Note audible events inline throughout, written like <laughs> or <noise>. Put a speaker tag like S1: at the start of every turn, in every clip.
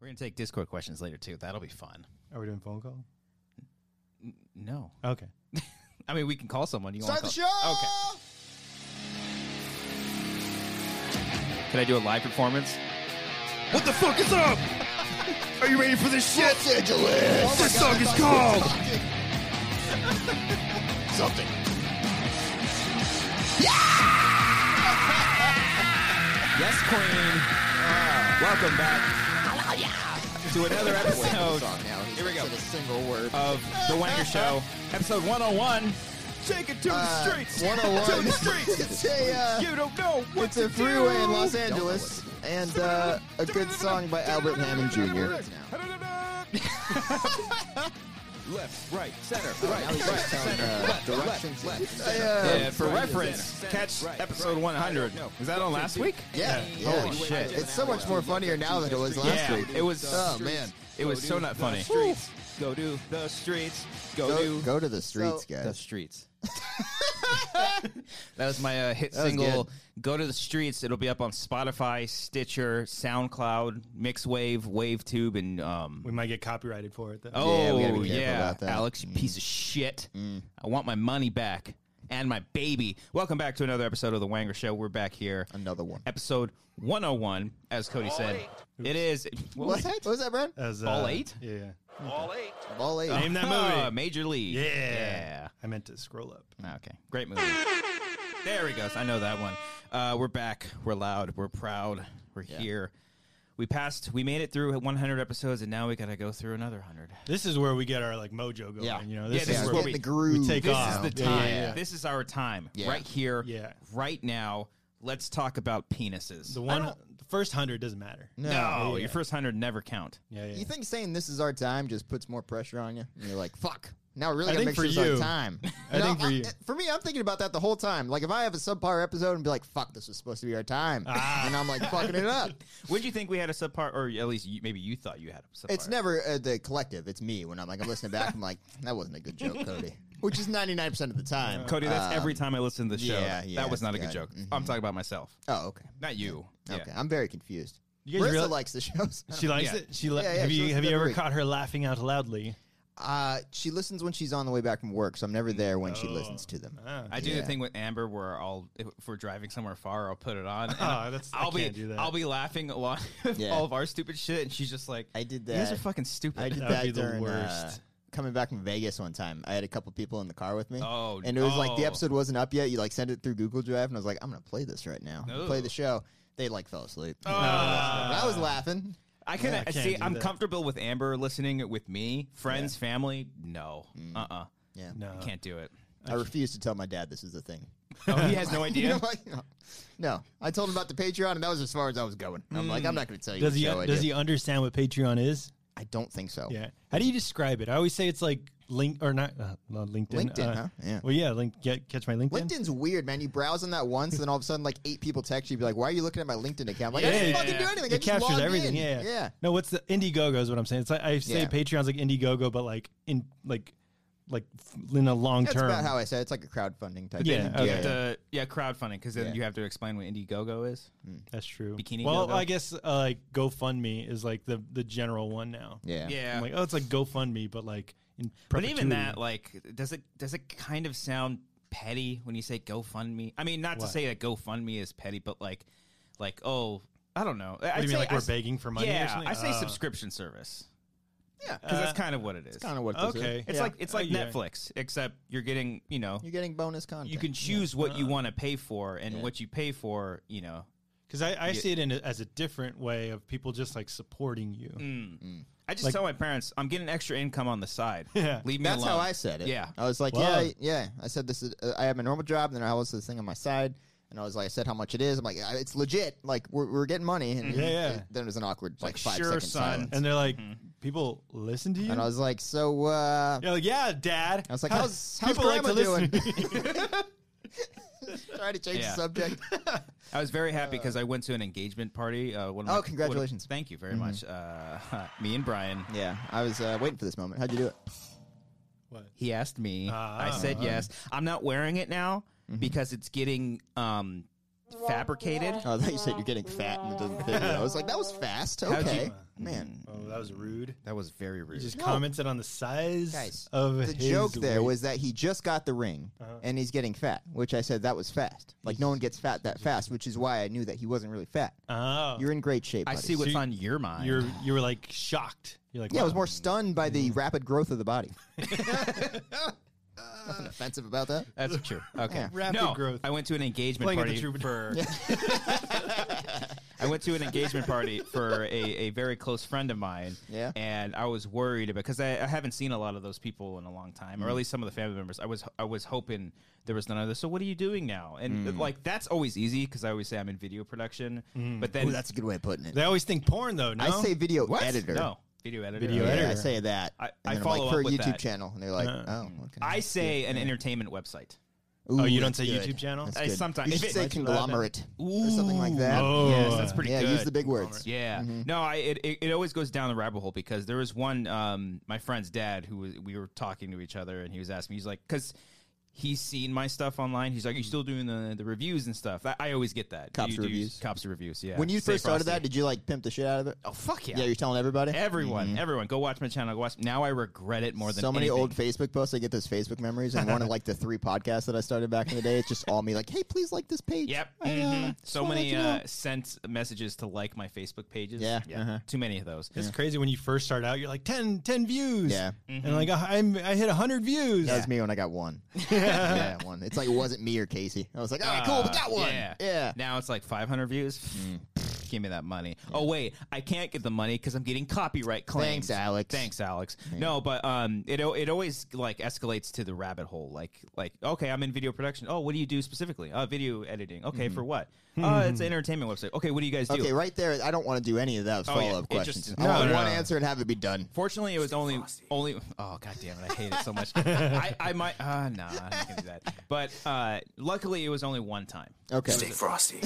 S1: We're gonna take Discord questions later too. That'll be fun.
S2: Are we doing phone call?
S1: No,
S2: Okay.
S1: I mean we can call someone. You
S3: Start the
S1: wanna
S3: show.
S1: call- Okay. Can I do a live performance?
S4: What the fuck is up? Are you ready for this shit?
S3: Los Angeles.
S4: This song is called.
S3: Something.
S1: Yes, Queen. Welcome back to another <laughs> episode
S3: Here we go. A single word.
S1: of the <laughs> Wanger Show, episode 101. Take it to
S3: Uh,
S1: the streets.
S3: 101.
S1: to the streets. <laughs>
S3: it's a, uh,
S1: You don't know what
S3: it's
S1: to
S3: a freeway
S1: do.
S3: in Los Angeles, and uh, a good song by Albert Hammond
S1: <laughs>
S3: Jr.
S1: Left, right, center,
S3: Oh, Now he's just telling, uh, directions. I, uh,
S1: Yeah, for reference, catch episode 100. Was that on last week?
S3: Yeah. yeah.
S1: Holy shit.
S3: It's so much more funnier now than it was last
S1: Yeah,
S3: week.
S1: it was.
S3: Oh man.
S1: it was so not funny.
S4: streets.
S1: Go to the streets.
S3: Go, go to the streets,
S1: the
S3: guys.
S1: streets. <laughs> that was my uh, hit
S3: was
S1: single. Go to the streets. It'll be up on Spotify, Stitcher, SoundCloud, Mixwave, WaveTube, and um.
S2: We might get copyrighted for it though.
S3: Yeah,
S1: Oh
S3: we
S1: yeah,
S3: gotta be careful about that. Mm.
S1: Alex, you piece of shit. I want my money back and my baby. Welcome back to another episode of the Wanger Show. We're back here,
S3: Another one.
S1: episode 101. As Cody said, it is. What
S3: What?
S1: was
S3: What was that, Brad?
S2: As, uh,
S1: Ball eight?
S2: Yeah. yeah.
S3: Ball eight.
S1: <laughs>
S2: Name that movie.
S1: Ah, Major League.
S2: Yeah. I meant to scroll up.
S1: Yeah. Okay. Great movie. There he goes. I know that one. Uh, we're back. We're loud. We're proud. We're here. We passed. We made it through 100 episodes, and now we got to go through another 100.
S2: This is where we get our like mojo going.
S3: Yeah.
S2: You know,
S1: Yeah,
S2: this
S1: this
S2: is
S1: is
S2: where
S1: what
S3: Get
S1: we-
S3: the groove.
S2: we take
S1: This
S2: off.
S1: is the
S2: Yeah, yeah,
S1: time.
S2: yeah.
S1: This is our time.
S3: Yeah.
S1: Right here.
S2: Yeah.
S1: Right now. Let's talk about penises.
S2: The one, the first hundred doesn't matter.
S1: no,
S2: yeah.
S1: your first 100 never count.
S2: Yeah, yeah.
S3: You think saying this is our time just puts more pressure on you? And you're like, fuck. Now we're really
S2: I
S3: gonna
S2: think
S3: make
S2: for
S3: sure it's our
S2: you-
S3: time.
S2: <laughs> I think for you.
S3: for me, I'm thinking about that the whole time. Like if I have a subpar episode and be like, fuck, this was supposed to be our time,
S2: Ah.
S3: and I'm like fucking
S2: <laughs>
S3: it up.
S1: Would you think we had a subpar, or at least you, maybe you thought you had a subpar?
S3: It's never uh, the collective. It's me when I'm like I'm listening back. I'm like that wasn't a
S2: <laughs>
S3: good joke, Cody. Which is 99 percent of the time. Uh,
S1: Cody, that's
S2: Uh,
S1: every time I listen to the show.
S3: yeah, yeah,
S1: that was not a good
S3: yeah.
S1: joke. I'm talking about myself,
S3: Oh, okay.
S1: not you. Mm-hmm. Yeah.
S3: Okay, I'm very confused.
S2: You guys
S3: Marissa
S2: reali-
S3: likes the shows.
S2: she likes
S1: Yeah.
S2: it. She li-
S3: Yeah, yeah,
S2: have
S3: she
S2: you
S3: listens
S2: have you
S3: every
S2: ever
S3: week.
S2: caught her laughing out loudly?
S3: <laughs> Uh, she listens when she's on the way back from work, so I'm
S2: Mm.
S3: never there when she
S2: Oh.
S3: listens to them.
S2: Ah.
S1: I do the
S3: Yeah.
S1: thing with Amber where I'll, if we're driving somewhere far, I'll put it
S2: <laughs>
S1: on. and
S2: Oh, that's- I
S1: I'll be,
S2: can't do that.
S1: I'll be laughing a lot <laughs> with
S3: Yeah.
S1: all of our stupid shit, and she's just like,
S3: I did
S1: You guys are
S3: that.
S1: fucking stupid. <laughs>
S3: I did
S2: That would
S3: that
S2: be the
S3: during uh,
S2: worst.
S3: coming back from Vegas one time. I had a couple people in the car with me.
S1: Oh,
S3: and it was like the
S1: oh.
S3: episode wasn't up yet. You like sent it through Google Drive, and I was like, I'm gonna play this right now. Play the show. They like fell asleep.
S2: Oh.
S3: But I was laughing.
S1: Ah. I can
S2: I
S1: not
S2: can't
S1: see.
S2: do
S1: I'm
S2: that.
S1: comfortable with Amber listening it with me, friends, family. No, uh, uh
S3: Mm. Yeah.
S2: No.
S1: can't do
S2: <laughs>
S1: it.
S3: I refused to tell my dad this is the thing.
S1: Oh, he has no
S3: <laughs> You
S1: idea.
S3: know, like, no. No. I told him about the Patreon, and that was as far as I was going. I'm like, I'm not gonna tell you.
S2: Does
S3: what
S2: he
S3: show I
S2: does
S3: do.
S2: he understand what Patreon is?
S3: I don't think so.
S2: Yeah. How do you describe it? I always say it's like link or not uh, well, LinkedIn.
S3: LinkedIn,
S2: uh,
S3: huh? Yeah.
S2: Well, yeah. Link. Get, catch my LinkedIn.
S3: LinkedIn's weird, man. You browse on that once, and then all of a sudden, like eight people text you, be like, "Why are you looking at my LinkedIn account?" I'm like, I didn't
S2: Yeah,
S3: fucking do anything. I
S2: It
S3: just
S2: captures
S3: logged
S2: everything.
S3: in."
S2: Yeah.
S3: yeah.
S2: No, what's the Indiegogo is what I'm saying. It's like I say
S3: Yeah.
S2: Patreon's like Indiegogo, but like in like like f- in a long
S3: That's
S2: term.
S3: about how I said. it. It's like a crowdfunding type.
S2: Yeah,
S3: thing.
S2: okay.
S1: You have to- yeah, crowdfunding because then
S3: Yeah.
S1: you have to explain what Indiegogo is.
S2: That's true.
S1: Bikini
S2: well,
S1: Gogo.
S2: I guess uh, like GoFundMe is like the the general one now.
S3: yeah.
S1: Yeah,
S2: I'm like oh, it's like GoFundMe, but like in
S1: but even
S2: perpetuity.
S1: that, like, does it does it kind of sound petty when you say GoFundMe? I mean, not to
S2: What?
S1: say that GoFundMe is petty, but like, like oh, I don't know. I
S2: you mean, like
S1: I
S2: we're
S1: s-
S2: begging for money or
S1: Yeah,
S2: something?
S1: I say
S2: Uh.
S1: subscription service.
S3: Yeah.
S1: because that's kind of what it is.
S3: Kind of what. This
S2: Okay.
S3: Is.
S1: It's
S3: Yeah.
S1: like it's like
S2: Uh, yeah.
S1: Netflix, except you're getting you know
S3: you're getting bonus content.
S1: you can choose what
S2: Uh-huh.
S1: you want to pay for, and what you pay for, you know.
S2: because I, I see it in a, as a different way of people just like supporting
S1: Mm.
S2: you.
S1: I just
S2: Mm. Like-
S1: tell my parents I'm getting extra income on the side.
S2: <laughs> Yeah.
S1: leave me
S3: That's
S1: alone.
S3: how I said it.
S1: Yeah,
S3: I was like,
S2: Wow.
S3: yeah, yeah. I said this is. Uh, I have my normal job, and then I was this thing on my side. And I was like, I said how much it is. I'm like, "I- it's legit. Like we're, we're getting money. And
S2: Yeah, yeah.
S3: then it was an awkward like,
S1: like,
S3: five
S1: "Sure,
S3: second
S1: son." Mm-hmm.
S3: silence.
S2: And they're like, people listen to you.
S3: And I was like, so uh,
S2: You're like, yeah, Dad.
S3: I was like,
S2: How-
S3: how's how's
S2: people like
S3: grandma
S2: to listen
S3: doing?
S2: to you. <laughs>
S3: Try to change
S1: Yeah.
S3: the subject.
S1: I was very happy because I went to an engagement party. Uh, one of
S3: Oh,
S1: my-
S3: congratulations.
S1: one of- thank you very much. Uh, <laughs> me and Brian.
S3: yeah, I was uh, waiting for this moment. How'd you do it?
S2: What?
S1: He asked me. I
S2: Ah.
S1: said yes. I'm not wearing it now because it's getting um, fabricated.
S3: Oh, <laughs> I thought you said you're getting fat in the video. I was like, that was fast.
S1: How'd
S3: Okay,
S1: you-
S3: man.
S2: Oh, that was rude.
S1: That was very rude.
S2: He just commented on the size
S3: Guys,
S2: of
S3: the
S2: his
S3: joke there
S2: weight.
S3: was that he just got the ring
S1: Uh-huh.
S3: and he's getting fat, which I said that was fast. Like no one gets fat that fast, which is why I knew that he wasn't really fat.
S2: Oh,
S3: You're in great shape.
S1: Uh-huh. I
S3: buddy.
S1: see what's
S2: So you-
S1: on your mind.
S2: you're you were like shocked. You're like,
S3: Yeah, I was
S2: "Wow."
S3: more stunned by the rapid growth of
S1: <laughs>
S3: the body. Nothing offensive about that.
S1: That's
S3: <laughs>
S1: true. Okay.
S3: Yeah.
S2: Rapid
S1: no,
S2: growth.
S1: I went to an engagement
S2: Playing at the
S1: party
S2: Troubadour.
S1: for. <laughs> I went to an engagement party for a, a very close friend of mine.
S3: Yeah.
S1: And I was worried because I, I haven't seen a lot of those people in a long time,
S3: Mm.
S1: or at least some of the family members. I was I was hoping there was none of this. So what are you doing now? And uh,
S3: Mm.
S1: like that's always easy because I always say I'm in video production,
S2: Mm.
S1: but then
S3: Ooh, that's a good way of putting it.
S2: They always think porn though. No,
S3: I say video editor.
S1: no video editor.
S2: Video
S3: Yeah,
S2: editor.
S3: I say that.
S1: I-
S3: and
S1: I
S3: then I'm
S1: follow
S3: like, for
S1: up
S3: a
S1: with
S3: YouTube
S1: that. Uh-huh.
S3: channel, and they're like, oh, okay.
S1: I say an entertainment website.
S2: Oh, you
S3: Ooh,
S2: don't
S3: that's
S2: say
S3: good.
S2: YouTube channel?
S3: That's
S1: I
S3: good.
S1: sometimes-
S3: you
S1: If
S3: should
S1: it-
S3: say conglomerate or something like that.
S2: Oh,
S1: yes, that's pretty
S3: yeah,
S1: good.
S3: use the big words. Mm-hmm.
S1: Yeah. No, I it, it, it always goes down the rabbit hole because there was one um my friend's dad who was, we were talking to each other and he was asking me he's like cuz he's seen my stuff online. He's like, "You're still doing the, the reviews and stuff." I, I always get that.
S3: Mm-hmm. Cops
S1: You do
S3: reviews.
S1: Cops reviews. Yeah.
S3: When you
S1: Stay
S3: first started
S1: frosty.
S3: that, did you like pimp the shit out of it?
S1: oh fuck yeah!
S3: Yeah, you're telling everybody.
S1: everyone, everyone, go watch my channel. Go watch. Now I regret it more than
S3: so many
S1: anything.
S3: old Facebook posts. I get those Facebook memories, and one of like the three podcasts that I started back in the day. It's just all me, like, "Hey, please like this page."
S1: Yep.
S3: I, uh,
S1: mhm.
S3: just
S1: So
S3: wanna let
S1: many
S3: you know.
S1: uh, sent messages to like my Facebook pages.
S3: Yeah, uh-huh.
S1: Too many of those.
S2: It's crazy when you first start out. You're like 10, 10 views.
S3: Yeah.
S2: and like I'm, I hit hundred views.
S3: That was me when I
S1: <laughs>
S3: got one. yeah, one. It's like it wasn't me or Casey. I was like, "All right, cool, Oh, we got one."
S1: Uh, Yeah.
S3: yeah. Mm.
S1: Now it's like 500 views. Give me that money. Oh wait, I can't get the money because I'm getting copyright claims.
S3: Thanks, Alex.
S1: Thanks, Alex. No, but um, it o- it always like escalates to the rabbit hole. Like like okay, I'm in video production. Oh, what do you do specifically? Uh, video editing. Okay, for
S3: <laughs>
S1: what? Uh, it's an entertainment website. Okay, what do you guys do?
S3: Mm-hmm. Okay, right there. I don't want to do any of those
S1: Oh, yeah.
S3: follow up
S1: It just-
S3: questions.
S1: No,
S3: I want
S1: no,
S3: one
S1: no.
S3: answer and have it be done.
S1: Fortunately, it was only only. Oh god damn it! I hate it so
S3: <laughs>
S1: much. I, I might. Uh, nah, I'm not gonna do that. But uh, luckily, it was only one time.
S3: Okay.
S4: Frosty.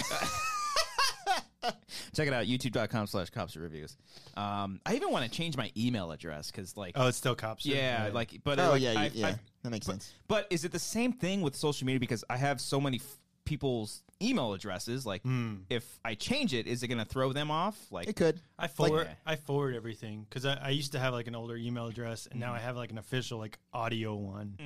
S1: Check it out, youtube.com slash cops reviews. Um, I even want to change my email address because, like,
S2: Oh, it's still cops.
S1: yeah, like, but
S3: Oh
S1: like,
S3: yeah,
S1: I-
S3: yeah.
S1: I-
S3: that makes sense.
S1: but is it the same thing with social media? Because I have so many f- people's email addresses. Like, if I change it, is it going to throw them off? Like,
S3: Hmm. It could.
S2: I forward
S1: yeah.
S2: I forward everything because I, I used to have like an older email address and
S1: Mm.
S2: now I have like an official like audio one.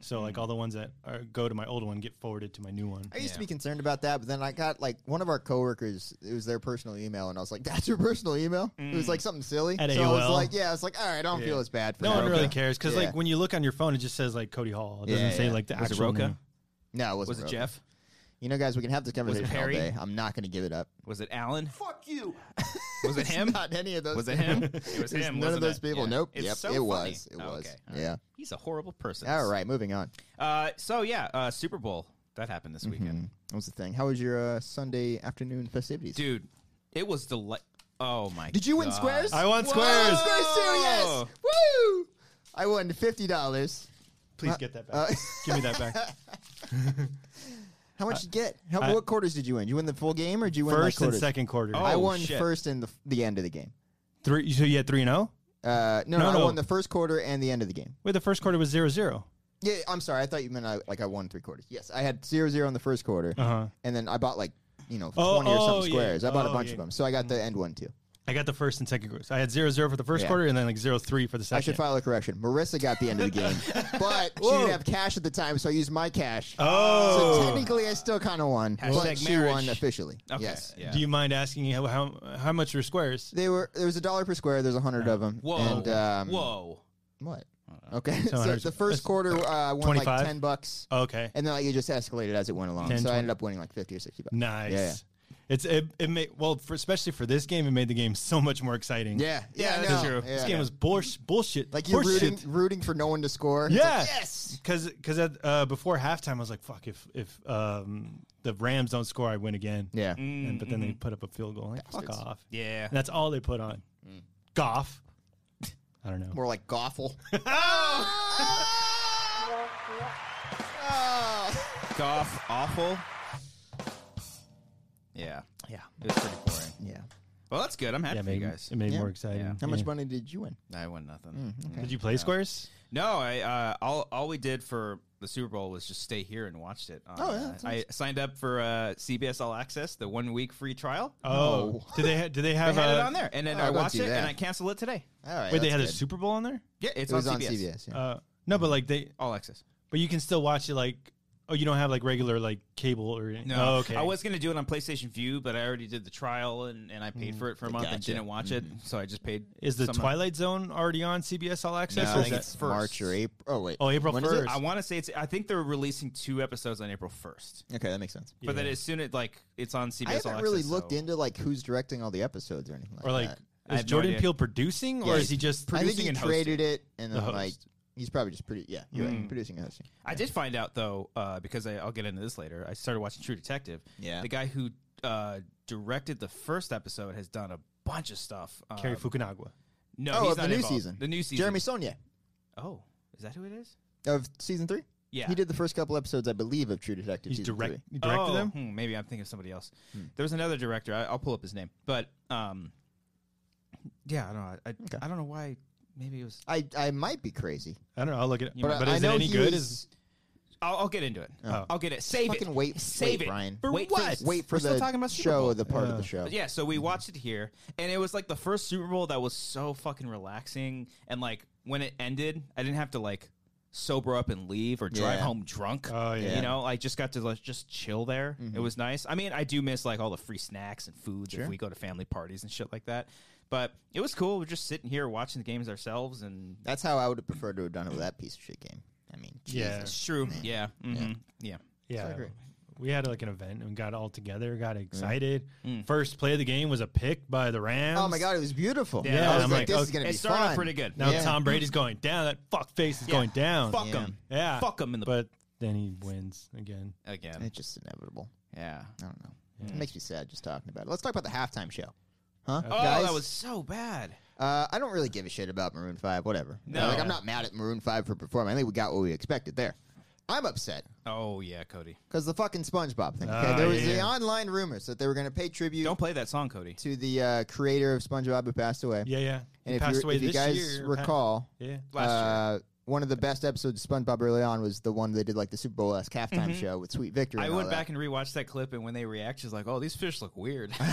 S2: So like all the ones that are, go to my old one get forwarded to my new one.
S3: I used to be concerned about that, but then I got like one of our coworkers. It was their personal email, and I was like, "That's your personal email." It was like something silly.
S2: At
S3: so I was
S2: AOL.
S3: like, "Yeah," I was like, "All right, I don't feel as bad for
S2: No
S3: that."
S2: one really
S3: Okay.
S2: cares because
S3: Yeah.
S2: like when you look on your phone, it just says like Cody Hall. It doesn't
S3: Yeah,
S2: say
S3: yeah.
S2: like the
S1: was it
S2: actual
S1: Roca?
S2: name.
S3: No, it wasn't
S1: was it
S3: Rogan.
S1: Jeff?
S3: You know, guys, we can have this conversation all
S1: Perry?
S3: day. I'm not going to give it up.
S1: Was it Alan?
S4: Fuck you.
S3: <laughs>
S1: Was it him?
S3: Not any of those.
S1: Was it
S3: people. <laughs>
S1: him? It was
S3: There's
S1: him.
S3: None of
S1: wasn't
S3: those
S1: it?
S3: people.
S1: Yeah.
S3: Nope.
S1: It's
S3: yep.
S1: so
S3: it
S1: funny.
S3: was. It
S1: Oh,
S3: was.
S1: okay.
S3: Yeah.
S1: He's a horrible person.
S3: All right. Moving on.
S1: Uh, so yeah, uh, Super Bowl that happened
S3: Mm-hmm.
S1: this weekend.
S3: That was the thing. How was your uh, Sunday afternoon festivities?
S1: dude. It was the deli- oh my.
S3: Did you win
S1: God.
S3: squares?
S2: I won
S3: Whoa!
S2: squares.
S3: Squares too. Yes. Woo! I won fifty dollars.
S2: Please get that back.
S3: uh,
S2: <laughs> Give me that
S3: <laughs>
S2: back.
S3: How much did you get? How,
S2: Uh, I-
S3: what quarters did you win? Did you win the full game or did you win like,
S2: First and
S3: quarters?
S2: second quarter.
S1: Oh.
S3: I won
S1: shit.
S3: first and the, the end of the game.
S2: Three. So you had three and zero.
S3: Uh, no, no,
S2: No,
S3: I
S2: no.
S3: won the first quarter and the end of the game.
S2: Wait, the first quarter was zero zero.
S3: Yeah, I'm sorry. I thought you meant I, like I won three quarters. Yes, I had zero zero in the first quarter,
S2: Uh-huh.
S3: and then I bought like you know
S2: Oh,
S3: twenty or
S2: oh,
S3: something
S2: yeah.
S3: squares. I bought a
S2: Oh,
S3: bunch
S2: yeah.
S3: of them, so I got the end one too.
S2: I got the first and second quarters. I had zero zero for the first
S3: Yeah.
S2: quarter and then like zero three for the second.
S3: I should file a correction. Marissa got the end of the
S2: <laughs>
S3: game, but she
S2: Whoa.
S3: didn't have cash at the time, so I used my cash.
S2: Oh.
S3: so technically, I still kind of won, but
S1: Hashtag
S3: she won
S1: marriage.
S3: officially.
S1: Okay.
S3: Yes,
S1: Yeah.
S2: Do you mind asking how how, how much were squares?
S3: they were. There was a dollar per square. There's a
S2: Uh-huh.
S3: hundred of them.
S1: Whoa.
S3: And, um,
S1: Whoa.
S3: What? Okay. <laughs> So,
S2: Uh, hundred- Oh.
S3: the first quarter, uh, I won like
S2: 25?
S3: ten bucks,
S2: Okay.
S3: and then like it just escalated as it went along.
S2: 10,
S3: so
S2: 20.
S3: I ended up winning like fifty or sixty bucks.
S2: Nice.
S3: Yeah, yeah.
S2: It's it, it made well for, especially for this game. It made the game so much more exciting.
S3: Yeah,
S1: Yeah,
S3: yeah,
S1: that's
S3: no,
S1: true.
S3: yeah.
S2: This game was bullsh- bullshit.
S3: like you're
S2: horseshit.
S3: rooting, rooting for no one to score. It's
S2: Yeah.
S3: like, yes.
S2: Because because uh, before halftime, I was like, "Fuck! If if um, the Rams don't score, I win again."
S3: Yeah.
S2: And, but then they put up a field goal. I'm Like, fuck off.
S1: Mm-hmm. Yeah.
S2: And that's all they put on.
S3: Mm.
S2: Goff. I don't know.
S3: More like
S2: <laughs>
S3: Goffle. oh.
S1: Goff, awful. Yeah. Yeah. It was pretty boring.
S3: Yeah.
S1: Well, that's good. I'm happy
S2: yeah,
S1: for
S2: made,
S1: you guys.
S2: it made
S3: Yeah. Mm.
S2: more exciting.
S1: Yeah.
S3: How much
S2: Yeah.
S3: money did you win?
S1: I won nothing.
S3: Mm-hmm.
S2: Did you play squares?
S1: No, I uh, all all we did for the Super Bowl was just stay here and watched it. Uh,
S3: Oh, yeah, that's
S1: I signed up for uh, CBS All Access, the one week free trial.
S2: Oh, do they ha- do they
S1: I
S2: have
S1: had
S2: uh,
S1: it on there, and then
S3: oh, I
S1: I
S3: don't
S1: watched
S3: do
S1: it, and
S3: that.
S1: I canceled it today.
S3: All right.
S2: Wait, they had
S3: that's
S2: a
S3: good.
S2: Super Bowl on there?
S1: Yeah, it's
S3: It was
S1: on,
S3: on CBS. yeah.
S2: Uh, no, but like they,
S1: All Access.
S2: but you can still watch it. Like, oh, you don't have like regular like cable or
S1: No,
S2: Oh, okay.
S1: I was gonna do it on PlayStation View, but I already did the trial and, and I
S2: Mm,
S1: paid for it for a month and
S3: Gotcha.
S1: didn't watch it, so I just paid.
S2: Is the
S1: some-
S2: Twilight Zone already on CBS All Access?
S3: I
S2: or is
S3: think
S2: that-
S3: it's March or April. Oh wait.
S2: Oh, April
S3: When is it?
S2: 1st.
S1: I want to say it's. I think they're releasing two episodes on April first,
S3: Okay, that makes sense.
S1: but then as soon as like it's on CBS.
S3: I
S1: All
S3: haven't really
S1: Access,
S3: looked
S1: so-
S3: into like who's directing all the episodes or anything like,
S2: or like
S3: that.
S1: I
S2: is
S1: have no
S2: Jordan
S1: idea.
S2: Peele producing or
S3: Yeah,
S2: is he just
S3: I think
S2: producing
S3: he
S2: and hosting?
S3: created it and then
S2: The
S3: like
S2: host. Mm.
S3: he's probably just pretty yeah, you're right, producing and hosting.
S1: I did find out though, uh, because I, I'll get into this later. I started watching True Detective.
S3: Yeah.
S1: the guy who uh, directed the first episode has done a bunch of stuff.
S3: Uh,
S1: Um,
S2: Kerry Fukunaga.
S1: No,
S3: Oh,
S1: he's
S3: of the
S1: not
S3: new
S1: involved.
S3: season.
S1: The new season.
S3: Jeremy Sonia
S1: Oh, is that who it is?
S3: of season three.
S1: Yeah.
S3: He did the first couple episodes, I believe, of True Detective.
S2: He's
S3: season
S2: direct
S3: three.
S2: he directed
S1: oh,
S2: them.
S1: hmm, maybe I'm thinking of somebody else. There was another director. I, I'll pull up his name, but um, yeah, I don't know. I, I, I don't know why. Maybe it was.
S3: I, I might be crazy,
S2: I don't know. I'll look at it.
S3: but,
S2: But,
S3: I, I
S2: is it
S3: know
S2: any
S3: he
S2: good?
S3: Was,
S2: Is
S1: I'll, I'll get into it. I'll get it. Oh. Save it.
S3: fucking wait,
S1: Save
S3: wait,
S1: it,
S3: Brian.
S1: For
S3: wait
S1: what?
S3: For, wait for
S1: We're
S3: the
S1: still talking about Super
S3: show,
S1: Bowl.
S3: the part of the show.
S1: But yeah, so
S3: Mm-hmm.
S1: we watched it here, and it was like the first Super Bowl that was so fucking relaxing. And like when it ended, I didn't have to like sober up and leave or drive
S3: Yeah.
S1: home drunk.
S2: Oh, yeah.
S1: You know, I just got to like, just chill there.
S3: Mm-hmm.
S1: It was nice. I mean, I do miss like all the free snacks and foods if we go to family parties and shit like that. But it was cool. We're just sitting here watching the games ourselves, and
S3: That's how I would have preferred to have done it with that piece of shit game. I mean,
S2: Yeah.
S3: Jesus.
S1: true. Yeah. mhm, yeah.
S2: yeah.
S3: great.
S2: We had like an event and got all together, got excited. First play of the game was a pick by the Rams.
S3: Hmm. Oh my god, it was beautiful.
S2: Yeah,
S3: I was
S2: I'm
S3: like,
S2: like,
S3: this is
S2: okay.
S3: gonna
S1: It
S3: be
S1: started off
S3: fun.
S1: pretty good.
S2: Now
S3: Yeah.
S2: Tom Brady's going down. That fuck face is going down.
S1: Fuck
S3: Yeah.
S1: them.
S2: Yeah.
S1: Fuck them in the
S2: But then he wins again.
S1: again.
S3: It's just inevitable.
S1: Yeah.
S3: I don't know. It makes me sad just talking about it. Let's talk about the halftime show. Huh?
S1: Oh,
S3: guys?
S1: that was so bad.
S3: Uh, I don't really give a shit about Maroon 5, whatever.
S1: No.
S3: Like, I'm not mad at Maroon 5 for performing. I think we got what we expected there. I'm upset
S1: Oh yeah, Cody.
S3: because the fucking SpongeBob thing. Okay?
S2: Ah,
S3: there was
S2: yeah.
S3: the online rumors that they were going to pay tribute
S1: Don't play that song, Cody.
S3: to the uh, creator of SpongeBob who passed away.
S2: Yeah, yeah. He
S3: And if,
S2: passed
S3: you,
S2: away
S3: if you
S2: this
S3: guys
S2: year. Pa-
S3: recall,
S2: yeah.
S1: Last
S3: uh, one of the best episodes of SpongeBob early on was the one they did like the Super Bowl esque halftime show with Sweet Victory.
S1: Mm-hmm. I
S3: and all
S1: went
S3: that.
S1: back and rewatched that clip, and when they react, she's like, "Oh, these fish look
S3: <laughs>
S1: weird."
S3: Oh,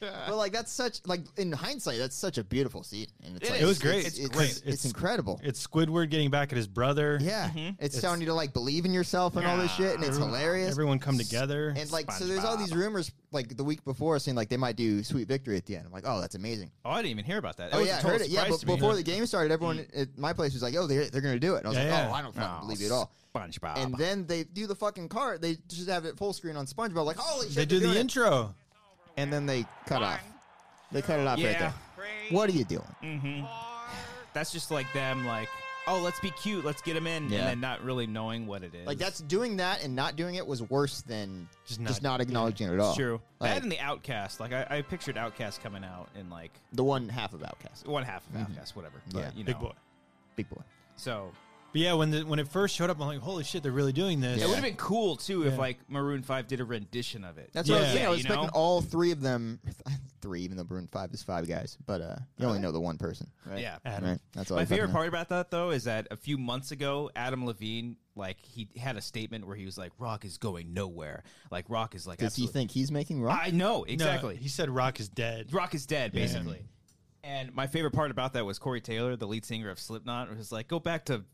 S3: But like that's such like in hindsight, that's such a beautiful scene, and it's
S1: It
S3: like,
S1: is. It was great.
S3: It's,
S1: It's
S3: it's-
S1: great.
S3: It's,
S2: It's-
S3: incredible.
S2: It's Squidward getting back at his brother.
S3: yeah,
S1: Mm-hmm.
S3: it's, telling you to like believe in yourself and all this shit, and it's hilarious.
S2: Everyone come together.
S3: and like so, there's all these rumors like the week before saying like they might do Sweet Victory at the end. I'm like, oh, that's amazing.
S1: <laughs> oh, I didn't even hear about that. That
S3: oh
S1: was
S3: yeah,
S1: a
S3: I
S1: total
S3: heard it. Yeah,
S1: surprise
S3: but
S1: to me.
S3: before the game started, everyone at my place was like, oh, they're they're gonna do it. And I was
S2: Yeah,
S3: like,
S2: yeah.
S3: oh, I don't fucking
S1: Oh,
S3: believe it at all.
S1: SpongeBob.
S3: And then they do the fucking cart. They just have it full screen on SpongeBob. Like, holy shit!
S2: they do
S3: they're
S2: the
S3: doing it.
S2: intro.
S3: and then they cut off. They cut it off right
S1: Yeah. Mm.
S3: there. What are you doing?
S1: That's just like them, like, "Oh, let's be cute, let's get them in,"
S3: Yeah.
S1: and then not really knowing what it is.
S3: Like that's doing that and not doing it was worse than
S2: Just
S3: just
S2: not-
S3: not, acknowledging it at all.
S1: It's true.
S3: Like,
S1: that and the Outcast. Like I, I pictured Outcast coming out in like
S3: the one half of Outcast,
S1: one half of Outcast, whatever. But,
S3: Mm-hmm. Yeah.
S1: you know,
S2: Big boy.
S3: big boy.
S1: So
S2: But yeah, when the, when it first showed up, I'm like, holy shit, they're really doing this.
S1: it
S3: Yeah.
S1: would have been cool too if like Maroon Five did a rendition of it.
S3: That's
S2: Yeah.
S3: what I was saying. I was
S1: You
S3: expecting
S1: know?
S3: all three of them, <laughs> three, even though Bruin Five is five guys, but uh, you only know the one person. Right?
S1: Uh-huh. yeah.
S2: Adam.
S3: right. That's all. I
S1: My
S3: fucking
S1: favorite
S3: know.
S1: part about that though is that a few months ago, Adam Levine like he had a statement where he was like, "Rock is going nowhere." Like Rock is like,
S3: Does he
S1: absolute-
S3: think he's making rock?
S1: I know
S2: No,
S1: exactly.
S2: he said Rock is dead.
S1: Rock is dead, basically. And my favorite part about that was Corey Taylor, the lead singer of Slipknot, was like, "Go back to."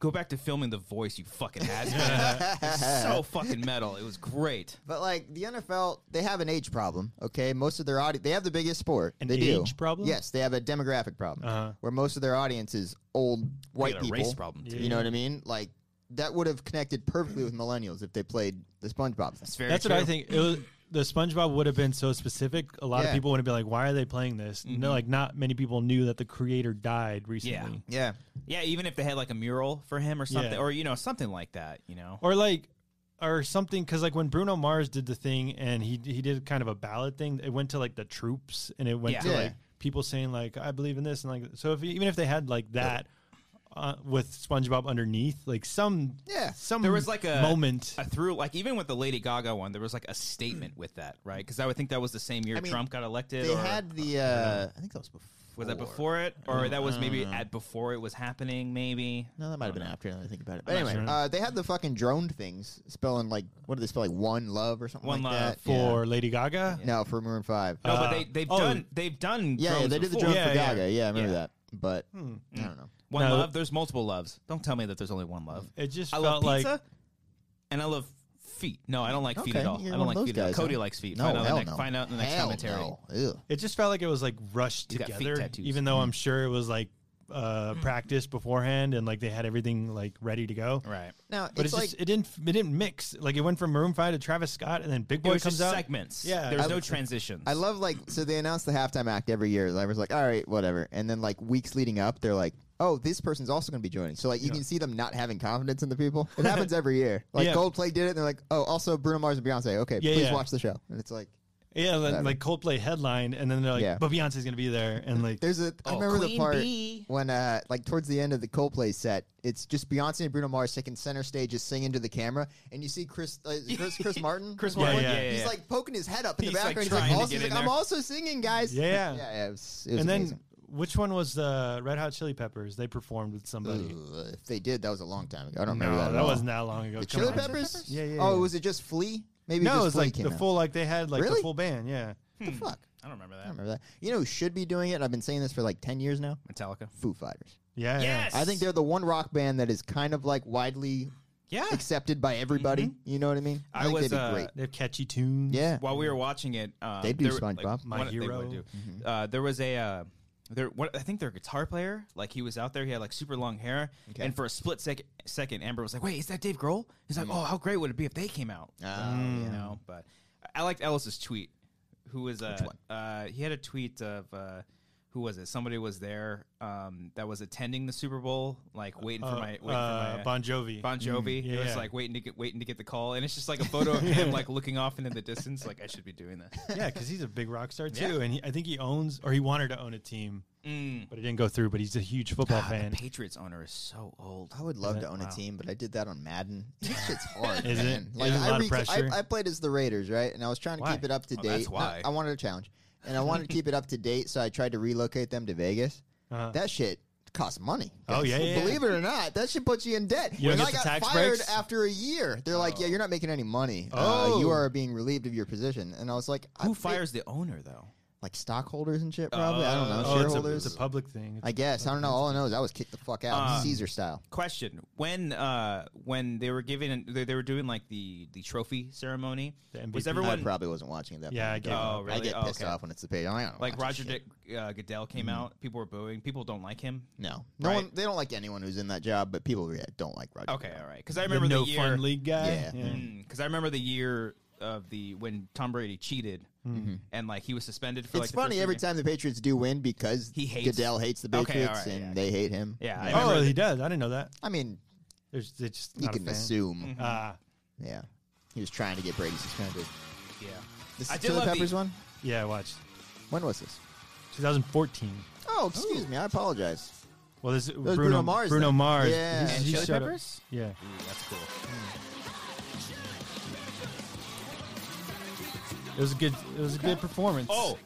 S1: Go back to filming the voice you
S3: <laughs>
S1: fucking had. It's so fucking metal. It was great.
S3: but like the NFL, they have an age problem. Okay, most of their audience, they have the biggest sport.
S2: An
S3: they do.
S2: age problem?
S3: Yes, they have a demographic problem
S2: Uh-huh.
S3: where most of their audience is old white
S1: got a
S3: people.
S1: race problem, too.
S3: You know what I mean? Like that would have connected perfectly with millennials if they played the SpongeBob thing.
S1: It's very
S2: That's what I
S1: true.
S2: think. It was the SpongeBob would have been so specific. A lot
S3: Yeah.
S2: of people would have been like, "Why are they playing this?" No, like not many people knew that the creator died recently.
S3: Yeah.
S1: Yeah, even if they had like a mural for him or something,
S2: Yeah.
S1: or you know, something like that. You know,
S2: or like or something because like when bruno mars did the thing and he he did kind of a ballot thing it went to like the troops and it went
S1: Yeah.
S2: to
S3: Yeah.
S2: like people saying like i believe in this and like so if even if they had like that uh, with spongebob underneath like some
S3: Yeah.
S2: some
S1: there was like a
S2: Hmm. moment
S1: a through like even with the Lady Gaga one, there was like a statement with that, right? Because I would think that was the same year
S3: I mean,
S1: Trump got elected.
S3: They
S1: or
S3: had the. Uh, I think that was before.
S1: was that before it, or that was maybe
S2: Uh.
S1: at before it was happening? Maybe
S3: No, that might have been after. Now that I think about it. But
S2: not
S3: anyway,
S2: sure.
S3: uh, they had the fucking drone things spelling like what do they spell like one love or something
S1: One
S3: like
S1: Love
S3: that
S2: for lady gaga
S3: Yeah. No, for Maroon Five.
S1: no, but
S2: Uh,
S1: they they've
S2: oh.
S1: done they've done
S3: yeah, yeah,
S1: drones
S3: they did the
S1: before.
S3: drone for
S2: Yeah, yeah.
S3: Gaga. Yeah, I remember
S1: Yeah. Hmm.
S3: that. But I don't know.
S1: One
S2: No.
S1: love. There's multiple loves. Don't tell me that there's only one love.
S2: it just
S1: I love
S2: felt
S1: pizza,
S2: like
S1: and I love feet. No, I don't like feet
S3: Okay,
S1: at all. I
S3: you're
S1: don't
S3: one of
S1: like
S3: those
S1: feet. at all.
S3: guys,
S1: Cody
S3: huh?
S1: likes feet.
S3: No,
S1: find out
S3: hell
S1: in the
S3: no.
S1: next, find out in the next
S3: Hell
S1: commentary.
S3: no. Ew.
S2: it just felt like it was like rushed
S1: He's got feet
S2: together
S1: tattoos. Mm-hmm.
S2: even though i'm sure it was like uh practiced beforehand and like they had everything like ready to go
S1: Right.
S3: Now
S2: But it's,
S3: it's, like
S2: just it didn't it didn't mix. Like it went from Maroon Five to Travis Scott, and then Big
S1: It
S2: Boy
S1: was
S2: comes
S1: just
S2: out.
S1: segments.
S2: Yeah.
S1: There's
S2: I-
S1: no transitions.
S3: I love like so they announce the halftime act every year. I was like, all right, whatever. And then like weeks leading up, they're like, oh, this person's also going to be joining. So like you can see them not having confidence in the people.
S2: <laughs>
S3: It happens every year. Like
S2: Yeah.
S3: Goldplay did it. and They're like, oh, also Bruno Mars and Beyonce. Okay,
S2: Yeah,
S3: please
S2: yeah.
S3: watch the show. And it's like.
S2: Yeah, like, like Coldplay headline, and then they're like,
S3: Yeah.
S2: "But Beyonce's gonna be there," and like,
S3: There's a. I
S1: Oh,
S3: remember the
S1: Queen
S3: part
S1: Bee.
S3: when, uh, like, towards the end of the Coldplay set, it's just Beyonce and Bruno Mars taking center stage, just singing to the camera, and you see Chris, uh, is
S1: <laughs>
S3: it Chris, Chris Martin, Chris
S2: Martin. Yeah, yeah,
S3: he's
S1: yeah.
S3: like poking his head up in the
S1: He's, like,
S3: background.
S1: trying
S3: he's
S1: to
S3: like, also,
S1: get
S3: he's
S1: in
S3: like, I'm
S1: there.
S3: also singing, guys.
S2: Yeah, yeah.
S3: yeah. yeah it was, it was
S2: and then
S3: amazing.
S2: which one was the Red Hot Chili Peppers? They performed with somebody.
S3: Ugh, if they did, that was a long time ago. I don't remember
S2: no,
S3: that.
S2: that,
S3: at all.
S2: wasn't that long ago.
S3: The
S2: Come
S3: Chili
S2: on.
S3: Peppers.
S2: Yeah, yeah,
S3: Oh,
S2: yeah.
S3: was it just Flea? Maybe
S2: No,
S3: just
S2: it was
S3: Flea
S2: like
S3: came
S2: the
S3: out.
S2: full, Hmm. like they had like
S3: Really?
S2: the full band. Yeah,
S3: What the fuck?
S1: I don't remember
S3: I
S1: that.
S3: don't remember that. You know, who should be doing it. I've been saying this for like ten years now.
S1: Metallica.
S3: Foo Fighters.
S2: yeah, yeah.
S1: Yes.
S3: I think they're the one rock band that is kind of like widely
S1: Yeah.
S3: accepted by everybody.
S2: Mm-hmm.
S3: You know what I mean?
S1: I
S3: think
S1: was,
S3: they'd be
S1: uh,
S3: great.
S2: They have catchy tunes.
S3: Yeah.
S1: While we were watching it, uh,
S3: They do
S1: there- like,
S3: SpongeBob. Mm-hmm.
S2: My
S1: one- they
S2: Hero.
S1: would do. Uh, there was a. Uh, there, what, I think their guitar player, like he was out there, he had like super long hair, and for a split sec- second, Amber was like, "Wait, is that Dave Grohl?" He's like,
S3: Mm.
S1: "Oh, how great would it be if they came out?" So,
S3: Ah,
S1: You know, but I liked Ellis's tweet. Who was uh, uh He had a tweet of uh, who was it? Somebody was there um, that was attending the Super Bowl, like waiting for
S2: Uh,
S1: my waiting for my
S2: uh, Bon Jovi.
S1: Bon Jovi.
S2: yeah,
S1: it was
S2: yeah.
S1: like waiting to get waiting to get the call, and it's just like a photo of him like looking off into the distance. Like I should be doing this.
S2: yeah, because he's a big rock star too,
S1: Yeah.
S2: and he, I think he owns or he wanted to own a team,
S1: Mm.
S2: but it didn't go through. But he's a huge football
S1: Ah,
S2: fan.
S1: Patriots owner is so old.
S3: I would love to own a team, but I did that on Madden. <laughs> That shit's hard,
S2: Is it?
S3: man.
S2: Is
S3: Like
S2: it a
S3: I,
S2: lot of
S3: rec-
S2: pressure?
S3: I, I played as the Raiders, right? And I was trying to
S2: Why?
S3: keep it up to
S1: Oh,
S3: date.
S1: that's
S3: No,
S1: why.
S3: I wanted a challenge, and I wanted to keep it up to date, so I tried to relocate them to Vegas. That shit costs money.
S2: Uh-huh. Oh,
S3: guys.
S2: yeah, yeah,
S3: Believe it or not, that shit puts you in debt.
S2: You don't
S3: and
S2: get
S3: I
S2: the
S3: got
S2: tax
S3: fired
S2: breaks?
S3: after a year. They're like,
S1: Oh.
S3: "Yeah, you're not making any money. Uh,
S2: Oh.
S3: you are being relieved of your position." And I was like, I-
S1: Who fires the owner though?
S3: Like stockholders and shit, probably. I don't know.
S2: Oh, it's a-
S3: shareholders.
S2: it's a, Uh. public thing. It's
S3: I guess. I don't know. All I know is I was kicked the fuck out, Caesar style.
S1: Question: When uh when they were giving they, they were doing like the the trophy ceremony,
S2: The
S1: was
S2: MVP.
S3: I
S1: everyone
S3: probably wasn't watching it that.
S2: Yeah,
S3: point.
S2: I gave
S1: Oh, up.
S3: I
S1: really?
S3: get
S1: Oh,
S3: pissed
S1: okay.
S3: off when it's the page. I don't
S1: like
S3: watch
S1: Roger
S3: this
S1: Dick,
S3: shit.
S1: uh, Goodell came out? People were booing. People don't like him.
S3: No, no
S1: Right.
S3: one. They don't like anyone who's in that job, but people yeah, don't like Roger.
S1: Okay, all right. Because I
S2: the
S1: remember the,
S2: no
S1: year. Mm.
S2: fun league guy.
S3: Yeah.
S1: Because I remember the year of the when Tom Brady cheated, and like he was suspended for.
S3: It's
S1: like, the
S3: funny
S1: first
S3: every
S1: three games.
S3: time the Patriots do win because
S1: He hates-
S3: Goodell hates the
S1: Okay, all
S3: Patriots
S1: right,
S3: and
S1: yeah.
S3: they hate him.
S1: Yeah, I
S2: Oh,
S1: remember
S2: he does. I didn't know that.
S3: I mean,
S2: There's they're just
S3: you
S2: not a
S3: can
S2: fan.
S3: assume.
S2: Ah,
S1: Mm-hmm.
S3: Yeah, he was trying to get Brady suspended.
S1: Yeah.
S3: This
S1: I
S3: is
S1: did
S3: Chili
S1: love the-
S3: Peppers one.
S2: yeah. Watch
S3: When was this?
S2: 2014.
S3: Oh, excuse me. I apologize.
S2: Well, this is Bruno,
S3: was Bruno Mars,
S2: Bruno
S3: then.
S2: Mars.
S3: Yeah.
S2: He's-
S3: And
S2: he
S1: Chili
S2: showed up-
S1: Peppers?
S2: Yeah.
S1: That's cool.
S2: It was a good. It was a good performance.
S1: Oh,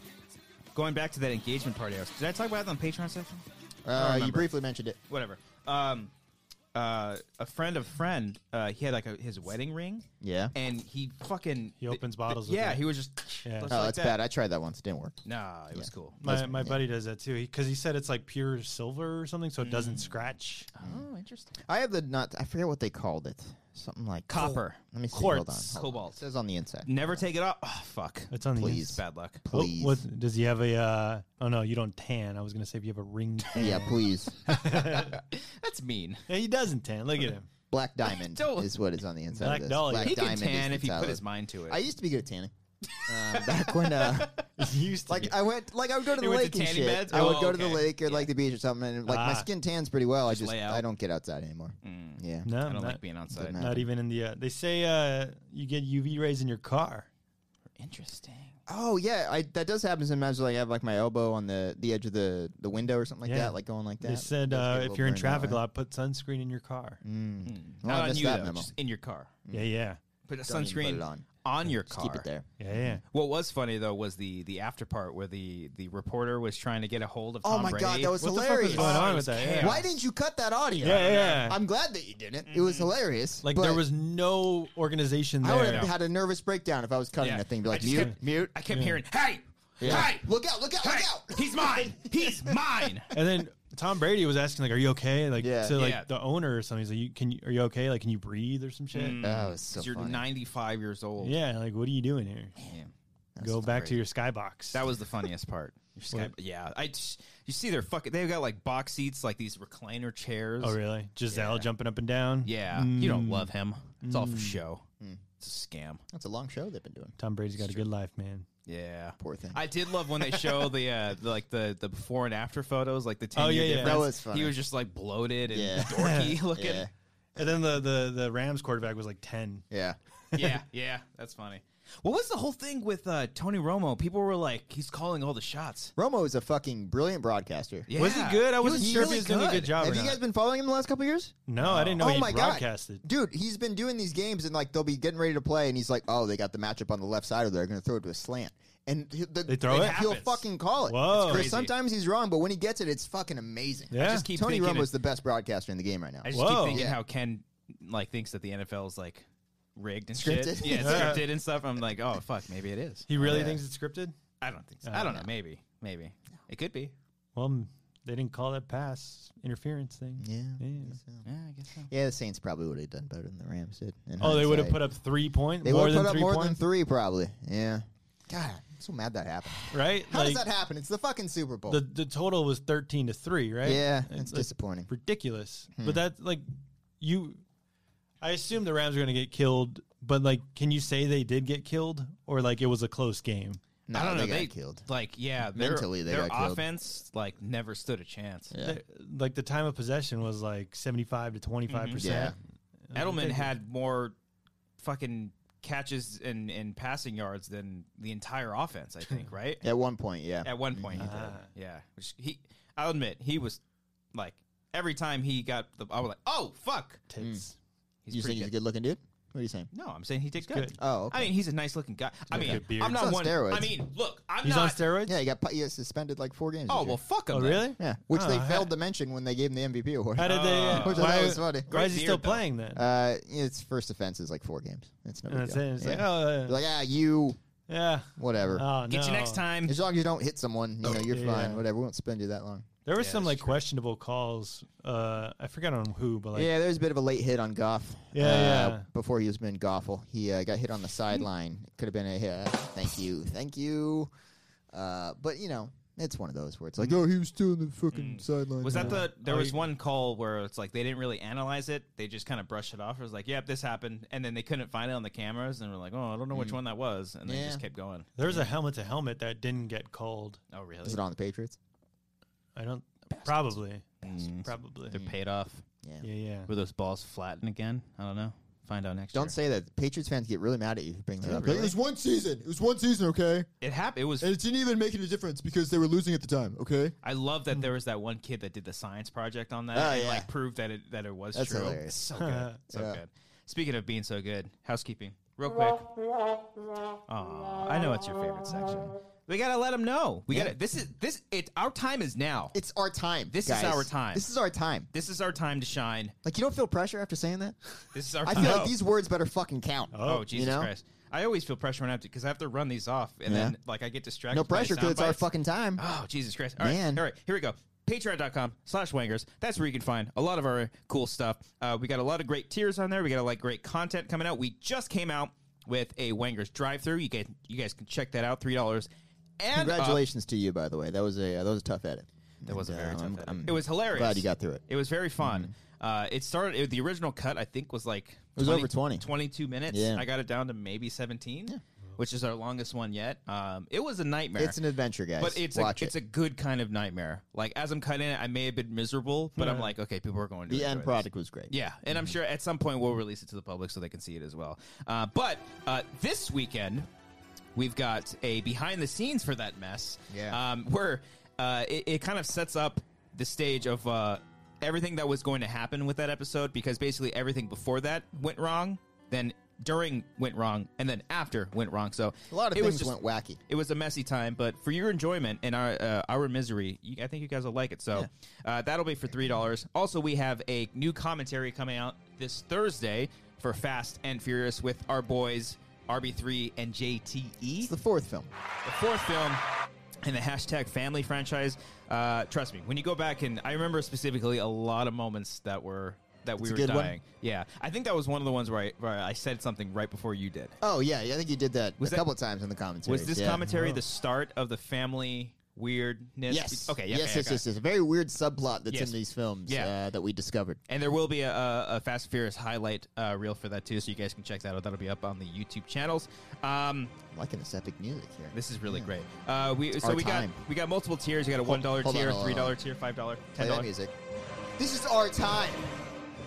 S1: going back to that engagement party, I was, did I talk about it on the Patreon section?
S3: Uh, you
S1: remember.
S3: briefly mentioned it.
S1: Whatever. Um, uh, a friend of friend, uh, he had like a, his wedding ring.
S3: Yeah.
S1: And he fucking
S2: He opens
S1: th-
S2: bottles with
S1: yeah,
S2: it.
S1: he was just.
S2: Yeah.
S1: just
S3: Oh,
S1: like
S3: that's
S1: that.
S3: bad. I tried that once. It didn't work.
S1: Nah, it was cool.
S2: My, my buddy does that too because he, said it's like pure silver or something, so it
S1: Mm.
S2: doesn't scratch.
S1: Oh, interesting.
S3: I have the not. I forget what they called it. Something like
S1: Copper.
S3: Let me see.
S2: Quartz.
S3: Hold on. Hold on.
S1: Cobalt.
S3: It says on the inside.
S1: Never take it off. Oh, fuck.
S2: It's on the
S3: Please.
S1: It's bad luck.
S2: Oh,
S3: Please.
S2: what, does he have a? Uh, oh no, you don't tan. I was gonna say if you have a
S3: <laughs>
S2: ring. Tan.
S3: Yeah,
S1: <laughs>
S3: please.
S1: That's mean.
S2: Yeah, he doesn't tan. Look at
S3: <laughs>
S2: him.
S3: Black diamond
S1: Don't-
S3: is what is on the inside.
S2: Black
S3: of this.
S2: Dahlia.
S3: Black
S1: He can
S3: diamond is
S1: tan
S3: the
S1: if he put
S3: title.
S1: his mind to it. <laughs>
S3: I used to be good at tanning. um, back when uh,
S2: used to
S3: like
S2: be.
S3: I went like I would go to
S1: You
S3: the
S1: went to
S3: lake and
S1: tanning
S3: shit.
S1: beds?
S3: I would
S1: Oh,
S3: go to the
S1: okay.
S3: lake or like the beach or something, and like my
S2: Ah.
S3: skin tans pretty well.
S1: Just
S3: I
S1: lay
S3: just
S1: out. Mm.
S3: I don't get outside anymore. Yeah,
S2: no,
S1: I don't
S2: not,
S1: like being outside.
S3: no.
S2: not even in the. Uh, they say uh, you get UV rays in your car.
S1: Interesting.
S3: Oh yeah, I that does happen sometimes. Like I have like my elbow on the the edge of the the window or something like
S2: Yeah.
S3: that, like going like that.
S2: They said
S3: Does get a
S2: uh,
S3: little
S2: if you're in
S3: burned that
S2: traffic a
S3: way.
S2: lot, put sunscreen in your car.
S3: Mm-hmm. Well, Oh, I
S1: Not on
S3: missed
S1: you
S3: that
S1: though,
S3: memo.
S1: just in your car.
S2: Yeah, yeah,
S1: Put a
S3: Don't even put
S1: sunscreen
S3: it on.
S1: your
S3: Just
S1: car.
S3: keep it there.
S2: yeah, yeah.
S1: What was funny though was the the after part where the the reporter was trying to get a hold of.
S3: Oh
S1: Tom
S3: my
S1: Brady.
S3: god, that was
S2: What the fuck was
S3: hilarious.
S2: going on
S1: it
S2: with
S1: was
S2: that?
S1: chaos.
S2: Yeah.
S3: Why didn't you cut that audio?
S2: Yeah, yeah.
S3: I'm glad that you didn't. It was hilarious.
S2: Mm-hmm. Like
S3: but
S2: there was no organization there.
S3: I would have had a nervous breakdown if I was cutting
S1: Yeah.
S3: that thing. Be
S1: I
S3: like,
S1: just
S3: mute,
S1: kept-
S3: mute.
S1: I kept hearing, "Hey,
S3: Yeah.
S1: hey,
S3: Look out! Look out!
S1: hey,
S3: Look out!
S1: he's mine, he's
S3: <laughs>
S1: mine."
S2: And then Tom Brady was asking like, "Are you okay?" Like
S3: Yeah.
S2: to like
S1: Yeah.
S2: the owner or something. He's like, "You can? You, are you okay? Like, can you breathe or some shit?"
S1: Mm.
S3: That was so
S1: You're
S3: funny.
S1: 95 years old.
S2: Yeah, like what are you doing here?
S1: Damn.
S2: Go back to your skybox.
S1: That was the funniest
S3: <laughs>
S1: part. Your Skype- yeah, I just, you see they're fucking. They've got like box seats, like these recliner chairs.
S2: oh really? Giselle jumping up and down. Mm.
S1: Yeah, you
S3: Mm.
S1: don't love him. It's all for show. It's a scam.
S3: That's a long show they've been doing.
S2: Tom Brady's got a good life, man.
S1: Yeah,
S3: Poor thing.
S1: I did love when they show the, uh, the like the the before and after photos, like the ten
S2: Oh,
S1: year
S2: yeah, yeah.
S1: difference.
S3: That was funny.
S1: He was just like bloated and
S3: Yeah. <laughs>
S1: dorky looking.
S3: yeah,
S1: Yeah.
S2: And then the the the Rams quarterback was like ten.
S3: yeah.
S1: yeah, that's funny. What was the whole thing with uh, Tony Romo? People were like, he's calling all the shots.
S3: Romo is a fucking brilliant broadcaster.
S1: Yeah.
S2: Was he good? I wasn't
S3: was
S2: sure
S3: really
S2: if he was doing a good
S3: good.
S2: job.
S3: Have
S2: or
S3: you
S2: not.
S3: guys been following him the last couple years?
S2: No, I didn't know
S3: oh
S2: he
S3: my
S2: broadcasted.
S3: god, dude, he's been doing these games and like they'll be getting ready to play, and he's like, "Oh, they got the matchup on the left side, or they're going to throw it to a slant." And he- the,
S2: They throw it?
S3: He'll
S1: Happens.
S3: fucking call it.
S2: Whoa. It's
S3: Because
S2: crazy.
S3: sometimes he's wrong, but when he gets it, it's fucking amazing.
S2: Yeah.
S1: Just keep
S3: Tony
S1: thinking
S3: Romo's
S1: it-
S3: the best broadcaster in the game right now.
S1: I just
S2: Whoa.
S1: keep thinking
S3: Yeah.
S1: how Ken like thinks that the NFL is like rigged and
S3: Scripted?
S1: shit.
S2: <laughs>
S1: Yeah, it's
S2: Yeah.
S1: scripted and stuff. I'm like, oh fuck, maybe it is.
S2: He really
S3: Yeah.
S2: thinks it's scripted.
S1: I don't think so. I don't know. Maybe, maybe it could be.
S2: Well, mm, they didn't call that pass interference thing.
S3: yeah.
S2: Yeah.
S1: Yeah, I guess so.
S3: Yeah, the Saints probably would have done better than the Rams did. in
S2: Oh, they would have
S3: hindsight.
S2: put up three point
S3: They
S2: more
S3: would
S2: than
S3: have put up
S2: three
S3: more
S2: point,
S3: than three, probably. Yeah. God, I'm so mad that happened.
S2: right?
S3: How
S2: like
S3: does that happen? It's the fucking Super Bowl.
S2: the the total was thirteen to three, right?
S3: yeah,
S2: It's,
S3: it's
S2: like,
S3: disappointing. Hmm.
S2: ridiculous. But that like you, I assume the Rams are going to get killed. But like, can you say they did get killed, or like it was a close game?
S3: No,
S1: I don't know.
S3: They got killed.
S1: Like, yeah, their,
S3: Mentally, they
S1: their
S3: got killed.
S1: offense like never stood a chance.
S3: Yeah.
S2: Like the time of possession was like seventy five to twenty
S3: Mm-hmm.
S2: five percent.
S1: Edelman had more fucking catches and, and passing yards than the entire offense. I think, right?
S3: At one point, yeah.
S1: At one point, he did. Yeah, Which he. I'll admit he was like every time he got the. I was like, oh fuck.
S2: Tits.
S1: He's
S3: you
S1: pretty
S3: saying he's a good looking dude? What are you saying?
S1: No, I'm saying he did good.
S2: good.
S3: Oh, okay.
S1: I mean, he's a nice looking guy. I mean,
S2: good beard.
S1: I'm not
S3: He's on
S1: one.
S3: steroids.
S1: I mean, look, I'm
S2: He's
S1: Mm. not.
S2: on steroids.
S3: Yeah, he got pu- he got suspended like four games.
S1: Oh
S3: this year.
S1: well, fuck him.
S2: Oh
S1: then.
S2: really?
S3: Yeah, which
S2: Oh,
S3: they
S2: I-
S3: failed to mention when they gave him the MVP award.
S2: How did
S1: Oh.
S2: they? Uh,
S3: Which I
S2: why,
S3: thought was
S2: why
S3: funny.
S2: is he
S1: Great
S2: still
S1: beard, though.
S2: playing then?
S3: Uh, it's first offense is like four games. It's no
S2: And
S3: big
S2: that's
S3: deal.
S2: it. It's like,
S3: Yeah.
S2: oh, uh,
S3: They're like, ah, you,
S2: yeah.
S3: whatever.
S2: Oh,
S1: Get you
S2: no.
S1: next time.
S3: as long as you don't hit someone, you know, you're
S2: Yeah.
S3: fine. Whatever, we won't spend you that long.
S2: There were
S1: Yeah,
S2: some
S1: that's
S2: like
S1: true.
S2: questionable calls. Uh, I forgot on who, but like
S3: yeah, there's a bit of a late hit on Goff.
S2: Yeah,
S3: uh,
S2: yeah.
S3: Before he was been Goffle, he uh, got hit on the sideline. Could have been a hit. Thank you, thank you. Uh, but you know, it's one of those where it's
S2: Mm-hmm.
S3: like, oh, he was still on the fucking sideline.
S1: Was that
S3: Yeah.
S1: the? There was one call where it's like they didn't really analyze it. They just kind of brushed it off. It was like, "Yep, this happened," and then they couldn't find it on the cameras, and we're like, "Oh, I don't know which one that was," and they
S3: Yeah.
S1: just kept going.
S2: there was a helmet to helmet that didn't get called.
S1: Oh, really?
S3: Was it on the Patriots?
S2: I don't probably
S1: Mm.
S2: probably
S1: They're paid off.
S2: yeah yeah.
S1: Were those balls flattened again? I don't know. Find out next.
S3: Don't
S1: year.
S3: say that. Patriots fans get really mad at you for bringing that up. Like, It was one season. It was one season, okay?
S1: it happened. It was.
S3: And it didn't even make any difference because they were losing at the time, okay?
S1: I love that there was that one kid that did the science project on that
S3: Oh,
S1: and
S3: yeah.
S1: like proved that it that it was
S3: That's
S1: true.
S3: hilarious.
S1: It's so good.
S3: <laughs>
S1: So
S3: Yeah.
S1: good. Speaking of being so good, housekeeping. Real quick. Aw, I know it's your favorite section. We gotta let them know. We gotta. This is this. It. Our time is now.
S3: It's our time.
S1: This is
S3: guys.
S1: our time.
S3: This is our time.
S1: this is our time to shine.
S3: Like, you don't feel pressure after
S1: <laughs>
S3: saying that?
S1: This is our.
S3: I
S1: time.
S3: feel like these words better fucking count.
S1: <laughs> Oh, Jesus
S3: You know?
S1: Christ! I always feel pressure when I have to because I have to run these off, and
S3: Yeah.
S1: then like I get distracted.
S3: no
S1: by
S3: pressure because it's our
S1: sound bites.
S3: fucking time.
S1: Oh, Jesus Christ. All right.
S3: Man.
S1: All right. Here we go. Patreon.com slash wangers. That's where you can find a lot of our cool stuff. Uh, we got a lot of great tiers on there. We got a lot of great content coming out. We just came out with a wangers drive through. You can you guys can check that out. Three dollars. <gasps> And uh, up.
S3: Congratulations to you, by the way. That was a uh, that was a tough edit.
S1: That was a
S3: And,
S1: very
S3: uh,
S1: tough
S3: I'm-
S1: edit.
S3: I'm
S1: It was hilarious.
S3: Glad you got through it. Mm-hmm.
S1: It was very fun. Uh, it started. It, the original cut, I think, was like
S3: was over 20.
S1: 22 minutes.
S3: Yeah.
S1: I got it down to maybe seventeen. which is our longest one yet. Um, it was a nightmare.
S3: It's an adventure, guys.
S1: but it's
S3: Watch
S1: a,
S3: it.
S1: it's a good kind of nightmare. Like as I'm cutting it, I may have been miserable, but I'm like, okay, people are going to
S3: the
S1: enjoy
S3: end
S1: this.
S3: product Mm-hmm. was great.
S1: Yeah, and I'm sure at some point we'll release it to the public so they can see it as well. Uh, but uh, this weekend, we've got a behind the scenes for that mess.
S3: Yeah.
S1: um, where uh, it, it kind of sets up the stage of uh, everything that was going to happen with that episode because basically everything before that went wrong, then during went wrong, and then after went wrong. So
S3: A lot of
S1: it was
S3: things
S1: just-
S3: went wacky.
S1: it was a messy time, but for your enjoyment and our uh, our misery, you, I think you guys will like it. So uh, that'll be for three dollars. Also, we have a new commentary coming out this Thursday for Fast and Furious with our boys RB3 and JTE,
S3: It's the
S1: the
S3: fourth film.
S1: fourth film in the hashtag Family franchise. Uh, trust me, when you go back and I remember specifically a lot of moments that were. That we
S3: a
S1: were
S3: good one.
S1: dying. Yeah, I think that was one of the ones where I, where I said something right before you did.
S3: Oh yeah, I think you did that
S1: Was
S3: a
S1: that-
S3: couple of times in the commentary.
S1: Was this commentary the start of the family weirdness?
S3: Yes.
S1: Okay. Yeah,
S3: yes,
S1: okay,
S3: yes,
S1: okay.
S3: yes, yes. A very weird subplot that's
S1: Yes.
S3: in these films
S1: Yeah.
S3: uh, that we discovered.
S1: And there will be a, a, a Fast and Furious highlight uh, reel for that too, so you guys can check that out. That'll be up on the YouTube channels. Um,
S3: I'm liking this epic music here.
S1: this is really great. Uh, we so
S3: our
S1: we
S3: time.
S1: got we got multiple tiers. You got a one dollar
S3: hold on,
S1: tier,
S3: hold on,
S1: three
S3: hold
S1: dollar
S3: on.
S1: tier, five dollar,
S3: Play
S1: ten
S3: that
S1: dollar.
S3: music. This is our time.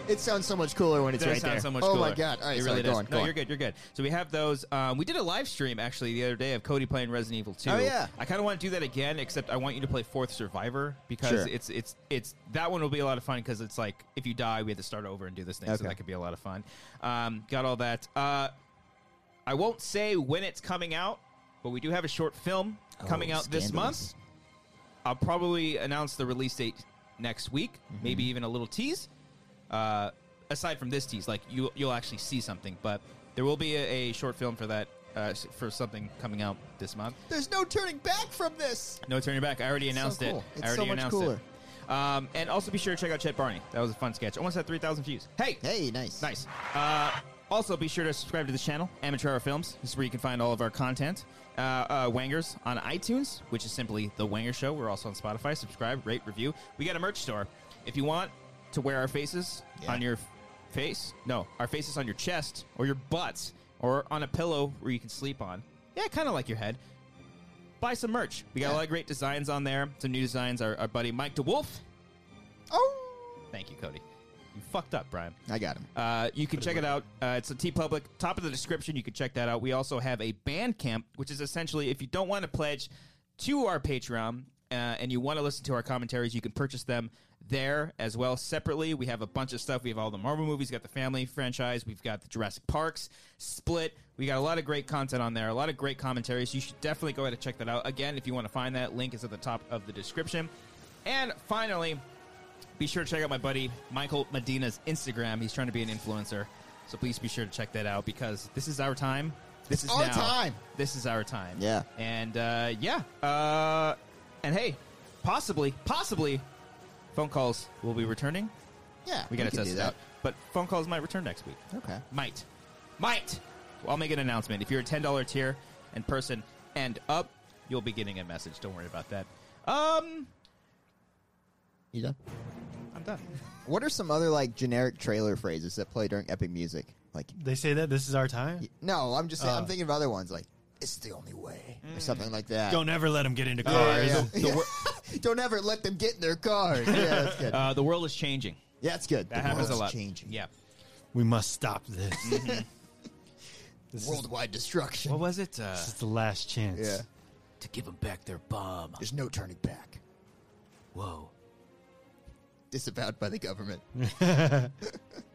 S3: It sounds so much cooler when it's
S1: does
S3: right
S1: sound
S3: there.
S1: so much
S3: oh my
S1: cooler.
S3: god! All right,
S1: it
S3: sorry,
S1: really
S3: go
S1: does.
S3: on, go
S1: no,
S3: on.
S1: you're good. You're good. So we have those. Um, we did a live stream actually the other day of Cody playing Resident Evil 2.
S3: Oh, yeah.
S1: I kind of want to do that again, except I want you to play Fourth Survivor because
S3: Sure.
S1: it's it's it's that one will be a lot of fun because it's like if you die, we have to start over and do this thing. So
S3: Okay.
S1: that could be a lot of fun. Um, got all that. Uh, I won't say when it's coming out, but we do have a short film coming
S3: Oh,
S1: out this month.
S3: scandalous.
S1: I'll probably announce the release date next week, maybe
S3: Mm-hmm.
S1: even a little tease. Uh, aside from this tease, like you, you'll actually see something, but there will be a, a short film for that, uh, s- for something coming out this month.
S3: There's no turning back from this.
S1: No turning back. I already
S3: It's so
S1: announced
S3: cool.
S1: it.
S3: It's
S1: I already
S3: so much
S1: announced
S3: cooler.
S1: it. Um, and also be sure to check out Chet Barney. That was a fun sketch. Almost had 3,000 views. Hey!
S3: Hey, nice,
S1: Nice. Uh, also, be sure to subscribe to this channel, Amateur Hour Films. This is where you can find all of our content. Uh, uh, Wangers on iTunes, which is simply The Wanger Show. We're also on Spotify. Subscribe, rate, review. We got a merch store. If you want to wear our faces
S3: Yeah.
S1: on your f- face, no, our faces on your chest or your butts or on a pillow where you can sleep on. Yeah, kind of like your head. Buy some merch. We got a lot of great designs on there. Some new designs. Our, our buddy Mike DeWolf.
S3: Oh,
S1: Thank you, Cody. You fucked up, Brian.
S3: I got him.
S1: Uh, you can check it out. Uh, it's a T Public. Top of the description, you can check that out. We also have a Bandcamp, which is essentially if you don't want to pledge to our Patreon uh, and you want to listen to our commentaries, you can purchase them there as well separately. We have a bunch of stuff. We have all the Marvel movies, got the family franchise, we've got the Jurassic Parks, Split. We got a lot of great content on there, a lot of great commentaries. You should definitely go ahead and check that out. Again, if you want to find that, link is at the top of the description. And finally, be sure to check out my buddy Michael Medina's Instagram. He's trying to be an influencer, so please be sure to check that out because this is our time. This is
S3: Our
S1: now.
S3: time.
S1: This is our time.
S3: Yeah.
S1: and uh, yeah, uh, and hey, possibly, possibly, phone calls will be returning.
S3: Yeah,
S1: We gotta
S3: can
S1: test
S3: do
S1: it
S3: that.
S1: out, but phone calls might return next week.
S3: Okay.
S1: Might. Might. Well, I'll make an announcement. If you're a $10 tier and person and up, you'll be getting a message. Don't worry about that. Um,
S3: You done?
S1: I'm done.
S3: What are some other like generic trailer phrases that play during epic music? Like,
S2: They say that this is our time.
S3: no, I'm just saying, I'm
S2: Uh.
S3: thinking of other ones like "It's the only way"
S1: Mm.
S3: or something like that.
S2: Don't ever let them get into cars.
S3: Yeah, yeah, yeah. <laughs> Don't ever let them get in their cars. Yeah, that's good.
S1: Uh, the world is changing.
S3: yeah, that's good.
S1: That
S3: The
S1: happens a
S3: world's
S1: lot.
S3: Changing.
S1: Yeah.
S2: <laughs> We must stop
S3: <laughs>
S2: this. this, is,
S3: Worldwide destruction.
S1: What was it? Uh,
S2: this is the last chance.
S3: yeah.
S1: to give them back their bomb.
S3: There's no turning back.
S1: Whoa.
S3: Disavowed by
S1: <laughs>
S3: the government. <laughs>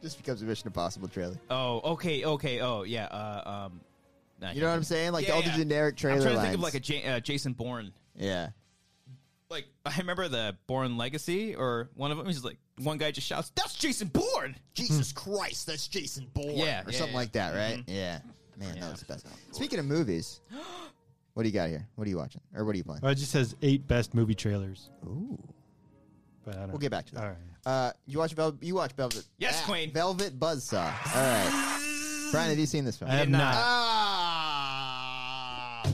S3: Just becomes a Mission Impossible trailer.
S1: Oh, okay, okay. Oh, yeah. Uh, um, nah,
S3: You know what I'm saying? Like all the generic trailer
S1: I'm trying to
S3: lines.
S1: think of like a J- Hmm. uh, Jason Bourne.
S3: yeah.
S1: Like <laughs> I remember the Bourne Legacy or one of them. He's like one guy just shouts, "That's Jason Bourne!"
S3: Jesus Christ, that's Jason Bourne.
S1: Yeah,
S3: or
S1: yeah,
S3: something
S1: yeah. Mm-hmm.
S3: like that, right? Yeah. Man, that was the best. Speaking of
S1: <gasps>
S3: movies, what do you got here? What are you watching? Or what are you playing?
S2: Or Oh, it just says eight best movie trailers.
S3: Ooh.
S2: But I don't
S3: We'll get back to that.
S2: All right.
S3: Uh, you watch Vel- you watch Velvet.
S1: Yes,
S3: Ah,
S1: Queen.
S3: Velvet Buzzsaw. All right.
S1: uh,
S3: Brian, have you seen this
S2: I
S3: film?
S2: have
S1: not.
S2: not.
S3: Ah.
S2: Is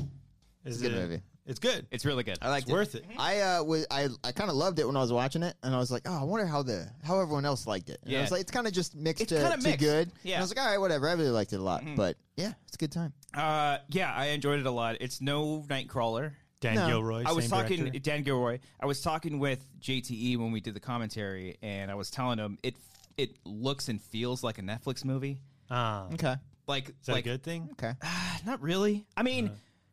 S3: It's a good
S2: it,
S3: movie.
S2: Is It's good.
S1: It's really good.
S3: I liked
S2: It's worth it.
S3: I uh was I, I kind of loved it when I was watching it, and I was like, oh, I wonder how the how everyone else liked it. And I
S1: Yeah.
S3: was like, it's kind of just mixed
S1: It's
S3: to,
S1: kinda
S3: to
S1: mixed. Yeah.
S3: good.
S1: Mm-hmm.
S3: And I was like, all right, whatever. I really liked it a lot, but yeah, it's a good time.
S1: Uh, yeah, I enjoyed it a lot. It's no Nightcrawler.
S2: Dan
S3: No.
S2: Gilroy.
S1: I was
S2: same
S1: talking
S2: director.
S1: Dan Gilroy. I was talking with JTE when we did the commentary, and I was telling him it it looks and feels like a Netflix movie.
S2: Ah, is
S3: Okay,
S1: Like
S2: that
S1: like
S2: a good Uh. thing?
S3: okay.
S1: <sighs> not really. I mean,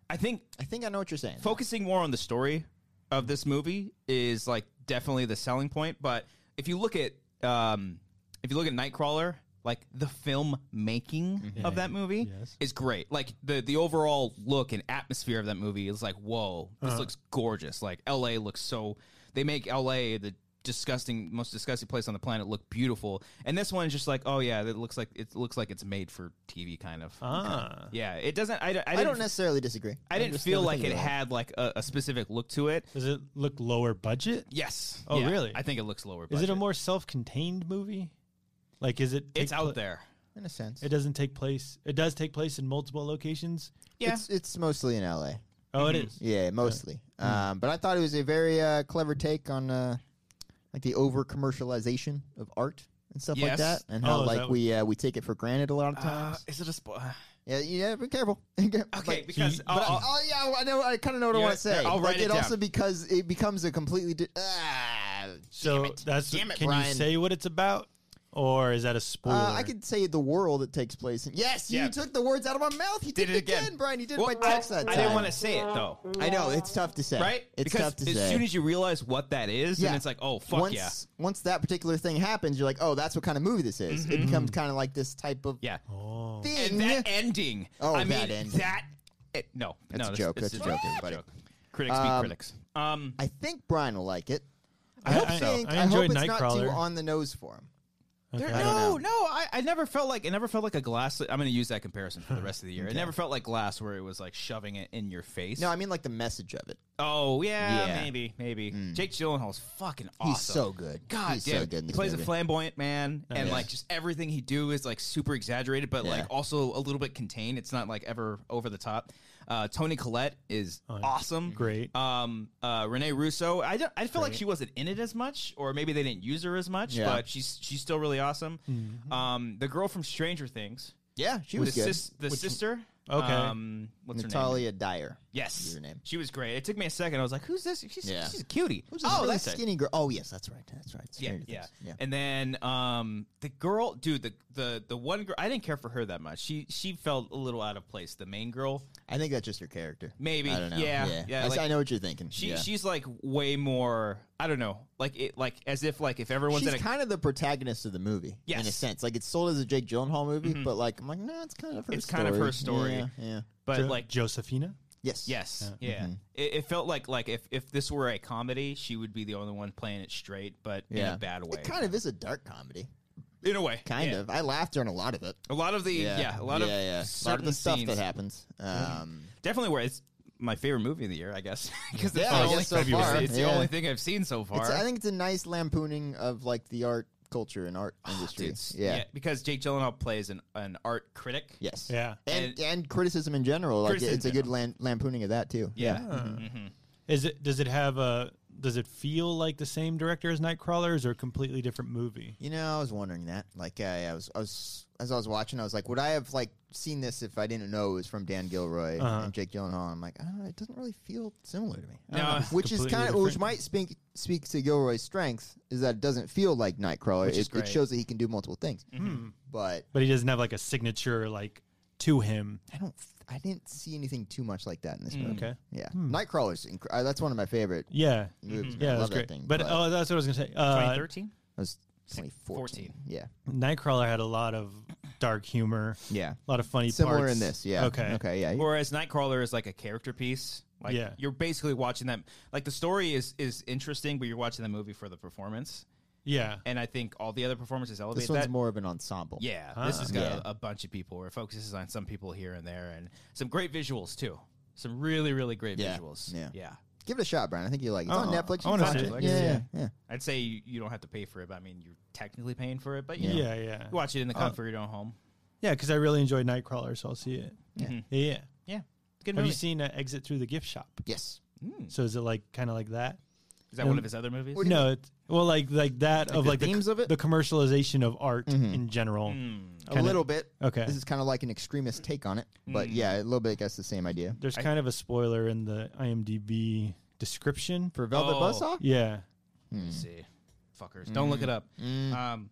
S1: I think
S3: I think I know what you're saying.
S1: focusing more on the story of this movie is like definitely the selling point. But if you look at um, if you look at Nightcrawler, like the film making of that movie
S2: Mm-hmm. Yes.
S1: is great. Like the the overall look and atmosphere of that movie is like, whoa, this
S2: Uh-huh.
S1: looks gorgeous. Like L.A. looks so. They make L.A. the disgusting most disgusting place on the planet look beautiful and this one is just like oh yeah it looks like it looks like it's made for tv kind of
S2: Ah,
S1: yeah it doesn't i, don't- I
S3: I don't
S1: didn't-
S3: necessarily disagree.
S1: I
S3: I'm
S1: didn't
S3: just
S1: feel
S3: never
S1: like
S3: thinking
S1: it
S3: about
S1: had like a, a specific look to it.
S2: does it look lower budget?
S1: Yes.
S2: Oh,
S1: Yeah.
S2: really?
S1: I think it looks lower.
S2: Is it a
S1: budget.
S2: more self-contained movie? Like, is it?
S1: It's
S2: take
S1: out
S2: pla-
S1: there.
S3: in a sense.
S2: It doesn't take place. It does take place in multiple locations.
S1: Yeah.
S3: It's it's mostly in LA.
S2: Oh, it
S1: Mm-hmm.
S2: is.
S3: Yeah, mostly.
S1: Mm.
S3: Um, but I thought it was a very uh, clever take on uh, like the over commercialization of art and stuff like
S1: Yes.
S3: that, and how
S2: Oh, is
S3: like
S2: that-
S3: we uh, we take it for granted a lot of times.
S1: is Uh, it a spoiler?
S3: yeah, yeah. Be careful. <laughs>
S1: Okay, because
S2: you-
S1: I'll-
S3: But
S1: I'll-
S3: oh yeah, I know. I kind of know what I
S1: Yeah,
S3: want to say.
S1: I'll
S3: Like,
S1: write it down.
S3: also because it becomes a completely. Di- ah,
S2: So
S3: damn it.
S2: that's.
S3: damn it,
S2: can you
S3: Brian.
S2: say what it's about, or is that a spoiler?
S3: Uh, I could say the world it takes place in. Yes, you
S1: Yeah.
S3: took the words out of my mouth. You
S1: did it again,
S3: Brian. You did
S1: Well,
S3: it by text
S1: I,
S3: that time.
S1: I didn't want to say it though,
S3: I know it's tough to say.
S1: right?
S3: It's
S1: because
S3: tough to
S1: as
S3: say.
S1: soon as you realize what that is, and it's like, oh fuck
S3: once,
S1: yeah,
S3: Once that particular thing happens, you're like, oh, that's what kind of movie this is. It becomes kind of like this type of
S1: Mm-hmm. yeah.
S2: Oh.
S3: thing.
S1: And that ending.
S3: Oh,
S1: I mean,
S3: that ending.
S1: That. It, no,
S3: That's
S1: no,
S3: a joke.
S1: it's-
S3: That's
S1: it's
S3: a joke,
S1: it's
S3: everybody.
S1: Critics be
S3: Um,
S1: critics. Um,
S3: I think Brian will like it.
S2: I
S3: hope
S2: I,
S3: think-
S2: I
S3: I hope
S2: enjoyed
S3: it's not
S2: Nightcrawler.
S3: too on the nose for him.
S1: There,
S3: I don't know.
S1: no, no, I, I never felt like it never felt like a glass. I'm going to use that comparison for the rest
S3: <laughs>
S1: of the year. It never felt like glass where it was like shoving it in your face.
S3: No, I mean like the message of it.
S1: oh yeah,
S3: Yeah. Hmm.
S1: maybe, maybe. Jake Gyllenhaal's fucking awesome.
S3: He's so good.
S1: God
S3: He's
S1: damn,
S3: so good in
S1: he
S3: this
S1: plays
S3: movie.
S1: a flamboyant man,
S2: Oh,
S1: and
S3: Yeah.
S1: like just everything he do is like super exaggerated, but
S3: Yeah.
S1: like also a little bit contained. It's not like ever over the top. Uh, Tony Collette is awesome,
S2: Oh, great.
S1: Um, uh, Renee Russo, I don't, I feel like she wasn't in it as much, or maybe they didn't use her as much,
S3: Yeah.
S1: but she's she's still really awesome.
S2: Mm-hmm.
S1: Um, the girl from Stranger Things,
S3: Yeah, she
S1: the,
S3: was good.
S1: sis- the sister,
S2: Okay.
S1: um, what's her name?
S3: Natalia Dyer.
S1: Yes,
S3: is her name.
S1: she was great. It took me a second. I was like, "Who's this? She's,
S3: Yeah.
S1: she's a cutie."
S3: Who's this
S1: oh,
S3: really
S1: that's it.
S3: skinny girl? Oh yes, that's right. That's right.
S1: Yeah,
S3: Stranger
S1: yeah.
S3: Things.
S1: And then um, the girl, dude, the the the one girl, I didn't care for her that much. She she felt a little out of place. The main girl,
S3: I think that's just her character.
S1: Maybe,
S3: I don't know.
S1: yeah,
S3: Yeah.
S1: yeah,
S3: I, s-
S1: like-
S3: I know what you're thinking.
S1: she
S3: yeah.
S1: she's like way more. I don't know, like it, like as if like if everyone's
S3: She's
S1: in a
S3: kind of the protagonist of the movie, in a
S1: Yes. Mm-hmm.
S3: sense. Like it's sold as a Jake Gyllenhaal movie, but like I'm like, no, it's kind of her.
S1: It's
S3: story.
S1: kind of her story.
S3: Yeah, yeah. Mm-hmm.
S1: but
S2: Jo-
S1: like
S2: Josephina.
S3: Yes.
S1: yes, yeah. It, it felt like like if if this were a comedy, she would be the only one playing it straight, but in
S3: Yeah.
S1: a bad way,
S3: It kind of is a dark comedy.
S1: in a way,
S3: Kind
S1: yeah.
S3: of. I laughed during a lot of it.
S1: A lot of the yeah, a lot of
S3: yeah, yeah. A lot
S1: certain
S3: of the stuff
S1: scenes. Mm-hmm.
S3: that happens. Um,
S1: Definitely where it's my favorite movie of the year, I guess, <laughs> because it's,
S3: Yeah,
S1: the
S3: I
S1: only,
S3: guess so far,
S1: it's the
S3: yeah.
S1: only thing I've seen so far.
S3: it's, I think it's a nice lampooning of like the art culture and art
S1: Ah,
S3: industry.
S1: Dudes.
S3: yeah.
S1: because Jake Gyllenhaal plays an, an art critic.
S3: Yes.
S2: Yeah.
S3: And, and criticism in general, like
S1: Criticism
S3: it's a
S1: in
S3: good lam- lampooning of that too.
S1: Yeah.
S2: Is it? Does it have a? Does it feel like the same director as Nightcrawler, or is it a completely different movie?
S3: You know, I was wondering that. Like, I, I was, I was, as I was watching, I was like, would I have like seen this if I didn't know it was from Dan Gilroy
S2: Uh-huh.
S3: and Jake Gyllenhaal? I'm like, I don't know, it doesn't really feel similar to me. I
S1: No,
S3: don't know.
S1: it's
S3: which is
S2: completely
S3: kind of, which
S2: different.
S3: might speak speak to Gilroy's strength is that it doesn't feel like Nightcrawler.
S1: Which is
S3: it, it
S1: great.
S3: shows that he can do multiple things. But
S2: But he doesn't have like a signature like to him.
S3: I don't, I didn't see anything too much like that in this movie.
S2: Okay.
S3: Yeah, Nightcrawler's, inc- uh, that's one of my favorite
S2: Yeah.
S3: movies. man.
S2: Yeah,
S3: I
S2: that's
S3: love
S2: great.
S3: that thing.
S2: but, oh, that's what I was gonna say. Uh,
S1: 2013?
S3: that was
S1: 14.
S3: 2014. Yeah,
S2: Nightcrawler had a lot of dark humor.
S3: yeah,
S2: A lot of funny
S3: similar
S2: parts.
S3: in this. Yeah.
S2: Okay.
S3: Okay. Yeah.
S1: Whereas Nightcrawler is like a character piece. Like
S2: Yeah.
S1: you're basically watching that like the story is is interesting, but you're watching the movie for the performance.
S2: Yeah.
S1: And I think all the other performances elevate
S3: This one's
S1: that.
S3: more of an ensemble.
S1: yeah, this has got
S3: Yeah.
S1: a, a bunch of people where it focuses on some people here and there and some great visuals too. Some really, really great
S3: Yeah.
S1: visuals.
S3: Yeah.
S1: yeah.
S3: Give it a shot, Brian. I think you like it. It's on
S2: Oh,
S3: Netflix.
S2: I
S3: You
S2: wanna
S3: can
S2: see
S3: watch
S2: it.
S3: Yeah, yeah,
S2: Yeah.
S3: yeah.
S1: I'd say you, you don't have to pay for it, but I mean you're technically paying for it, but you
S2: yeah.
S1: know,
S2: Yeah.
S1: you
S2: Yeah.
S1: watch it in the
S3: Uh,
S1: comfort of your own home.
S2: Because I really enjoyed Nightcrawler, so I'll see it. Yeah. Yeah.
S1: Yeah. Good
S2: Have
S1: movie.
S2: you seen uh, Exit Through the Gift Shop?
S3: Yes.
S2: So is it like kind of like that?
S1: Is that one of his other movies?
S2: No, it's, well, like like that of
S3: the
S2: like the,
S3: themes
S2: c-
S3: of it? Mm-hmm.
S2: the commercialization of art in general.
S3: a
S2: Kinda-
S3: little bit.
S2: Okay. Hmm.
S3: This is kind of like an extremist take on it, but yeah, a little bit. I guess the same idea
S2: There's kind of a spoiler in the IMDb description.
S3: for Velvet
S1: Oh.
S3: Buzzsaw.
S2: Yeah,
S1: Let's see, fuckers, don't
S3: Mm.
S1: look it up. Um,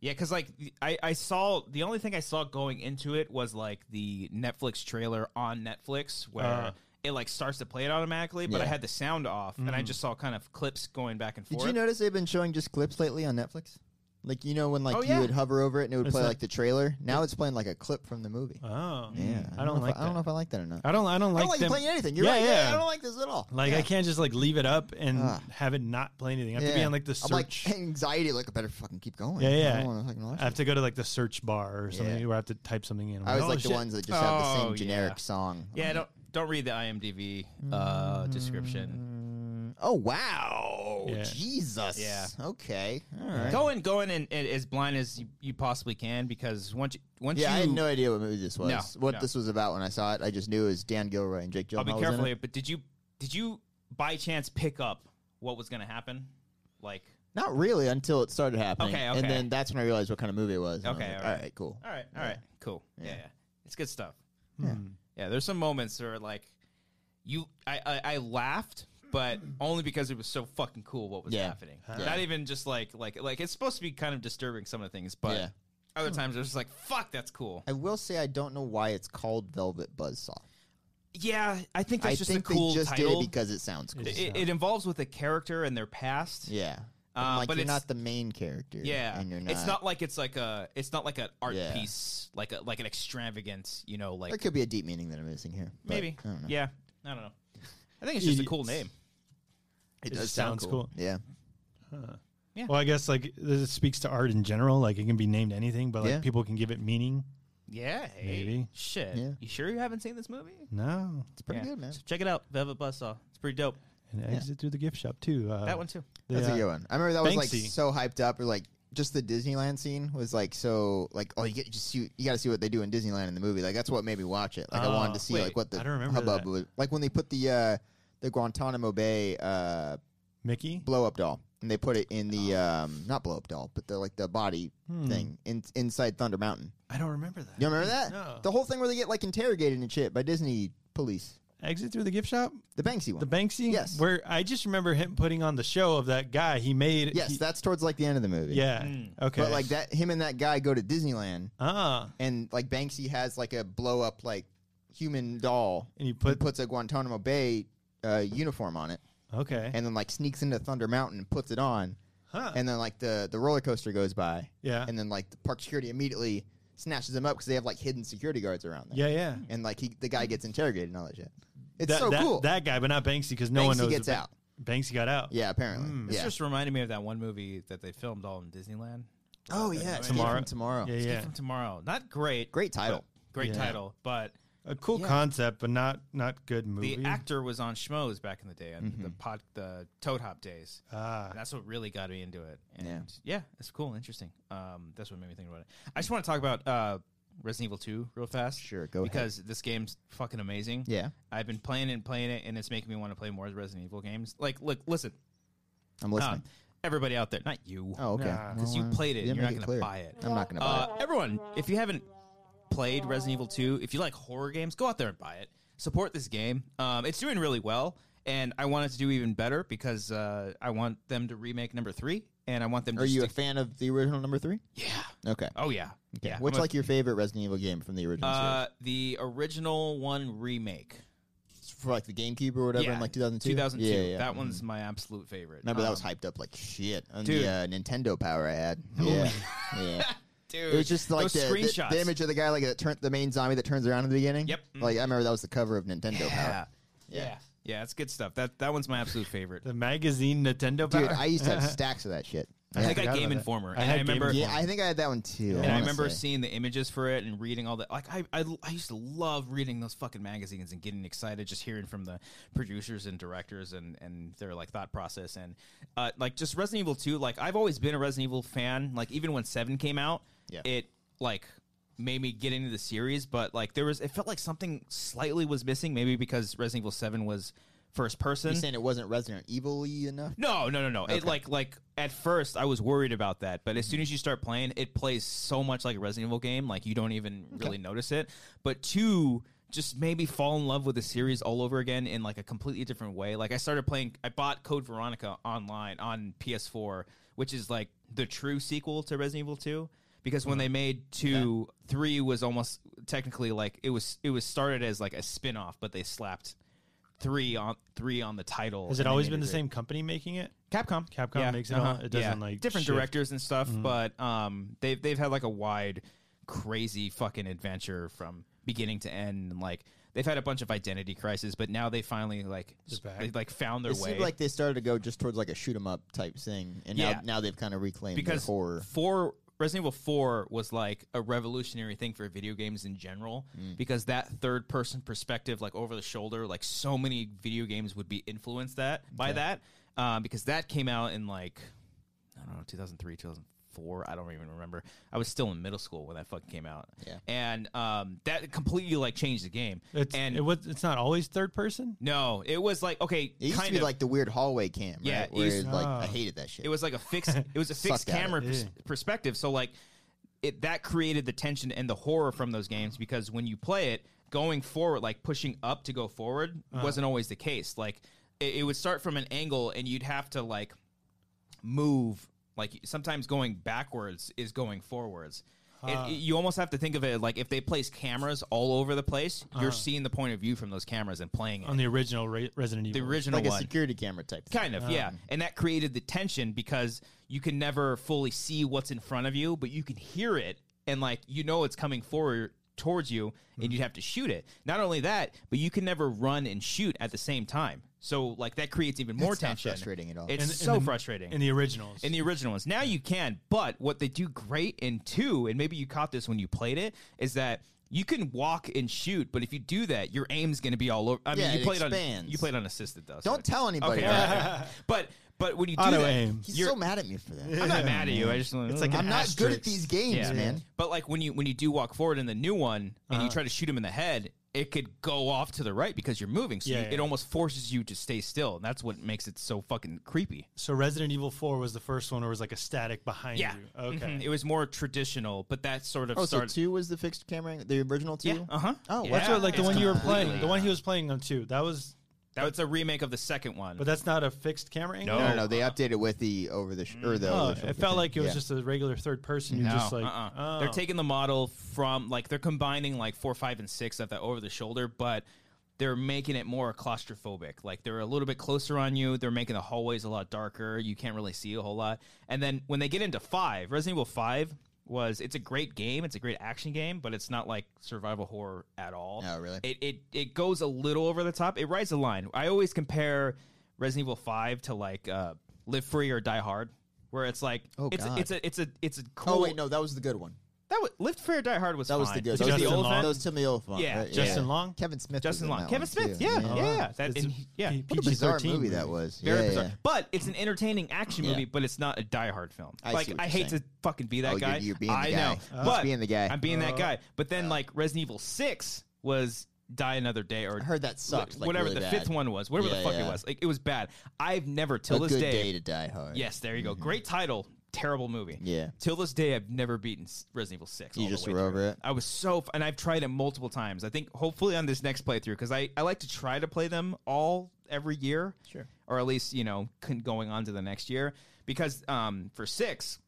S1: yeah, because like the- I, I saw the only thing I saw going into it was like the Netflix trailer on Netflix where
S2: Uh.
S1: it like starts to play it automatically, but I
S3: Yeah. Mm.
S1: had the sound off and I just saw kind of clips going back and
S3: Did
S1: forth.
S3: you notice they've been showing just clips lately on Netflix? Like you know when like
S1: Oh,
S3: you
S1: yeah.
S3: would hover over it and it would
S2: It's
S3: play
S2: not-
S3: like the trailer. Now it's playing like a clip from the movie.
S2: Oh,
S3: yeah,
S2: I don't
S3: know if
S2: like.
S3: I, don't know
S2: that.
S3: if I like that or not.
S2: I don't. I don't
S3: I
S2: like.
S3: don't like you
S2: them-
S3: playing anything. You're
S2: yeah,
S3: right. Yeah.
S2: Yeah,
S3: I don't like this at all.
S2: Like
S3: yeah.
S2: I can't just like leave it up and
S3: Ugh.
S2: have it not play anything. I have to be
S3: Yeah.
S2: on like the
S3: I'm like
S2: search.
S3: anxiety. Like I better fucking keep going.
S2: yeah, yeah.
S3: I don't want to fucking watch
S2: I have
S3: it.
S2: to go to like the search bar or something
S3: Yeah.
S2: where I have to type something in. I'm
S3: I always
S2: oh,
S3: like
S2: shit.
S3: the ones that just have the
S1: Oh,
S3: same generic
S1: yeah.
S3: song.
S1: yeah, don't don't read the IMDb
S3: Mm.
S1: uh, description.
S3: Oh wow.
S2: Yeah.
S3: Jesus.
S1: Yeah.
S3: Okay. All right.
S1: Go in, go in, and, and as blind as you, you possibly can because once you, once
S3: Yeah,
S1: you
S3: I had no idea what movie this was.
S1: No,
S3: what
S1: no.
S3: this was about when I saw it, I just knew it was Dan Gilroy and Jake Gyllenhaal.
S1: I'll be
S3: was in
S1: careful
S3: it.
S1: here, but did you did you by chance pick up what was going to happen? Like,
S3: Not really until it started happening.
S1: Okay,
S3: And
S1: okay.
S3: then that's when I realized what kind of movie it was. and I was
S1: Okay,
S3: like,
S1: all right.
S3: all right, cool.
S1: all right, all right, cool, yeah. yeah, it's good stuff.
S3: Yeah.
S1: Yeah, there's some moments where like you, I, I, I laughed, but only because it was so fucking cool what was
S3: Yeah.
S1: happening. Not even just like like like it's supposed to be kind of disturbing some of the things, but
S3: Yeah.
S1: other times it's just like fuck, that's cool.
S3: I will say I don't know why it's called Velvet Buzzsaw.
S1: Yeah, I think that's
S3: I
S1: just
S3: think
S1: a cool
S3: they just
S1: title.
S3: did it because it sounds cool.
S1: it, it involves with a character and their past.
S3: yeah.
S1: Uh,
S3: like
S1: but
S3: you're
S1: it's-
S3: not the main character.
S1: Yeah,
S3: And you're not.
S1: it's not like it's like a it's not like an art
S3: Yeah.
S1: piece, like a like an extravagant, you know, like
S3: There could be a deep meaning that I'm missing here. but
S1: maybe,
S3: I don't know.
S1: yeah, I don't know. I think it's just a
S2: Idiots.
S1: cool name.
S3: It,
S2: just
S3: does sound
S2: sounds cool.
S3: Yeah.
S1: Yeah.
S2: Well, I guess like this speaks to art in general. Like it can be named anything, but like
S3: Yeah.
S2: people can give it meaning.
S1: Yeah, hey,
S2: Maybe.
S1: shit.
S3: Yeah.
S1: You sure you haven't seen this movie?
S2: No,
S3: It's pretty
S1: Yeah.
S3: good, man.
S1: So check it out, Velvet Buzzsaw. It's pretty dope.
S2: and exit through the gift shop too.
S3: Oh.
S2: Uh,
S1: That one too.
S2: the,
S3: That's
S2: uh,
S3: a good one. I remember that was like
S2: Banksy.
S3: so hyped up, or like just the Disneyland scene was like so like oh you get just see you got to see what they do in Disneyland in the movie. Like that's what made me watch it. Like I wanted
S2: Oh,
S3: to see
S2: wait,
S3: like what the
S2: I don't remember
S3: hubbub
S2: that.
S3: was like when they put the uh the Guantanamo Bay uh
S2: Mickey.
S3: blow up doll and they put it in the
S2: Oh.
S3: um not blow up doll but the like the body
S2: Hmm.
S3: thing in, inside Thunder Mountain.
S2: I don't remember that.
S3: You remember that?
S2: No.
S3: The whole thing where they get like interrogated and shit by Disney police.
S2: Exit through the gift shop.
S3: The Banksy one.
S2: The Banksy.
S3: Yes.
S2: Where I just remember him putting on the show of that guy he made.
S3: yes,
S2: he-
S3: that's towards like the end of the movie.
S2: yeah. Okay.
S3: But like that him and that guy go to Disneyland
S2: Ah.
S3: and like Banksy has like a blow up like human doll,
S2: And you put-
S3: puts a Guantanamo Bay uh, uniform on it,
S2: Okay.
S3: and then like sneaks into Thunder Mountain and puts it on,
S2: Huh.
S3: and then like the the roller coaster goes by,
S2: Yeah.
S3: and then like the park security immediately snatches him up because they have like hidden security guards around there,
S2: yeah. Yeah.
S3: and like he the guy gets interrogated and all that shit. It's
S2: that,
S3: so
S2: that,
S3: cool.
S2: That guy, but not Banksy, because no one
S3: Banksy
S2: knows.
S3: gets
S2: the Ban-
S3: out.
S2: Banksy got out.
S3: yeah, apparently.
S2: Hmm.
S1: This
S3: Yeah.
S1: just reminded me of that one movie that they filmed all in Disneyland.
S3: oh yeah, Escape
S2: Tomorrow-
S3: from tomorrow.
S2: Yeah.
S1: Escape
S2: yeah.
S1: from Tomorrow. Not great.
S3: Great title.
S1: but- Great
S2: Yeah.
S1: title, but
S2: A cool
S1: Yeah.
S2: concept, but not not good
S1: the
S2: movie.
S1: actor was on Schmoes back in the day, on
S3: Mm-hmm.
S1: the pod, the Toad Hop days.
S2: Ah.
S1: And that's what really got me into it. And yeah, it's cool, and interesting. Um, that's what made me think about it. I just want to talk about uh, Resident Evil Two real fast.
S3: Sure, go ahead.
S1: because this game's fucking amazing.
S3: Yeah.
S1: I've been playing and playing it, and it's making me want to play more Resident Evil games. Like, look, listen,
S3: I'm listening.
S1: um, everybody out there, not you.
S3: oh okay,
S2: nah.
S1: because you played it,
S3: Yeah,
S1: and you're not
S3: make it
S1: going to
S3: clear.
S1: buy it.
S3: I'm not gonna buy
S1: Uh, everyone, if you haven't played Resident Evil 2, if you like horror games, go out there and buy it. Support this game. Um, it's doing really well, and I want it to do even better because uh, I want them to remake number three, and I want them.
S3: it.
S1: to
S3: Are you a
S1: stick-
S3: fan of the original number three?
S1: yeah.
S3: Okay.
S1: Oh yeah.
S3: Okay.
S1: Yeah.
S3: What's
S1: I'm a-
S3: like your favorite Resident Evil game from the original
S1: uh, the original one remake?
S3: series? For like the GameCube or whatever
S1: yeah,
S3: in like 2002?
S1: 2002.
S3: Yeah, yeah.
S1: That one's my absolute favorite.
S3: Remember that was
S1: Um,
S3: hyped up like shit on
S1: Dude.
S3: the uh, Nintendo power
S1: <laughs>
S3: I had. Yeah. yeah.
S1: Dude,
S3: It was just like
S1: those
S3: the, the-
S1: screenshots.
S3: the image of the guy like that turn, the main zombie that turns around at the beginning.
S1: Yep. mm-hmm.
S3: Like I remember that was the cover of Nintendo
S1: Yeah.
S3: Power.
S1: Yeah. Yeah. It's good stuff. That that one's my absolute favorite.
S2: the magazine Nintendo.
S3: Dude,
S2: power.
S3: I used to
S1: <laughs>
S3: have stacks of that shit.
S1: I
S3: Yeah.
S1: think I
S2: forgot
S1: got Game
S2: about that.
S1: Informer,
S2: I
S1: and
S2: had
S1: I
S2: Game
S1: remember
S3: Yeah, I think I had that one too.
S1: And I
S3: wanna
S1: remember
S3: say.
S1: seeing the images for it and reading all the like I, I I used to love reading those fucking magazines and getting excited just hearing from the producers and directors and and their like thought process and uh, like just Resident Evil 2 like I've always been a Resident Evil fan like even when 7 came out
S3: Yeah.
S1: it like made me get into the series but like there was it felt like something slightly was missing maybe because Resident Evil 7 was first person.
S3: You saying it wasn't Resident Evil enough?
S1: No, no, no, no. It like like at first I was worried about that, but as soon as you start playing, it plays so much like a Resident Evil game, like you don't even really notice it. But two, just maybe fall in love with the series all over again in like a completely different way. Like I started playing, I bought Code Veronica online on PS4, which is like the true sequel to Resident Evil Two. Because
S2: Uh-huh.
S1: when they made two, three was almost technically like it was. It was started as like a spin off, but they slapped three on three on the title.
S2: <laughs> Has
S1: and
S2: it
S1: they
S2: always
S1: made
S2: been the
S1: great.
S2: same company making it?
S1: Capcom. Uh-huh.
S2: Capcom makes it all. It doesn't, like,
S1: different
S2: shift.
S1: directors and stuff, but um, they've they've had like a wide, crazy fucking adventure from beginning to end, and like they've had a bunch of identity crises, but now they finally like s-
S2: back.
S1: they like found their
S3: It
S1: way
S3: seemed like they started to go just towards like a shoot 'em up type thing, and
S1: Yeah.
S3: now now they've kind of reclaimed
S1: because
S3: their horror.
S1: four Resident Evil Four was like a revolutionary thing for video games in general
S3: Mm.
S1: because that third person perspective, like over the shoulder, like so many video games would be influenced that by that um, because that came out in like I don't know 2003 2004 I don't even remember I was still in middle school when that fucking came out
S3: Yeah.
S1: and um, that completely like changed the game
S2: It's,
S1: and
S2: it was. It's not always third person.
S1: no it was like okay
S3: It used
S1: kind
S3: to be
S1: of.
S3: like the weird hallway cam, right?
S1: Yeah, it
S3: Where
S1: used-
S3: it's like I
S2: Oh.
S3: hated that shit.
S1: It was like a fixed. It was a fixed
S3: Sucked at
S1: camera
S2: it.
S1: pers- perspective. So like, it that created the tension and the horror from those games because when you play it, going forward, like pushing up to go forward, wasn't always the case. Like, it, it would start from an angle, and you'd have to like move. Like sometimes going backwards is going forwards. It- it- you almost have to think of it like if they place cameras all over the place, you're seeing the point of view from those cameras and playing it.
S2: on the original Re- Resident
S1: the
S2: Evil.
S1: original
S3: like a
S1: one,
S3: security camera type. Thing.
S1: Kind of, yeah.
S3: Um,
S1: And that created the tension because you can never fully see what's in front of you, but you can hear it and like you know it's coming forward towards you
S3: Mm-hmm.
S1: and you'd have to shoot it. Not only that, but you can never run and shoot at the same time. So like that creates even more
S3: That's not
S1: tension.
S3: frustrating at all.
S1: It's
S2: In- in
S1: so
S2: the-
S1: frustrating.
S2: in the originals.
S1: In the original ones. Now you can, but what they do great in two, and maybe you caught this when you played it, is that you can walk and shoot, but if you do that, your aim's going to be all over. I mean,
S3: Yeah,
S1: you
S3: it
S1: played on
S3: expands.
S1: you played on assisted though. so-
S3: Don't tell anybody.
S1: Okay, <laughs>
S3: that.
S1: okay. but but when you do
S2: Auto
S1: that,
S2: aim.
S3: He's
S1: you're-
S3: so mad at me for that.
S1: <laughs> I'm not mad at you. I just
S3: It's like I'm not good at these games,
S1: Yeah.
S3: man.
S1: But like when you when you do walk forward in the new one and you try to shoot him in the head, it could go off to the right because you're moving. So
S2: Yeah,
S1: you-
S2: yeah.
S1: it almost forces you to stay still, and that's what makes it so fucking creepy.
S2: so Resident Evil Four was the first one where it was like a static behind
S1: Yeah.
S2: you. Okay.
S1: Mhm. It was more traditional, but that sort of
S3: <laughs> Oh, so
S1: started.
S3: two was the fixed camera, the original two.
S1: yeah. Uh huh.
S3: Oh,
S1: yeah.
S3: well,
S2: That's what, like the
S1: It's
S2: one you were playing,
S1: completely-
S2: the one he was playing on too. That was,
S1: That was a remake of the second one.
S2: but that's not a fixed camera angle.
S1: Oh.
S3: No, no, no. They updated with the over the sh- or the.
S2: Oh,
S3: over the
S2: it
S3: shoulder
S2: felt
S3: thing.
S2: like it was
S3: Yeah.
S2: just a regular third person. You're
S1: No,
S2: just like,
S1: uh-uh.
S2: oh.
S1: they're taking the model from like they're combining like four, five, and six of that over the shoulder, but they're making it more claustrophobic. Like they're a little bit closer on you. They're making the hallways a lot darker. You can't really see a whole lot. And then when they get into five, Resident Evil Five was it's a great game. It's a great action game, but it's not like survival horror at all.
S3: Oh, really?
S1: It it it goes a little over the top. It rides a line. I always compare Resident Evil Five to like uh, Live Free or Die Hard. Where it's like
S3: Oh,
S1: it's
S3: God.
S1: a, it's a it's a it's a cool
S3: Oh wait, no, that was the good one.
S1: that was Lift Fair Die Hard was
S3: That was
S1: fine.
S3: the good.
S1: It's
S3: That was
S1: just
S3: the
S1: the
S2: Justin
S1: old
S2: Long.
S1: fan.
S3: That was Tim Olyphant.
S1: Yeah,
S3: right?
S2: Justin Long?
S3: Kevin Smith. was
S1: Justin
S3: in
S1: Long,
S3: that
S1: Kevin
S3: one,
S1: Smith.
S3: too. Uh-huh.
S1: Yeah, yeah, yeah. That,
S2: It's
S1: and
S2: a
S1: he- yeah.
S2: P-
S3: What a bizarre
S2: PG-13
S3: movie that was.
S1: Very
S3: yeah,
S1: bizarre,
S3: yeah.
S1: but it's an entertaining action
S3: Yeah.
S1: movie. But it's not a Die Hard film.
S3: I see
S1: like
S3: what
S1: I
S3: you're
S1: hate
S3: saying.
S1: to fucking be that
S3: Oh, you're-
S1: guy.
S3: you're being the
S1: I
S3: guy.
S1: know,
S3: He's
S1: but
S3: being the guy. Uh-huh.
S1: I'm being that guy. But then like Resident Evil Six was Die Another Day or
S3: I heard that sucked. Like,
S1: whatever
S3: really
S1: the
S3: bad.
S1: fifth one was, whatever
S3: Yeah,
S1: the fuck
S3: yeah.
S1: it was. Like it was bad. I've never till
S3: a
S1: this
S3: good
S1: day,
S3: day. to die hard.
S1: Yes, there you go. Great title. Terrible movie.
S3: Mm-hmm. Yeah.
S1: Till this day, I've never beaten S- Resident Evil Six.
S3: You
S1: all the
S3: just
S1: way
S3: were
S1: through.
S3: over it?
S1: I was so, f- and I've tried it multiple times. I think hopefully on this next playthrough because I I like to try to play them all every year. Sure. Or at least you know con- going on to the next year because um for six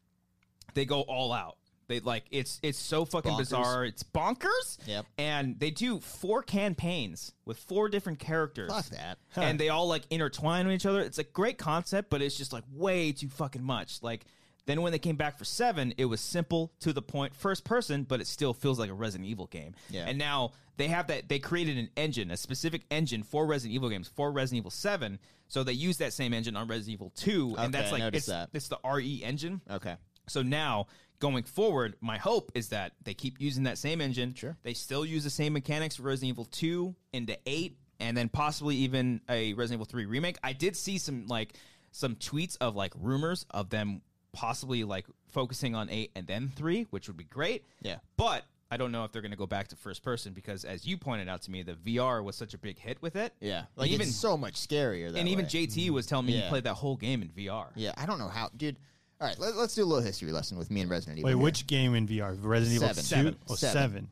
S1: they go all out. They like it's it's so fucking
S3: bonkers.
S1: bizarre. It's bonkers.
S3: Yep.
S1: And they do four campaigns with four different characters
S3: Fuck that.
S1: and they all like intertwine with each other. It's a great concept, but it's just like way too fucking much. Like then when they came back for seven, it was simple to the point, first person, but it still feels like a Resident Evil game.
S3: Yeah.
S1: And now they have that they created an engine, a specific engine for Resident Evil games for Resident Evil Seven. So they use that same engine on Resident Evil Two, and
S3: Okay,
S1: that's
S3: I
S1: like it's,
S3: noticed that.
S1: it's the RE engine.
S3: Okay.
S1: So now going forward, my hope is that they keep using that same engine.
S3: Sure.
S1: They still use the same mechanics for Resident Evil 2 into 8 and then possibly even a Resident Evil 3 remake. I did see some like some tweets of like rumors of them possibly like focusing on 8 and then 3, which would be great.
S3: Yeah.
S1: But I don't know if they're going to go back to first person because, as you pointed out to me, the VR was such a big hit with it.
S3: Yeah,
S1: like
S3: like
S1: even
S3: it's so much scarier. That
S1: and even
S3: way. Mm-hmm.
S1: JT was telling me he
S3: Yeah.
S1: played that whole game in VR.
S3: Yeah, I don't know how, dude. All right, let, us do a little history lesson with me and Resident Evil.
S2: Wait,
S3: here.
S2: which game in VR? Resident Evil 2?
S3: Seven. Seven.
S2: Oh,
S3: Seven.
S2: seven.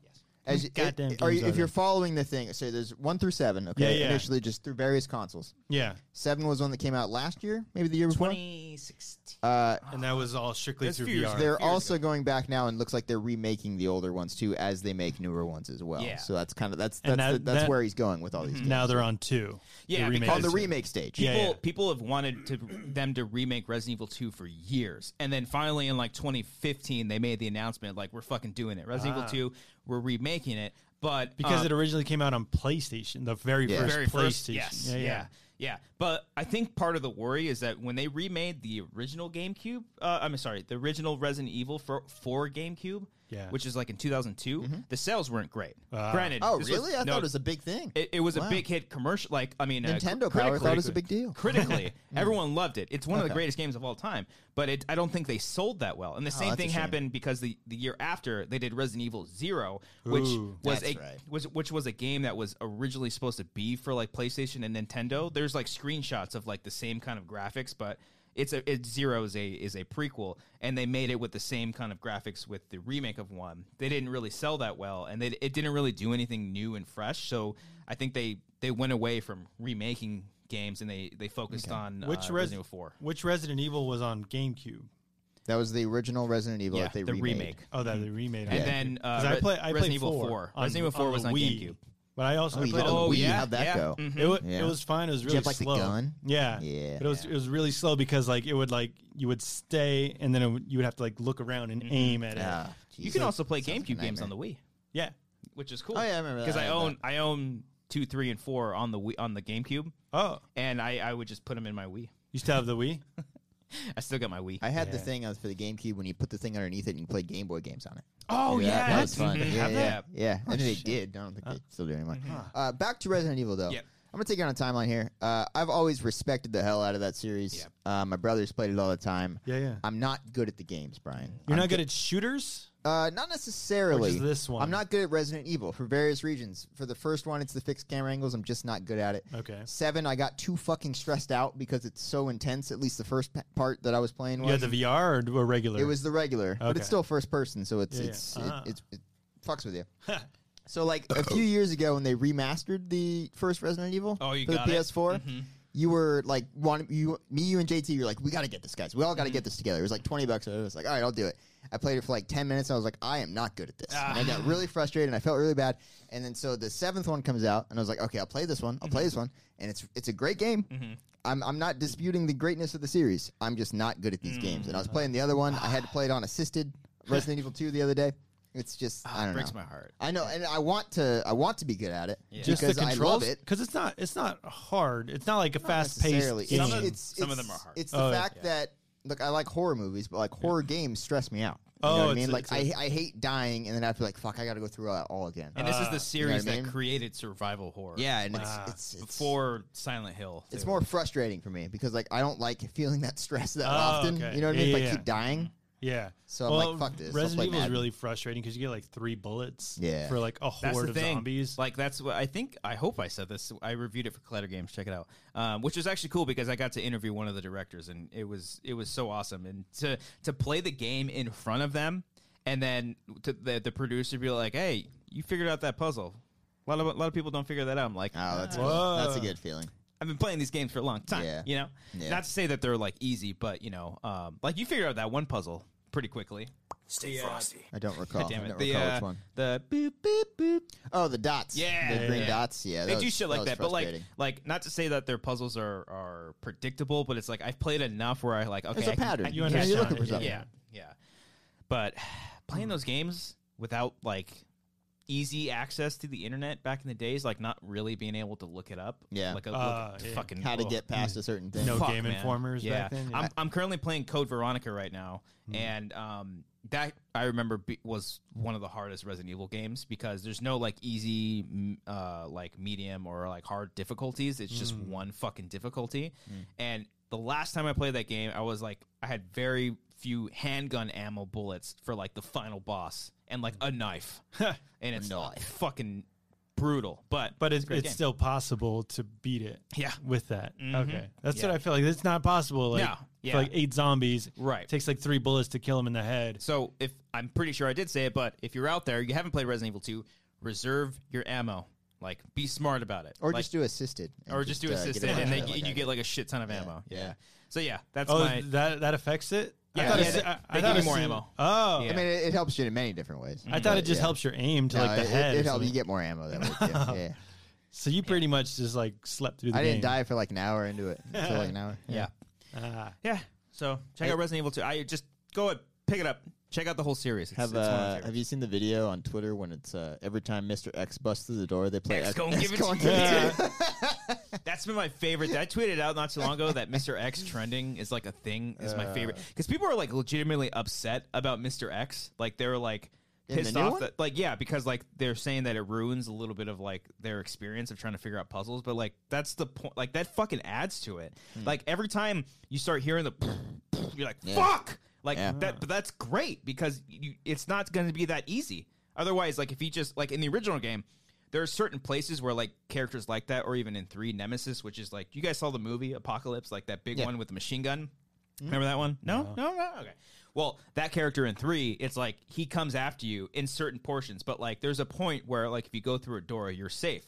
S3: As you,
S2: Goddamn
S3: it- are you,
S2: games
S3: if
S2: are
S3: you're
S2: there.
S3: following the thing, so there's one through seven. Okay,
S2: Yeah, yeah.
S3: initially just through various consoles.
S2: Yeah.
S3: Seven was one that came out last year, maybe the year before.
S1: 2016.
S3: Uh,
S2: And that was all strictly
S1: That's
S2: through
S1: Fears
S2: VR.
S1: there.
S3: they're also going back now, and looks like they're remaking the older ones too, as they make newer ones as well.
S1: Yeah.
S3: So that's kind of that's that's
S2: And
S3: the,
S2: that-
S3: that's
S2: that-
S3: where he's going with all these. Games.
S2: Now they're on two.
S1: Yeah,
S2: the remake
S1: because-
S3: on the
S2: is two.
S3: remake stage.
S2: Yeah,
S1: People,
S2: yeah.
S1: people have wanted to them to remake Resident Evil 2 for years, and then finally in like 2015 they made the announcement like we're fucking doing it. Resident Evil 2, we're remaking it, but
S2: Because
S1: um,
S2: it originally came out on PlayStation, the very
S3: Yeah.
S2: first
S1: very
S2: PlayStation.
S1: first, yes, yeah, yeah, But I think part of the worry is that when they remade the original GameCube, uh, I'm sorry, the original Resident Evil for for GameCube,
S2: Yeah.
S1: which is like in 2002, the sales weren't great. Granted,
S3: Oh,
S1: this was-
S3: really? I
S1: no,
S3: thought it was a big thing.
S1: It, it was
S3: Wow.
S1: a big hit commercial. Like, I mean, uh,
S3: Nintendo
S1: critically-
S3: power thought it was a big deal. <laughs>
S1: Critically, everyone loved it. It's one of the
S3: Okay.
S1: greatest games of all time. But it, I don't think they sold that well. And the same
S3: Oh, that's a
S1: thing
S3: shame.
S1: happened because the, the year after they did Resident Evil Zero, which
S2: Ooh.
S1: was
S3: That's
S1: a
S3: right.
S1: was which was a game that was originally supposed to be for like PlayStation and Nintendo. There's like screenshots of like the same kind of graphics, but. It's a it's zero is a is a prequel, and they made it with the same kind of graphics with the remake of one. They didn't really sell that well, and they, it didn't really do anything new and fresh. So I think they they went away from remaking games and they they focused on
S2: Which,
S1: uh,
S2: Res-
S1: Resident Evil Four.
S2: which Resident Evil was on GameCube?
S3: That was the original Resident Evil
S1: Yeah,
S3: that they
S1: the
S3: remade.
S1: remake.
S2: Oh, that they remade. on
S1: And
S2: GameCube.
S1: then, uh,
S2: 'Cause
S1: Re-
S2: I play, I
S1: Resident
S2: played
S1: Evil
S2: 4.
S1: 4.
S2: on-
S1: Resident Evil 4
S2: on
S1: was
S2: the
S1: on
S2: Wii.
S1: GameCube.
S2: But I also
S3: Oh,
S2: I
S3: you
S2: played
S3: did on
S2: it
S3: the
S2: on
S1: Oh,
S3: Wii.
S1: yeah,
S3: How'd that
S1: yeah.
S3: go?
S1: Mhm.
S2: It was,
S3: Yeah.
S2: it was fine. It was
S3: you
S2: really
S3: have, like, the
S2: slow.
S3: gun?
S2: Yeah,
S3: Yeah.
S2: But it was it was really slow because like it would like you would stay and then it would, you would have to like look around
S1: Mm-hmm.
S2: and aim at it.
S3: Ah,
S1: You
S3: jeez.
S1: can also play
S3: sounds like a
S1: GameCube games
S3: nightmare.
S1: on the Wii,
S2: Yeah.
S1: which is cool.
S3: Oh, yeah, I remember that.
S1: because
S3: I
S1: I
S3: had
S1: own I own two, three, and four on the Wii, on the GameCube,
S2: Oh,
S1: and I I would just put them in my Wii.
S2: you still have the Wii?
S1: I still got my Wii.
S3: I had the thing uh, for the GameCube when you put the thing underneath it and you played Game Boy games on it.
S1: oh
S3: Yeah, that was fun.
S1: Mhm.
S3: Yeah,
S1: Have
S3: yeah,
S1: that.
S3: yeah. I think they did. I don't think they still do anymore.
S1: Mm-hmm.
S3: Uh, back to Resident Evil though.
S1: Yep.
S3: I'm gonna take it on a timeline here. Uh, I've always respected the hell out of that series.
S1: Yep.
S3: Uh, my brothers played it all the time.
S2: Yeah, yeah.
S3: I'm not good at the games, Brian.
S2: You're
S3: I'm
S2: not good at shooters.
S3: Uh, not necessarily.
S2: Which is this one?
S3: I'm not good at Resident Evil for various reasons. For the first one, it's the fixed camera angles. I'm just not good at it.
S2: Okay.
S3: Seven, I got too fucking stressed out because it's so intense. At least the first pa- part that I was playing
S2: You had
S3: was.
S2: the VR or, or regular?
S3: it was the regular, but
S2: Okay.
S3: it's still first person, so it's
S2: Yeah, yeah.
S3: it's
S2: Ah.
S3: It, it's it
S2: <laughs>
S3: fucks with you. so like a few years ago, when they remastered the first Resident Evil
S1: Oh, you
S3: for
S1: got
S3: the
S1: it.
S3: PS4. You were like one, you, me, you and JT. You're like, we gotta get this, guys. We all
S1: Mm-hmm.
S3: gotta get this together. It was like twenty bucks. I was like, all right, I'll do it. I played it for like ten minutes. I was like, I am not good at this. And I
S1: Ah.
S3: got really frustrated. and I felt really bad. And then so the seventh one comes out, and I was like, okay, I'll play this one. I'll
S1: Mm-hmm.
S3: play this one, and it's it's a great game. I'm I'm not disputing the greatness of the series. I'm just not good at
S1: Mm.
S3: these games. And I was playing the other one. I had to play it on assisted Resident Evil Two the other day. It's just I don't
S1: Ah, breaks
S3: know.
S1: my heart.
S3: I know, and I want to. I want to be good at it
S2: just
S3: because
S2: the
S3: I
S2: controls
S3: love it.
S2: because it's not it's not hard. It's not like a fast paced
S3: necessarily.
S2: game.
S3: It's,
S1: Some of-
S3: it's,
S1: some of
S3: it's-
S1: them are hard.
S3: It's the
S2: Oh,
S3: fact that look, I like horror movies, but like horror games stress me out. You
S2: Oh,
S3: know what I
S2: it's
S3: mean?
S2: a-
S3: Like
S2: it's a-
S3: I I hate dying, and then I feel like fuck, I got to go through that all again.
S2: Uh,
S1: And this is the
S3: Uh, what I
S1: series
S3: mean?
S1: that created survival horror.
S3: yeah, and it's, it's it's
S1: before Silent Hill.
S3: It's
S1: too.
S3: more frustrating for me because like I don't like feeling that stress that
S2: Oh,
S3: often.
S2: okay.
S3: You know what I
S2: Yeah,
S3: mean? if
S2: yeah,
S3: I keep
S2: yeah.
S3: dying,
S2: Yeah.
S3: So I'm like, fuck this, I'll play
S2: Resident Evil is
S3: Madden.
S2: really frustrating because you get like three bullets
S3: Yeah.
S2: for like a
S1: That's
S2: horde
S1: the
S2: of
S1: thing.
S2: zombies.
S1: Like that's what I think. I hope I said this. I reviewed it for Collider Games. Check it out, um, which was actually cool because I got to interview one of the directors, and it was it was so awesome. And to to play the game in front of them, and then to the the producer be like, "Hey, you figured out that puzzle." A lot of a lot of people don't figure that out. I'm like, "Ah."
S3: oh, that's good.
S2: Whoa.
S3: that's a good feeling.
S1: I've been playing these games for a long time.
S3: Yeah.
S1: You know,
S3: Yeah.
S1: not to say that they're like easy, but you know, um, like you figured out that one puzzle pretty quickly.
S3: I don't recall.
S1: Damn
S3: I
S1: it,
S3: don't
S1: the
S3: recall
S1: uh,
S3: which one.
S1: the boop boop boop.
S3: Oh, the dots.
S1: Yeah,
S3: the green
S1: yeah.
S3: dots. Yeah,
S1: they
S3: that
S1: do
S3: was-
S1: shit like
S3: was
S1: that, but like,
S3: frustrating.
S1: like not to say that their puzzles are are predictable, but it's like I've played enough where I like okay,
S3: there's
S1: I
S3: a
S1: can-
S3: pattern.
S1: I can
S3: you
S2: You
S1: catch
S3: are
S2: understand
S3: looking
S2: it,
S3: for
S1: on.
S3: something.
S1: Yeah, yeah. But <sighs> playing those games without like easy access to the internet back in the days, like not really being able to look it up.
S3: Yeah.
S1: like a
S2: Uh,
S1: look,
S2: yeah.
S1: fucking
S3: How to
S1: ugh.
S3: get past a certain thing.
S2: No
S1: Fuck,
S2: Game
S1: man.
S2: Informers
S1: Yeah.
S2: back then? Hmm.
S1: I'm, I'm currently playing Code Veronica right now, and um, that I remember be- was one of the hardest Resident Evil games because there's no like easy, m- uh, like medium or like hard difficulties. It's just
S2: Hmm.
S1: one fucking difficulty. And the last time I played that game, I was like, I had very few handgun ammo bullets for like the final boss. and like
S2: Hmm.
S1: a knife, <laughs> and it's
S3: knife.
S1: fucking brutal. But
S2: But it's,
S1: great
S2: it's
S1: game.
S2: still possible to beat it.
S1: Yeah.
S2: With that. Okay. That's
S1: Yeah.
S2: what I feel like. It's not possible. Like,
S1: No.
S2: for,
S1: Yeah.
S2: like eight zombies.
S1: Right.
S2: takes like three bullets to kill him in the head.
S1: So if I'm pretty sure I did say it, but if you're out there, you haven't played Resident Evil 2, reserve your ammo. Like, be smart about it.
S3: Or
S1: Like,
S3: just do assisted. and
S1: or just, do
S3: uh, get
S1: assisted,
S3: it out
S1: and they,
S3: there like
S1: you
S3: I
S1: get
S3: did.
S1: like a shit ton of ammo. Yeah.
S3: yeah.
S1: So yeah, that's
S2: oh,
S1: my.
S2: that that affects it?
S1: Yeah,
S2: I thought
S1: yeah,
S2: it,
S1: they-
S2: I,
S1: they
S2: I
S1: give
S2: thought
S1: you
S2: it
S1: more
S2: seemed-
S1: ammo.
S2: Oh.
S1: Yeah.
S3: I mean, it, it helps you in many different ways.
S2: I thought it just
S3: yeah.
S2: helps your aim to
S3: No,
S2: like the
S3: it,
S2: head.
S3: It,
S2: or
S3: it helps you
S2: something.
S3: get more ammo
S1: <laughs>
S3: that way. Too. yeah.
S2: So you pretty much just like slept through the
S3: I didn't
S2: game.
S3: die for like an hour into it. For like an hour.
S1: <laughs> yeah.
S2: Ah.
S1: Yeah. So check out Resident Evil 2. I just go and pick it up. Check out the whole series. It's,
S5: Have
S1: it's one of my
S5: uh,
S1: favorites.
S5: have you seen the video on Twitter when it's uh, every time Mr. X busts through the door, they play
S1: X gonna give it to you. <laughs> That's been my favorite. I tweeted out not too long ago that Mr. X trending is like a thing. Is my favorite because people are like legitimately upset about Mr. X. Like they're like
S3: the
S1: pissed
S3: new
S1: off
S3: one?
S1: that like yeah because like they're saying that it ruins a little bit of like their experience of trying to figure out puzzles. But like that's the point. Like that fucking adds to it. Like every time you start hearing the, <laughs> you're like fuck. Like
S5: Yeah.
S1: that, but that's great because you, it's not going to be that easy. Otherwise, like if he just like in the original game, there are certain places where like characters like that, or even in three Nemesis, which is like you guys saw the movie Apocalypse, like that big one with the machine gun.
S3: Hmm?
S1: Remember that one? No? no, no, Okay. Well, that character in three, it's like he comes after you in certain portions, but like there's a point where like if you go through a door, you're safe.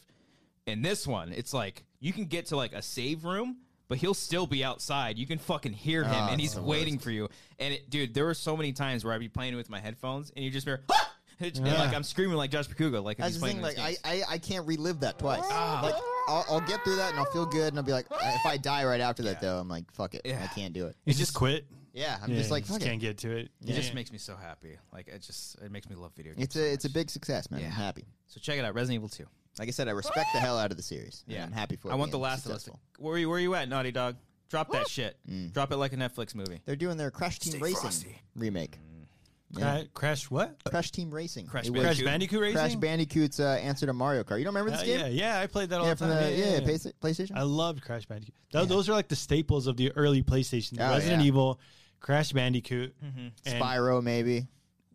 S1: In this one, it's like you can get to like a save room, but he'll still be outside. You can fucking hear
S3: Ah,
S1: him, and he's waiting for you. And it, dude, there were so many times where I'd be playing with my headphones, and you just hear. "Ah!" <laughs> And like I'm screaming like Josh Pacugo, like if
S3: That's
S1: he's
S3: the
S1: playing
S3: thing.
S1: those
S3: Like I,
S1: games. Ah.
S3: I, I can't relive that twice. Like I'll, I'll get through that and I'll feel good and I'll be like, "Uh, if I die right after that though, I'm like, fuck it,
S1: Yeah.
S3: I can't do it.
S2: You just quit.
S3: Yeah, I'm
S2: Yeah,
S3: just like,
S2: you
S3: fuck
S2: can't
S3: it.
S2: get to it.
S1: It just makes me so happy. Like it just it makes me love video games.
S3: It's a, it's a big success, man.
S1: Yeah.
S3: I'm happy.
S1: so check it out, Resident Evil Two.
S3: Like I said, I respect the hell out of the series. and
S1: Yeah,
S3: I'm happy for. it
S1: I want
S3: being
S1: the Last of
S3: successful.
S1: Us. to- Where you where you at, Naughty Dog? Drop that shit. Drop it like a Netflix movie.
S3: They're doing their Crash Team Racing remake.
S2: Cra- crash what?
S3: Crash Team Racing.
S1: Uh, Crash
S3: It was
S2: Crash
S1: Bandicoot.
S2: Bandicoot Racing?
S3: Crash Bandicoot's uh, answer to Mario Kart. You don't remember this
S2: Uh,
S3: game?
S2: yeah, yeah, I played that all
S3: Yeah,
S2: the
S3: from
S2: time.
S3: the yeah, yeah,
S2: yeah.
S3: Playsta- PlayStation.
S2: I loved Crash Bandicoot. Tho- Those are like the staples of the early PlayStation. The
S3: Oh,
S2: Resident
S3: yeah.
S2: Evil, Crash Bandicoot, and
S3: Spyro maybe.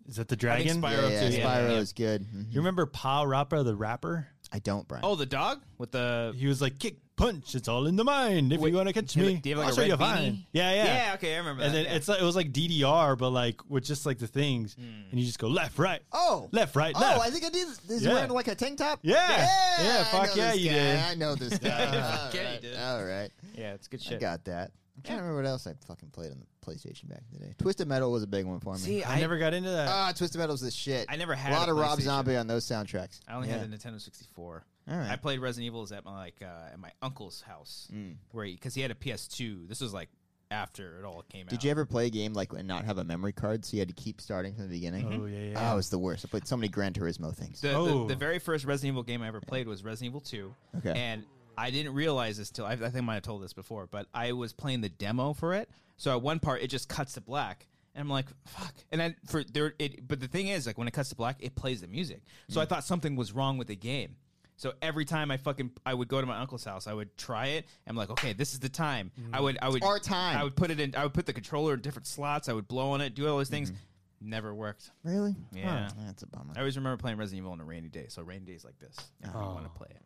S2: is that the dragon?
S1: Spyro
S3: Yeah, yeah,
S1: too, yeah,
S3: Spyro
S1: yeah.
S3: is good. Mhm.
S2: You remember Paul Rappa, the rapper?
S3: I don't, Brian.
S1: Oh, the dog with the.
S2: He was like, kick, punch, it's all in the mind. If
S1: Wait,
S2: you want to catch
S1: do you
S2: me,
S1: have- do you have, like,
S2: I'll
S1: a
S2: show
S1: red
S2: you a
S1: beanie?
S2: vine. Yeah, yeah.
S1: Yeah. Okay, I remember.
S2: And
S1: that,
S2: then
S1: yeah. Hmm.
S2: it's like, it was like DDR, but like with just like the things, and you just go left, right,
S3: Oh.
S2: left, right,
S3: Oh,
S2: left.
S3: I think I did. This This is
S2: Yeah.
S3: wearing like a tank top.
S2: Yeah.
S3: yeah,
S2: Yeah,
S3: I
S2: fuck
S3: know
S2: yeah,
S3: this
S2: you
S3: guy.
S2: did.
S3: I
S2: <laughs>
S3: know this guy.
S1: Fuck yeah, you
S3: Alright,
S1: did.
S3: All right,
S1: yeah, it's good
S3: I
S1: shit.
S3: got that. I'm trying to remember what else I fucking played on the PlayStation back in the day. Twisted Metal was a big one for me.
S1: See,
S2: I,
S1: I
S2: never got into that.
S3: ah, Twisted Metal's the shit.
S1: I never had
S3: a lot
S1: a
S3: of Rob
S1: PlayStation.
S3: Zombie on those soundtracks.
S1: I only
S3: Yeah.
S1: had the Nintendo 64.
S3: All right.
S1: I played Resident Evils at my like uh, at my uncle's house where because he, had a PS2. This was like after it all came out.
S3: Did you ever play a game like and not have a memory card, so you had to keep starting from the beginning?
S2: Oh, yeah, yeah. <laughs>
S3: Oh, it was the worst. I played so many Gran Turismo things.
S1: The,
S2: Oh.
S1: the, the very first Resident Evil game I ever played was Resident Evil 2.
S3: Okay.
S1: And I didn't realize this till I, I think I might have told this before, but I was playing the demo for it. So at one part, it just cuts to black. And I'm like, fuck. And then for there, it, but the thing is, like when it cuts to black, it plays the music. So
S3: Mm.
S1: I thought something was wrong with the game. So every time I fucking I would go to my uncle's house, I would try it. I'm like, okay, this is the time. I would I would
S3: Our time.
S1: I would put it in. I would put the controller in different slots. I would blow on it, do all those things.
S3: Mm-hmm.
S1: Never worked.
S3: really?
S1: Yeah.
S3: Huh, That's a bummer.
S1: I always remember playing Resident Evil on a rainy day. So rainy days like this, if you want to play it.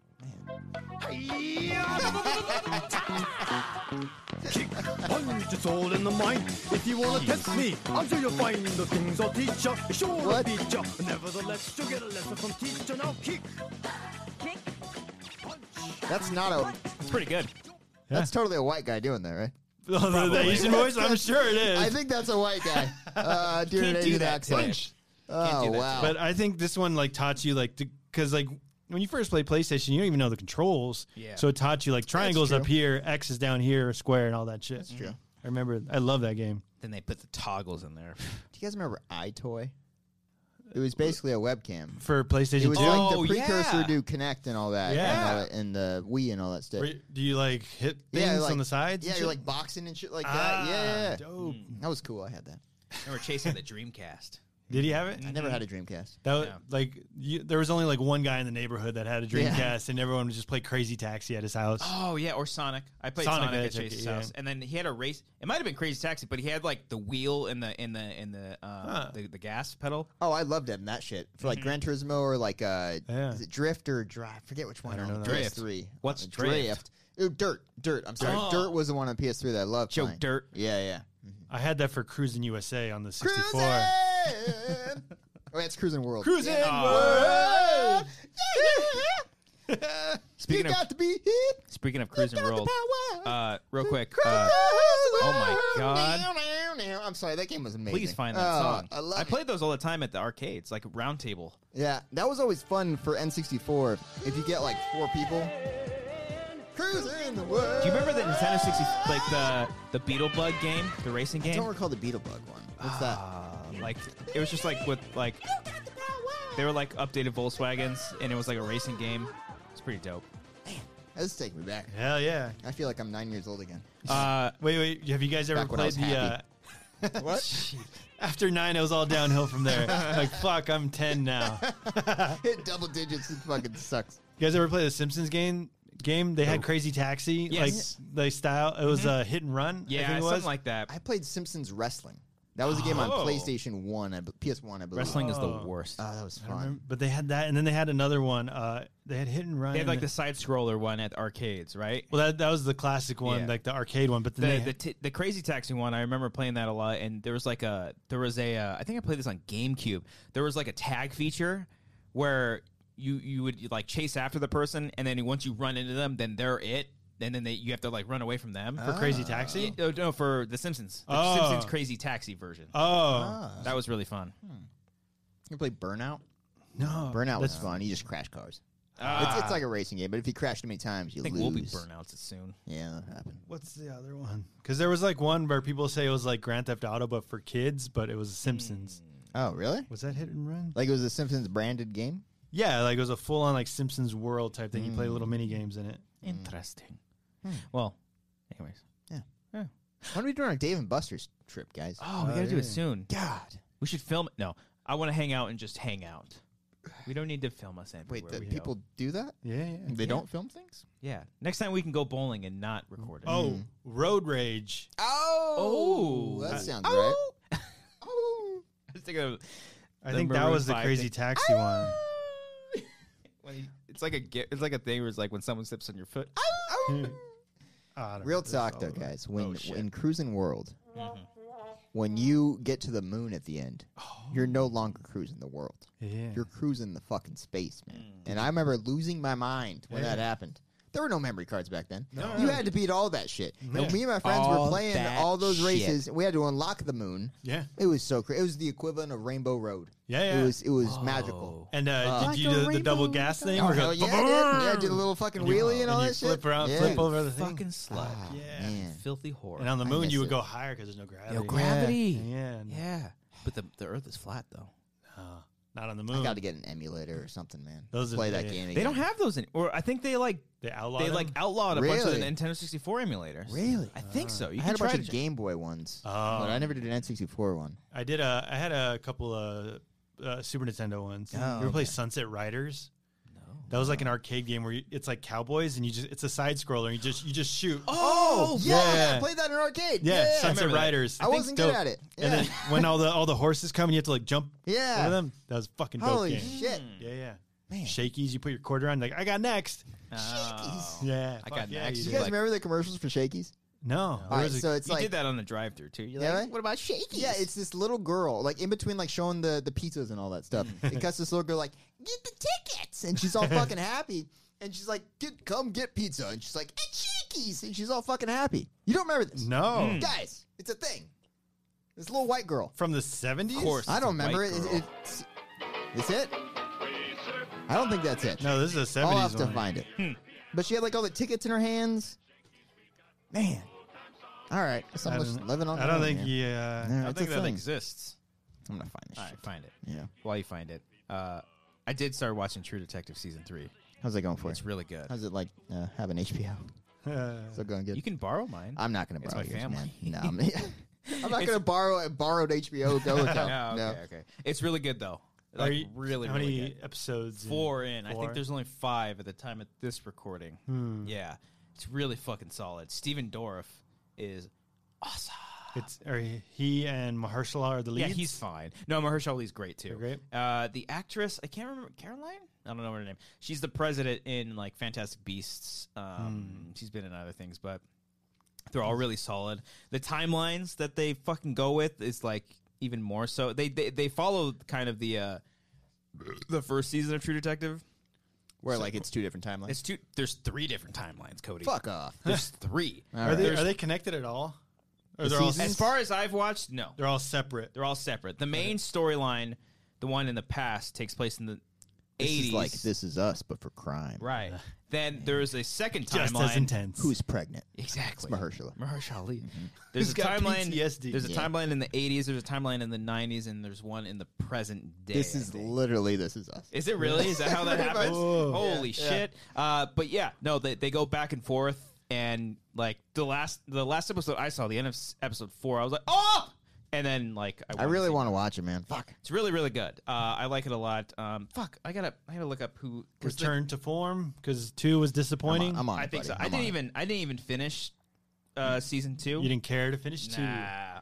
S4: I'm just all in the mind. If you wanna test me, I'm sure you'll find the things I'll teach you. Sure,
S3: What?
S4: teacher. Nevertheless, you'll get a lesson from teacher. Now kick.
S3: That's not a.
S1: It's pretty
S3: <laughs>
S1: good.
S3: That's totally a white guy doing that, right?
S2: Oh, the, the Asian voice?
S3: <laughs>
S2: I'm sure it is.
S3: I think that's a
S1: <laughs>
S3: white guy. Uh, doing
S1: Can't
S3: an
S1: do
S3: Asian
S1: that
S3: accent.
S1: today.
S3: Oh
S1: do that
S3: wow!
S2: But I think this one like taught you like because like when you first play PlayStation, you don't even know the controls.
S1: Yeah.
S2: So it taught you like triangles
S3: true.
S2: up here, X is down here, square, and all that shit. That's
S3: true.
S2: I remember. I love that game.
S1: Then they put the toggles in <laughs> there.
S3: Do you guys remember iToy? It was basically a webcam.
S2: For
S3: It
S2: PlayStation
S3: was
S2: Two,
S3: like
S1: Oh,
S3: the precursor
S1: yeah.
S3: to Connect and all that,
S2: Yeah.
S3: and, all that, and the Wii and all that stuff.
S2: Where you- do you like hit things
S3: yeah, like,
S2: on the sides?
S3: Yeah,
S2: and
S3: you're
S2: shit?
S3: like boxing and shit like
S2: ah,
S3: that. Yeah, yeah, yeah.
S1: Mm.
S2: dope.
S3: that was cool. I had that.
S1: and we're chasing the Dreamcast.
S2: Did he have it?
S3: I never had a Dreamcast.
S2: That was,
S1: Yeah.
S2: like you, there was only like one guy in the neighborhood that had a Dreamcast, and everyone would just play Crazy Taxi at his
S3: <gasps>
S2: house.
S1: Oh yeah, or Sonic. I played
S2: Sonic
S1: Sonic, at
S2: Adventure,
S1: Chase's
S2: yeah.
S1: house, and then he had a race. It might have been Crazy Taxi, but he had like the wheel and the and the and the uh,
S2: Huh.
S1: the, the gas pedal.
S3: Oh, I loved them that shit for
S1: Mm-hmm.
S3: like Gran Turismo or like uh,
S2: Yeah.
S3: is it Drift or Drive? I forget which one.
S2: don't
S3: on
S2: know
S3: the
S2: that. Drift.
S3: PS3.
S1: What's
S3: Uh,
S1: Drift?
S3: Ooh, dirt, dirt. I'm sorry,
S1: Oh.
S3: dirt was the one on PS3 that I loved.
S1: Joe
S3: playing.
S1: Dirt.
S3: Yeah, yeah.
S2: I had that for Cruising USA on the
S3: Cruising.
S2: <laughs> 64.
S3: oh, that's Cruising World. Cruising
S1: World.
S3: you
S1: <laughs> Speaking of
S3: got to be hit.
S1: speaking of cruising
S3: got the
S1: world,
S3: power.
S1: uh, real quick.
S3: Cruise
S1: Uh,
S3: the
S1: oh my
S3: world.
S1: God.
S3: Meow, meow, meow. I'm sorry, that game was amazing.
S1: please find that
S3: Oh,
S1: song.
S3: I love it.
S1: played those all the time at the arcades, like round table.
S3: Yeah, that was always fun for N64 if you get like four people. Cruising the world.
S1: Do you remember the Nintendo 60, like the the Beetle Bug game, the racing
S3: I
S1: game?
S3: don't recall the Beetlebug one. What's that?
S1: Uh, like it was just like with like they were like updated Volkswagens, and it was like a racing game. It's pretty dope.
S3: This is taking me back.
S2: Hell yeah!
S3: I feel like I'm nine years old
S1: <laughs>
S3: again.
S1: Uh,
S2: Wait, wait. Have you guys ever
S3: Back when I
S2: played
S3: was
S2: the? Uh,
S3: happy. <laughs>
S2: what? <laughs> After nine, it was all downhill from there. like fuck, I'm ten now. You
S3: Hit double digits. It fucking sucks.
S2: guys ever play the Simpsons game? Game they had Crazy Taxi,
S1: Oh. Yes. Mm-hmm.
S2: like they style. It was a uh, hit and run. I
S1: yeah,
S2: think it was.
S1: something like that.
S3: I played Simpsons Wrestling. That was a game on
S1: Oh.
S3: PlayStation One, I, be- PS1, I believe.
S1: Wrestling is the
S2: Oh.
S1: worst.
S3: Oh, that was
S2: I
S3: fun.
S2: remember- but they had that, and then they had another one. Uh, they had hit and run.
S1: They had like <laughs>
S2: and-
S1: the side scroller one at arcades, right?
S2: Well, that, that was the classic one,
S1: Yeah.
S2: like the arcade one. But then
S1: The
S2: they,
S1: the, t- the crazy taxi one, I remember playing that a lot, and there was like a there was a uh, I think I played this on GameCube. There was like a tag feature where you you would like chase after the person, and then once you run into them, then they're it, and then they you have to like run away from them
S2: for Crazy Taxi.
S1: No, Oh, no, for The Simpsons, the
S2: Oh.
S1: Simpsons Crazy Taxi version.
S2: Oh
S3: Ah.
S1: that was really fun.
S3: You play Burnout.
S2: no,
S3: Burnout was
S2: Oh, that's-
S3: fun. You just crash cars.
S1: Ah.
S3: it's, it's like a racing game, but if you crash too many times, you
S1: I think
S3: lose.
S1: we'll be burnouts soon.
S3: Yeah, that happened.
S2: What's the other one? Because there was like one where people say it was like Grand Theft Auto, but for kids, but it was Simpsons.
S1: Hmm.
S3: Oh, really?
S2: Was that hit and run?
S3: Like it was a Simpsons branded game.
S2: Yeah, like it was a full on like Simpsons World type thing. You play
S1: Hmm.
S2: little mini games in it.
S1: Interesting. Well, anyways.
S3: When are we doing our Dave and Buster's trip, guys?
S1: Oh, we gotta do it soon.
S3: God.
S1: We should film it. No, I want to hang out and just hang out. We don't need to film us everywhere.
S3: Wait, the
S1: we go.
S3: people do that?
S2: Yeah, yeah.
S3: They don't film things?
S1: Yeah. Next time we can go bowling and not record it.
S3: Mm.
S2: Oh, Road Rage.
S3: Oh,
S1: Oh.
S3: that
S1: <laughs>
S3: sounds right. oh,
S1: I was thinking of-
S2: I
S1: The
S2: think that
S1: Maroon
S2: was the
S1: five
S2: Crazy
S1: thing.
S2: Taxi one.
S1: when he- it's like a ge- it's like a thing where it's like when someone steps on your foot.
S2: I don't
S3: Ah! real
S2: know.
S3: talk though, guys.
S1: Oh,
S3: When in Cruising World,
S1: Mm-hmm.
S3: when you get to the moon at the end, you're no longer cruising the world.
S2: Yeah.
S3: You're cruising the fucking space, man. And I remember losing my mind when that happened. There were no memory cards back then. You had to beat all that shit. And me and my friends
S1: All
S3: were playing
S1: that
S3: all those
S1: shit.
S3: races. and We had to unlock the moon.
S2: Yeah.
S3: It was so crazy. It was the equivalent of Rainbow Road.
S2: Yeah, yeah.
S3: It was it was magical.
S2: And uh, did you do the double gas thing?
S3: Oh,
S2: Where it
S3: hell
S2: goes
S3: yeah, dude. yeah, did a little fucking wheelie and all
S2: and you
S3: that shit.
S2: flip around,
S3: yeah. Ah,
S2: flip over the thing.
S1: Fucking slut.
S2: yeah.
S3: Man.
S1: Filthy whore.
S2: And on the
S3: I
S2: moon,
S3: miss
S2: you would
S3: it.
S2: go higher because there's no gravity.
S1: Yo, gravity.
S2: Yeah.
S1: Yeah. But the, the earth is flat though.
S2: No, not on the
S3: I
S2: moon.
S3: got to get an emulator or something, man.
S2: Those are
S3: Play
S2: the-
S3: that
S2: yeah.
S3: game.
S1: They
S3: Again.
S1: don't have those in or I think they like
S2: They outlawed.
S1: they
S2: him?
S1: like outlawed a bunch of the
S3: Really?
S1: Nintendo 64 emulators.
S3: Really?
S1: I think so. You
S3: I
S1: can
S3: had a
S1: try
S3: bunch
S1: to
S3: of
S1: ch-
S3: Game Boy ones,
S2: Oh.
S3: but I never did an N64 one.
S2: I did a. I had a couple of uh, Super Nintendo ones.
S1: Oh,
S2: you ever play Sunset Riders? No. That was like an arcade game where you, it's like cowboys and you just it's a side scroller and you just you just shoot.
S1: Oh,
S3: yeah,
S2: yeah.
S3: I played that in an arcade.
S2: yeah,
S3: yeah.
S1: I
S2: Sunset
S1: remember that.
S2: Riders.
S3: I
S2: think
S3: wasn't
S2: dope.
S3: good at it. Yeah.
S2: And then when all the all the horses come and you have to like jump
S3: <laughs> Yeah.
S2: over them. That was a fucking dope
S3: Holy
S2: game.
S3: shit!
S1: Mm.
S2: Yeah, yeah.
S3: Man.
S2: Shakies, you put your quarter on like I got next.
S1: Oh.
S2: Yeah,
S1: I
S2: fuck
S1: got
S2: yeah,
S1: next.
S2: you
S3: Do
S2: did.
S3: you guys
S1: like-
S3: remember the commercials for Shakey's?
S2: No,
S3: All
S2: there
S3: right,
S2: was a-
S3: so it's
S1: You
S3: like
S1: did that on the drive-through too. You're
S3: Yeah,
S1: like,
S3: right?
S1: what about shaky?
S3: Yeah, it's this little girl, like in between, like showing the the pizzas and all that stuff.
S2: Mm.
S3: it cuts this little girl, like get the tickets, and
S2: <laughs>
S3: she's all fucking happy, and she's like, get come get pizza, and she's like, and shakies, and she's all fucking happy. You don't remember this?
S2: no
S1: Mm.
S2: Mm.
S1: Hmm.
S3: guys, it's a thing. This little white girl.
S2: from the seventies.
S1: Of course.
S3: I don't
S1: It's a
S3: remember
S1: white
S3: it. Is
S1: girl.
S3: it's, is it? I don't think that's it.
S2: No, this is a
S3: I'll
S2: seventies
S3: have
S2: one.
S3: to find it.
S1: Hmm.
S3: But she had like all the tickets in her hands. Man. All right. So
S2: I
S3: I'm
S2: don't,
S3: just living on
S2: I
S3: my
S2: don't
S3: own,
S2: think uh,
S3: man.
S2: yeah.
S3: Yeah,
S1: I don't
S3: it's a
S1: think that
S3: thing.
S1: exists.
S3: I'm gonna find this.
S1: All
S3: shit.
S1: right, find it.
S3: Yeah.
S1: While you find it, uh, I did start watching True Detective season three.
S3: How's it going for
S1: It's
S3: you?
S1: really good.
S3: How's it like uh, having HBO?
S2: <laughs> Uh,
S3: Is it going good?
S1: You can borrow mine.
S3: I'm not gonna
S1: It's
S3: borrow
S1: my
S3: yours, man.
S1: family.
S3: No, I'm, <laughs> I'm not gonna borrow a
S1: <laughs>
S3: borrowed HBO Go account.
S1: No, Oh,
S3: no.
S1: okay, okay. It's really good though.
S2: Are
S1: Like
S2: you-
S1: really,
S2: how
S1: really
S2: many
S1: good.
S2: episodes?
S1: Four in. I think
S2: Four.
S1: there's only five at the time of this recording.
S3: Hmm.
S1: Yeah, it's really fucking solid. Steven Dorff is awesome.
S2: It's are he and Mahershala are the
S1: Yeah,
S2: leads.
S1: he's fine. No, Mahershala Ali's great too.
S2: They're great.
S1: Uh, the actress, I can't remember Caroline. I don't know her name. She's the president in like Fantastic Beasts.
S2: Hmm.
S1: Um, She's been in other things, but they're all really solid. The timelines that they fucking go with is like even more so. They they, they follow kind of the uh, the first season of True Detective.
S5: Where like it's two different timelines.
S1: It's two. There's three different timelines, Cody.
S3: Fuck off.
S1: There's
S2: <laughs>
S1: three.
S2: Are they are they connected at all? Or they're all
S1: As far as I've watched, no.
S2: they're all separate.
S1: They're all separate. The main storyline, the one in the past, takes place in the
S5: This is
S1: eighties.
S5: like this is us, but for crime. <laughs>
S1: Right. Then there's a second
S2: Just
S1: timeline.
S2: as intense.
S5: Who's pregnant?
S1: Exactly.
S5: Mahershala. Mm-hmm.
S1: Mahershala Ali. There's
S2: He's
S1: a
S2: got
S1: timeline.
S2: PTSD.
S1: There's a
S5: Yeah.
S1: timeline in the eighties. There's a timeline in the nineties, and there's one in the present day.
S5: This
S1: I
S5: is
S1: think.
S5: literally this is us.
S1: Is it really? Is that
S5: <laughs>
S1: how that happens? Holy shit! Uh, but yeah, no, they, they go back and forth, and like the last the last episode I saw, the end of s- episode four, I was like, oh, and then like
S3: I
S1: wanted
S3: really
S1: to-
S3: want to watch it, man. Fuck.
S1: It's really really good. Uh, I like it a lot. Um, fuck, I gotta I gotta look up who 'cause the-
S2: Return to form because two was disappointing.
S3: I'm on.
S1: I
S3: it,
S1: think
S3: buddy.
S1: so. I
S3: I'm on
S1: didn't
S3: it.
S1: even I didn't even finish uh, season two.
S2: You didn't care to finish two.
S1: Nah,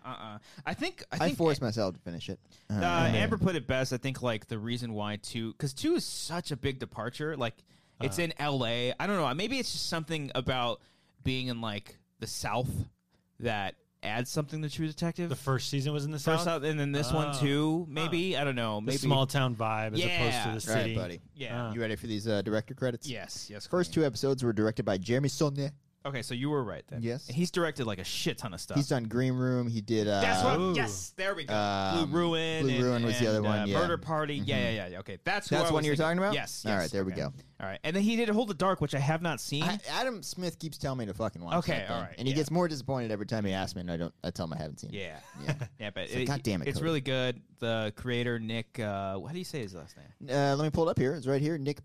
S1: uh-uh. I think I
S3: I
S1: think
S3: forced myself to finish it. <laughs>
S1: Uh, Amber put it best. I think like the reason why two, because two is such a big departure. Like
S2: Uh-huh.
S1: it's in L.A. I don't know. Maybe it's just something about being in like the South that adds something to True Detective.
S2: The first season was in the
S1: First
S2: south.
S1: out, and then this one
S2: Oh.
S1: too. Maybe I don't know.
S2: the
S1: Maybe
S2: small town vibe as
S1: Yeah.
S2: opposed to the
S3: All
S2: city.
S3: right, buddy.
S1: Yeah.
S2: Uh.
S3: You ready for these uh, director credits?
S1: yes. Yes.
S3: First
S1: Queen.
S3: two episodes were directed by Jeremy Sonne.
S1: Okay, so you were right then.
S3: Yes.
S1: And he's directed like a shit ton of stuff.
S3: He's done Green Room. He did. Uh,
S1: That's what.
S2: Ooh.
S1: Yes, there we go.
S3: Um,
S1: Blue Ruin.
S3: Blue
S1: and-
S3: Ruin was
S1: and,
S3: the other one,
S1: uh,
S3: yeah. Mm-hmm.
S1: Murder Party. Yeah, yeah, yeah, yeah. Okay, that's who
S3: That's
S1: I
S3: one
S1: was
S3: you were
S1: thinking.
S3: talking about?
S1: Yes.
S3: All
S1: yes,
S3: right, there we
S1: okay.
S3: go.
S1: All right, and then he did Hold the Dark, which I have not seen.
S3: I, Adam Smith keeps telling me to fucking watch.
S1: Okay,
S3: that thing,
S1: all right,
S3: And he
S1: yeah.
S3: gets more disappointed every time he asks me, and I don't. I tell him I haven't seen it.
S1: yeah.
S3: Yeah.
S1: <laughs> Yeah, but
S3: like, "God damn it,
S1: it's
S3: Cody."
S1: really good. The creator Nick, uh, how do you say his last name?
S3: Uh, let me pull it up here. It's right here. Nick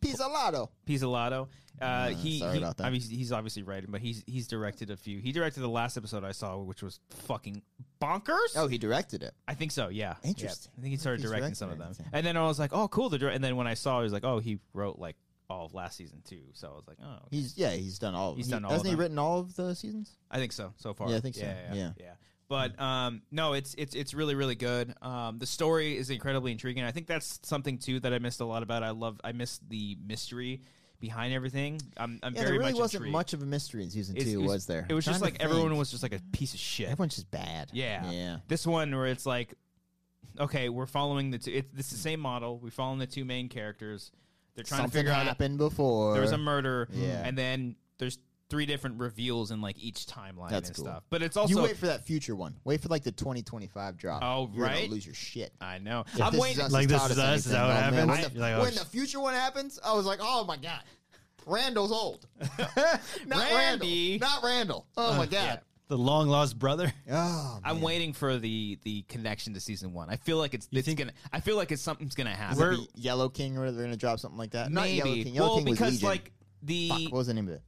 S3: Pizzolatto.
S1: Pizzolatto. Uh, he,
S3: sorry
S1: he-
S3: about that.
S1: I mean, he's- he's obviously writing, but he's he's directed a few. He directed the last episode I saw, which was fucking bonkers.
S3: Oh, he directed it.
S1: I think so. Yeah. Yeah.
S3: Interesting.
S1: I think he started
S3: He's
S1: directing some of them,
S3: directing
S1: and then I was like, oh, cool. The dir-. and then when I saw, it, I was like, oh, he wrote like all of last season too. So I was like, oh, okay.
S3: He's yeah. He's done all. Of
S1: He's
S3: them.
S1: done all of
S3: Hasn't he
S1: them.
S3: written all of the seasons?
S1: I think so. So far,
S3: Yeah, I think so.
S1: Yeah,
S3: Yeah.
S1: yeah. yeah. But um, no, it's it's it's really really good. Um, the story is incredibly intriguing. I think that's something too that I missed a lot about. I love I miss the mystery behind everything. I'm, I'm
S3: Yeah,
S1: very
S3: there really
S1: much
S3: wasn't
S1: intrigued.
S3: much of a mystery in season
S1: It's-
S3: two,
S1: it
S3: was, there?
S1: It was just
S3: Trying
S1: like
S3: to
S1: everyone
S3: think.
S1: was just like a piece of shit.
S3: Everyone's just bad.
S1: Yeah.
S3: Yeah.
S1: This one where it's like, okay, we're following the two. It's, it's the same model. We're following the two main characters. They're trying
S3: Something
S1: to figure out
S3: happened before.
S1: there was a murder.
S3: Yeah.
S1: And then there's three different reveals in like each timeline
S3: That's
S1: and
S3: cool.
S1: stuff. But it's also
S3: you wait for that future one. Wait for like the 2025 drop.
S1: Oh,
S3: You're
S1: right?
S3: gonna lose your shit.
S1: I know.
S3: If
S1: I'm
S3: this
S1: waiting.
S3: Is us
S2: Like,
S3: has
S2: this
S3: taught
S2: is
S3: us
S2: us, is that
S3: anything,
S2: what
S3: oh, man,
S2: happened?
S3: when
S2: I-
S3: the-
S2: you're like, oh,
S3: when
S2: sh-
S3: the future one happens, I was like, oh my god, Randall's old. <laughs> not
S1: Randy.
S3: Randall. Not Randall. Oh my god.
S2: The long lost brother. <laughs>
S3: Oh,
S1: I'm waiting for the the connection to season one. I feel like it's, it's
S2: think-
S1: gonna. I feel like it's something's gonna happen.
S3: Where Yellow King or whatever, they're gonna drop something like that? Not Yellow
S1: Maybe.
S3: King. Yellow
S1: well,
S3: King was
S1: because
S3: Legion.
S1: like the
S3: Fuck, what was the name of it?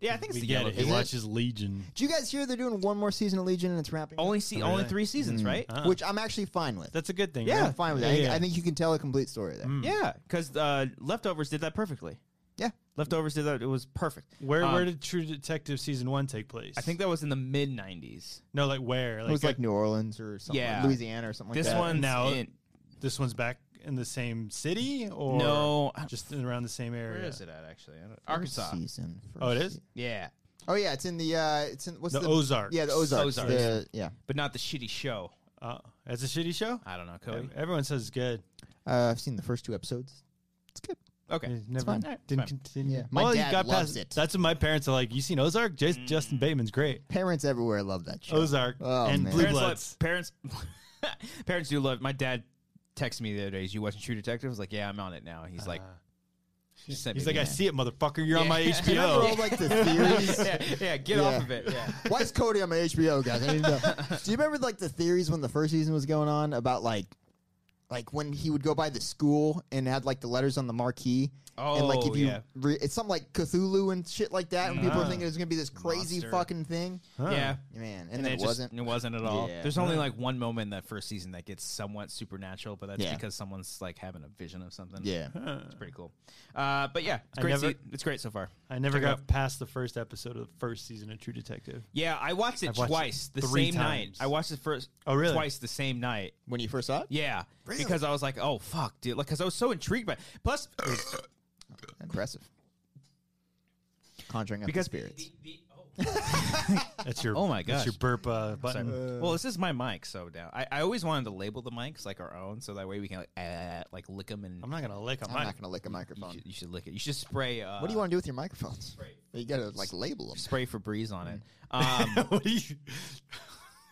S1: yeah, I think it's
S2: We
S1: the
S2: get
S1: yellow.
S2: it. He
S3: Is it-
S2: watches Legion.
S3: Do you guys hear they're doing one more season of Legion and it's wrapping? up?
S1: Only see
S2: Oh,
S1: only
S2: really?
S1: three seasons, right?
S3: Mm.
S2: Ah.
S3: which I'm actually fine with.
S2: That's a good thing.
S3: yeah,
S2: right?
S3: I'm fine with that. I, think, I think you can tell a complete story there.
S1: Yeah, because uh, leftovers did that perfectly.
S3: Yeah.
S1: Leftovers did that. It was perfect.
S2: Where
S1: Um,
S2: where did True Detective season one take place?
S1: I think that was in the mid '90s.
S2: no, like where?
S3: It was
S2: uh,
S3: like New Orleans or something,
S1: Yeah.
S3: Louisiana or something
S1: This
S3: like that.
S1: one's
S2: now-
S1: in,
S2: this one's back in the same city or
S1: no. I don't-
S2: just in around the same area.
S1: Where is it at? Actually, I don't, Arkansas.
S3: Season.
S2: Oh, it
S3: first
S2: is.
S3: se-
S1: Yeah,
S3: Oh yeah, it's in the uh, it's in what's the,
S2: The Ozarks.
S3: Yeah, the Ozarks.
S1: Ozarks.
S3: the- yeah,
S1: but not the shitty show.
S2: Uh, that's a shitty show.
S1: I don't know, Cody.
S2: Everyone says it's good.
S3: uh, I've seen the first two episodes. It's good.
S1: Okay,
S2: It Never
S3: fine.
S2: didn't
S1: fine.
S2: continue.
S3: Yeah. My
S2: well,
S3: dad
S2: you got
S3: loves
S2: past
S3: it.
S2: That's what my parents are like. You seen Ozark? Just, Justin Bateman's great.
S3: Parents everywhere love that show.
S2: Ozark
S3: Oh,
S2: and
S3: man.
S2: Blue
S1: parents,
S2: Bloods.
S1: love, parents, <laughs> parents do love. My dad texted me the other day. Is you watching True Detective? I was like, yeah, I'm on it now. He's like, he sent
S2: He's
S1: me
S2: like,
S1: the-
S2: I see it, motherfucker. You're on
S1: Yeah.
S2: my
S1: Yeah.
S3: <laughs> Remember all
S2: HBO.
S1: <laughs>
S3: like the theories.
S1: yeah, yeah, get
S3: Yeah.
S1: off of it. Yeah.
S3: Why is
S1: <laughs>
S3: Cody on my HBO, guys? I need to know. Do you remember like the theories when the first season was going on about like like when he would go by the school and had like the letters on the marquee. and like
S1: Oh,
S3: if you,
S1: yeah.
S3: re- it's something like Cthulhu and shit like that. And people are
S1: Ah.
S3: thinking it was gonna be this crazy
S1: Monster.
S3: fucking thing.
S1: Yeah.
S3: Man, and,
S1: And
S3: then
S1: then
S3: it
S1: just-
S3: wasn't.
S1: It wasn't at all.
S5: Yeah.
S1: There's only like one moment in that first season that gets somewhat supernatural, but that's
S3: Yeah.
S1: because someone's like having a vision of something.
S3: Yeah.
S1: it's pretty cool. Uh, but yeah, it's
S2: I
S1: great.
S2: never-
S1: se- it's great so far.
S2: I never
S1: Check it
S2: got
S1: out.
S2: past the first episode of the first season of True Detective.
S1: Yeah, I watched it
S2: I've watched it
S1: twice the
S2: three
S1: same night.
S2: times.
S1: I watched it first.
S2: Oh, really?
S1: Twice the same night.
S3: When you first saw it,
S1: Yeah, because I was like, oh fuck, dude, like because I was so intrigued by.
S3: <coughs>
S1: Plus,
S3: impressive. Conjuring up
S1: because
S3: the spirits.
S2: That's your
S1: Oh my
S2: That's your
S1: gosh.
S2: burp uh, button.
S1: well, this is my mic, so now I, I always wanted to label the mics like our own, so that way we can like eh, like lick them and
S2: I'm not gonna lick on
S3: I'm
S2: mine.
S3: not gonna lick a
S1: you,
S3: microphone.
S1: should, you should lick it. You should spray. Uh,
S3: What do you want to do with your microphones? You gotta like label them.
S1: Spray Febreze on it. Um,
S2: <laughs> What are you?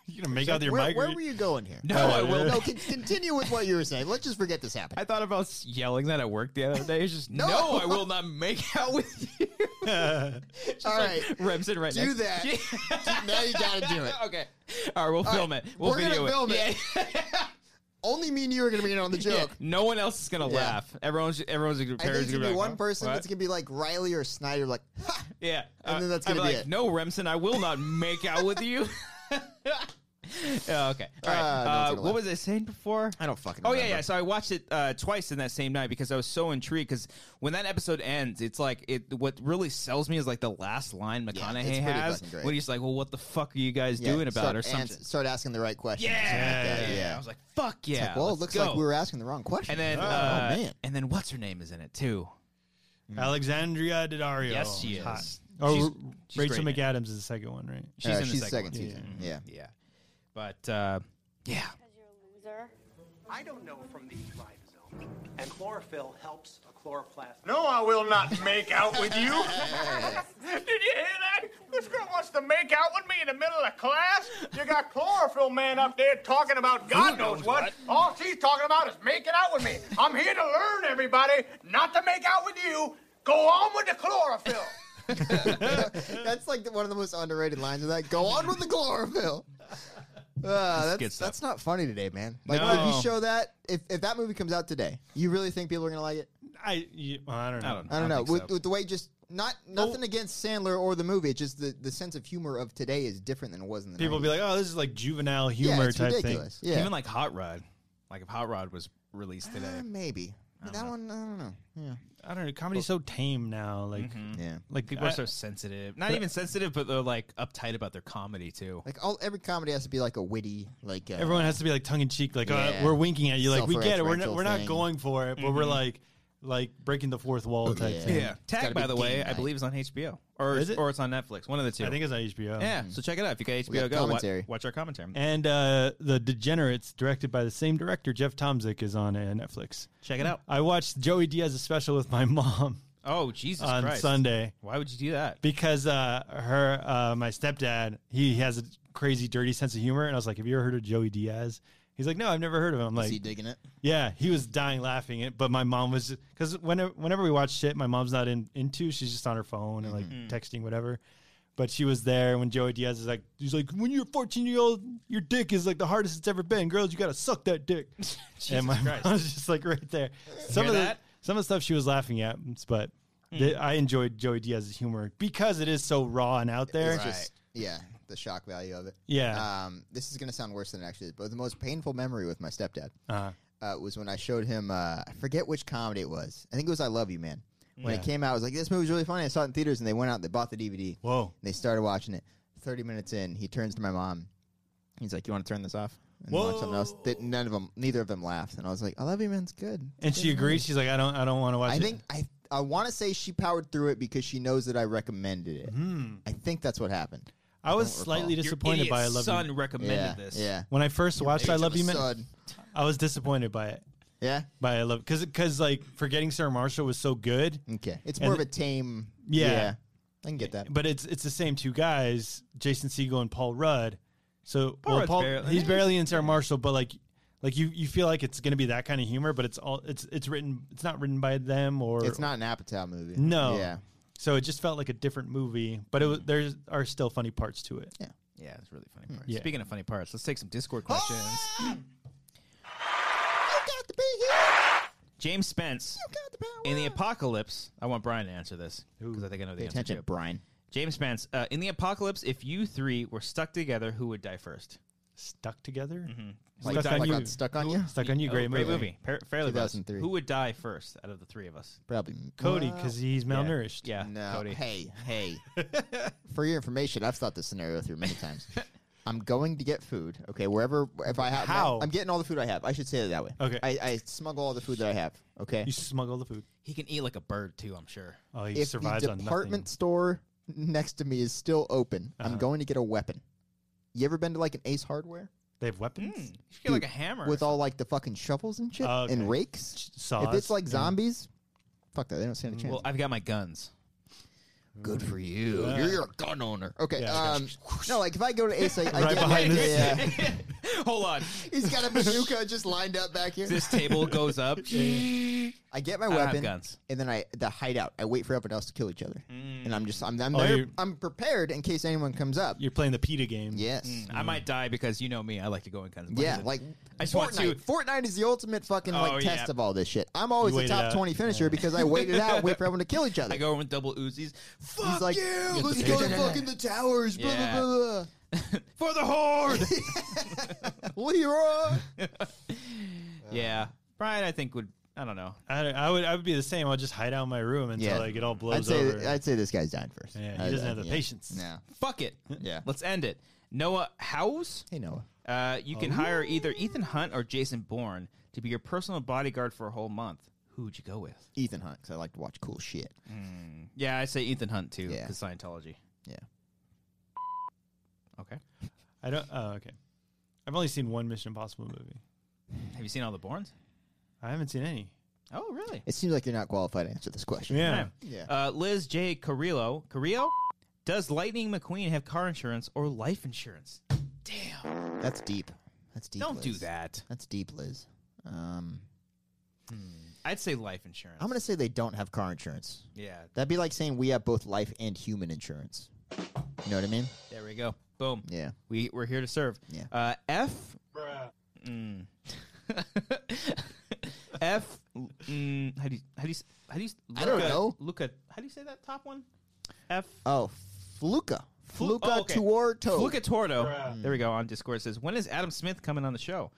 S2: you <laughs> gonna make out your
S3: Where,
S2: mic?
S3: where were you going here?
S1: no, I will.
S3: no, con- continue with what you were saying. Let's just forget this happened.
S1: I thought about s- yelling that at work the other day. It's just no, I will not make <laughs> out with
S3: <laughs>
S1: you.
S3: All right,
S1: Remsen right
S3: do
S1: next-
S3: that. <laughs> now you gotta
S1: <laughs>
S3: do it.
S1: okay. All right, we'll film
S3: right,
S1: it. We'll
S3: we're gonna
S1: video
S3: film
S1: it.
S3: it.
S1: Yeah.
S3: Only me and you are gonna be in on the
S1: <laughs> Yeah,
S3: joke.
S1: No one else is gonna laugh. Everyone's everyone's gonna.
S3: I think
S1: Perry's
S3: it's gonna be
S1: like,
S3: one
S1: "Huh?
S3: person
S1: What?"
S3: that's gonna be like Riley or Snyder, like, ha!
S1: yeah, Uh,
S3: and then that's
S1: I'd
S3: gonna be
S1: like,
S3: it.
S1: No, Remsen, I will not make out with
S3: <laughs>
S1: you. <laughs> Yeah, okay. All right.
S3: Ah, no one's
S1: Uh,
S3: gonna
S1: what
S3: laugh.
S1: was I saying before?
S3: I don't fucking.
S1: Oh
S3: remember.
S1: yeah, yeah. So I watched it uh, twice in that same night because I was so intrigued. Because when that episode ends, it's like it. What really sells me is like the last line
S3: it's
S1: McConaughey
S3: pretty
S1: has
S3: fucking great.
S1: when he's like, "Well, what the fuck are you guys
S3: Yeah,
S1: doing about
S3: start
S1: it?" or
S3: ans-
S1: something.
S3: Start asking the right questions.
S1: Yeah,
S3: and shit
S1: yeah,
S3: like that,
S1: I was like, "Fuck yeah!"
S3: Like, well, it
S1: let's
S3: looks like
S1: go."
S3: we were asking the wrong question.
S1: And then,
S3: oh,
S1: uh,
S3: man,
S1: and then what's her name is in it too?
S2: Mm. Alexandria Daddario.
S1: Yes, she
S2: Hot.
S1: is.
S2: Oh,
S1: She's-
S2: R-
S1: she's
S2: Rachel
S1: great in it.
S2: McAdams is the second one, right?
S1: She's
S3: Uh,
S1: in the
S3: she's
S1: second,
S3: second
S1: one.
S3: season.
S1: Mhm.
S3: Yeah.
S1: yeah. But uh, yeah,
S6: I don't know from these ribosome, and chlorophyll helps a chloroplast.
S7: No, I will not make out with you. Did you hear that? This girl wants to make out with me in the middle of class. You got chlorophyll man up there talking about God knows what. All she's talking about is making out with me. I'm here to learn everybody not to make out with you. Go on with the chlorophyll.
S3: that's like the, one of the most underrated lines of that. Go on with the chlorophyll. Uh,
S1: good
S3: that's
S1: stuff.
S3: that's not funny today, man. Like
S1: No.
S3: if you show that, if, if that movie comes out today, you really think people are gonna like it?
S2: I, you, well, I don't know.
S1: I don't know.
S3: I don't know.
S1: think
S3: With,
S1: so.
S3: with the way just not nothing against Sandler or the movie, it's just the, the sense of humor of today is different than it was in the
S2: People
S3: 90s.
S2: be like, "Oh, this is like juvenile
S3: yeah,
S2: humor
S3: it's
S2: type
S3: ridiculous. Yeah,
S1: Even like Hot Rod, like if Hot Rod was released today,
S3: Uh, maybe But that one. I don't know. Yeah,
S2: thing." I don't know. Comedy's so tame now. Like,
S3: yeah.
S2: like
S1: people
S2: I-
S1: are so sensitive. Not even sensitive, but they're like uptight about their comedy too.
S3: Like all every comedy has to be like a witty, like uh,
S2: Everyone has to be like tongue in cheek. Like,
S3: Yeah.
S2: uh, we're winking at you. Like, we get it. We're not,
S3: Self-referential
S2: we're not
S3: thing.
S2: going for it, but we're like, like breaking the fourth wall type
S3: Yeah.
S2: thing.
S3: Yeah.
S1: Tag,
S3: gotta
S1: by
S3: be
S1: the way,
S3: game
S1: I
S3: night.
S1: believe is on HBO or
S2: Is it?
S1: or it's on Netflix. One of the two.
S2: I think it's on HBO.
S1: yeah, so check it out. If you got HBO,
S3: got
S1: go wa-
S3: commentary.
S1: watch, our commentary.
S2: And uh, the Degenerates, directed by the same director, Jeff Tomzik, is on uh, Netflix.
S1: Check it out.
S2: I watched Joey Diaz's special with my <laughs> mom
S1: Oh Jesus
S2: on
S1: Christ!
S2: Sunday.
S1: Why would you do that?
S2: because uh, her uh, my stepdad he has a crazy dirty sense of humor, and I was like, "Have you ever heard of Joey Diaz?" He's like, "No, I've never heard of him." I'm
S3: is
S2: like,
S3: he digging it?
S2: "Yeah." He was dying laughing it, but my mom was because whenever whenever we watch shit, my mom's not in into. She's just on her phone and like
S3: Mm-hmm.
S2: texting whatever. But she was there when Joey Diaz is like, he's like, when you're 14 year old, your dick is like the hardest it's ever been. Girls, you gotta suck that
S3: <laughs>
S2: dick. and my
S1: Christ.
S2: mom's just like right there. Some
S1: Hear
S2: of the,
S1: that?
S2: some of the stuff she was laughing at, but
S3: Mm.
S2: th- I enjoyed Joey Diaz's humor because it is so raw and out there.
S3: It's just yeah, the shock value of it.
S2: Yeah.
S3: Um, this is gonna sound worse than it actually is, but the most painful memory with my stepdad
S2: Uh-huh.
S3: uh, was when I showed him. Uh, I forget which comedy it was. I think it was I Love You, Man. When it came out, I was like, "This movie's really funny." I saw it in theaters, and they went out. and They bought the DVD.
S2: Whoa.
S3: And they started watching it. Thirty minutes in, he turns to my mom. He's like, "You want to turn this off and watch something else?" That none of them, neither of them laughed, and I was like, "I love you, man. It's good." It's
S2: And
S3: good
S2: she
S3: movie."
S2: agreed. She's like, I don't, I don't want to watch
S3: I
S2: it.
S3: think I I want to say she powered through it because she knows that I recommended it.
S2: Hmm.
S3: I think that's what happened.
S2: I was
S3: don't recall.
S2: slightly
S3: Your
S1: Your
S2: disappointed by I
S1: idiot
S2: Love
S1: son
S2: You.
S1: recommended
S3: yeah,
S1: this.
S3: yeah.
S2: When I first watched I
S3: Age of
S2: Love
S3: a
S2: You, Man,
S3: Sod.
S2: I was disappointed by it.
S3: Yeah.
S2: By I Love, because because like forgetting Sarah Marshall was so good,
S3: Okay. It's
S2: And
S3: more
S2: th-
S3: of a tame.
S2: Yeah.
S3: I can get that.
S2: but it's it's the same two guys, Jason Segel and Paul Rudd. So
S1: Paul
S2: well,
S1: Rudd's
S2: Paul,
S1: barely-
S2: he's barely in Sarah Marshall, but like like you you feel like it's gonna be that kind of humor, but it's all it's it's written it's not written by them or
S3: It's not an Apatow movie.
S2: No.
S3: Yeah.
S2: So it just felt like a different movie, but it was,
S1: Mm-hmm.
S2: there are still funny parts to it.
S1: Yeah, it's
S3: Hmm.
S1: really funny parts.
S2: Yeah.
S3: Ah!
S1: Speaking of funny parts, let's take some Discord questions.
S3: You got the
S1: James Spence in the apocalypse. I want Brian to answer this because I think I know the
S5: Pay
S1: answer.
S5: attention,
S1: too.
S5: Brian.
S1: James Spence, uh, in the apocalypse, if you three were stuck together, who would die first?
S2: Stuck together?
S5: Like,
S2: Stuck
S5: like
S2: on
S5: I
S2: you.
S5: got stuck on you?
S2: Stuck on
S1: Mm-hmm.
S2: you,
S1: Oh,
S2: great,
S1: great
S2: movie.
S1: movie, Par- fairly Buzz.
S5: 2003.
S1: Who would die first out of the three of us?
S5: Probably.
S2: Cody, because he's
S1: Yeah.
S2: malnourished.
S1: Yeah,
S5: No.
S1: Cody.
S5: Hey,
S2: <laughs>
S5: hey.
S3: For your information, I've thought this scenario through many
S2: <laughs>
S3: times. I'm going to get food. Okay, wherever if I have,
S2: How?
S3: I'm getting all the food I have. I should say it that way.
S2: Okay.
S3: I, I smuggle all the food that I have. Okay,
S2: You smuggle the food.
S1: He can eat like a bird too. I'm sure.
S2: Oh, he
S3: if
S2: survives
S3: the
S2: on nothing.
S3: department store next to me is still open,
S2: Uh-huh.
S3: I'm going to get a weapon. You ever been to like an Ace Hardware
S2: They have weapons,
S1: You should get like a hammer.
S3: with all like the fucking shovels and shit
S2: Oh, Okay.
S3: and rakes?
S2: saws.
S3: If it's like zombies, fuck that. They don't stand a chance.
S1: well, I've got my guns.
S3: Good for you. You're, you're a gun owner. Okay.
S2: Yeah, I got
S3: um, no, like if I go to Ace, I, I
S2: <laughs> Right
S3: get
S2: behind
S3: like,
S2: this. <laughs>
S3: yeah.
S1: <laughs> Hold on.
S3: He's got a bazooka just lined up back here.
S1: This table goes
S3: <laughs>
S1: up.
S3: I get my
S1: I have
S3: weapon,
S1: guns.
S3: and then I the hideout. I wait for everyone else to kill each other, and I'm just I'm I'm,
S2: Oh,
S3: there,
S2: you-
S3: I'm prepared in case anyone comes up.
S2: you're Mm. playing the PETA game.
S3: Yes,
S1: I might die because you know me. I like to go in guns.
S3: yeah, like
S1: I just
S3: Fortnite.
S1: want to-
S3: Fortnite is the ultimate fucking like
S1: Oh,
S3: test
S1: yeah.
S3: of all this shit. I'm always
S2: You
S3: the
S2: wait it
S3: top
S2: out.
S3: twenty finisher because I
S1: <laughs>
S3: waited out, and wait for everyone to kill each other.
S1: I go in with double Uzis. Fuck
S3: He's like,
S1: you! <laughs>
S3: let's go to fucking the towers, blah
S1: Yeah.
S3: blah
S1: for the
S3: <laughs>
S1: horde.
S3: blah blah. Leroy.
S1: yeah, Brian. I think would. I don't know.
S2: I, don't- I would I would be the same. I'll just hide out in my room until
S3: Yeah.
S2: like it all blows
S3: I'd say
S2: over.
S3: I'd say this guy's dying first.
S2: yeah,
S3: I-
S2: he doesn't
S3: I-
S2: have the
S3: yeah.
S2: patience.
S3: No.
S1: Fuck it.
S3: Yeah.
S1: Let's end it. Noah House.
S3: Hey Noah.
S1: Uh, you can hire either Ethan Hunt or Jason Bourne to be your personal bodyguard for a whole month. Who would you go with?
S3: Ethan Hunt, because I like to watch cool shit.
S1: Yeah, I say Ethan Hunt too,
S3: Yeah.
S1: because Scientology.
S3: Yeah.
S1: Okay.
S2: I don't. Oh, okay. I've only seen one Mission Impossible movie.
S1: Have you seen all the Bournes?
S2: I haven't seen any.
S1: Oh, really?
S3: It seems like you're not qualified to answer this question.
S2: Yeah.
S3: Yeah.
S1: Uh, Liz J. Carrillo. Carrillo? Does Lightning McQueen have car insurance or life insurance? Damn.
S3: That's deep. That's deep.
S1: Don't
S3: Liz.
S1: do that.
S3: That's deep, Liz. Um,
S1: I'd say life insurance.
S3: I'm gonna say they don't have car insurance.
S1: Yeah.
S3: That'd be like saying we have both life and human insurance. You know what I mean?
S1: There we go. Boom.
S3: Yeah.
S1: We, we're here to serve.
S3: Yeah.
S1: Uh, F. Mm. <laughs> F. Mm, how do you how do you s- how do you s-
S3: I don't
S1: Luca-
S3: know.
S1: Luca how do you say that top one? F.
S3: Oh, Fluca.
S1: Flu-
S3: Fluca
S1: oh, okay.
S3: Tuorto.
S1: Fluca Torto. There we go. On Discord it says when is Adam Smith coming on the show?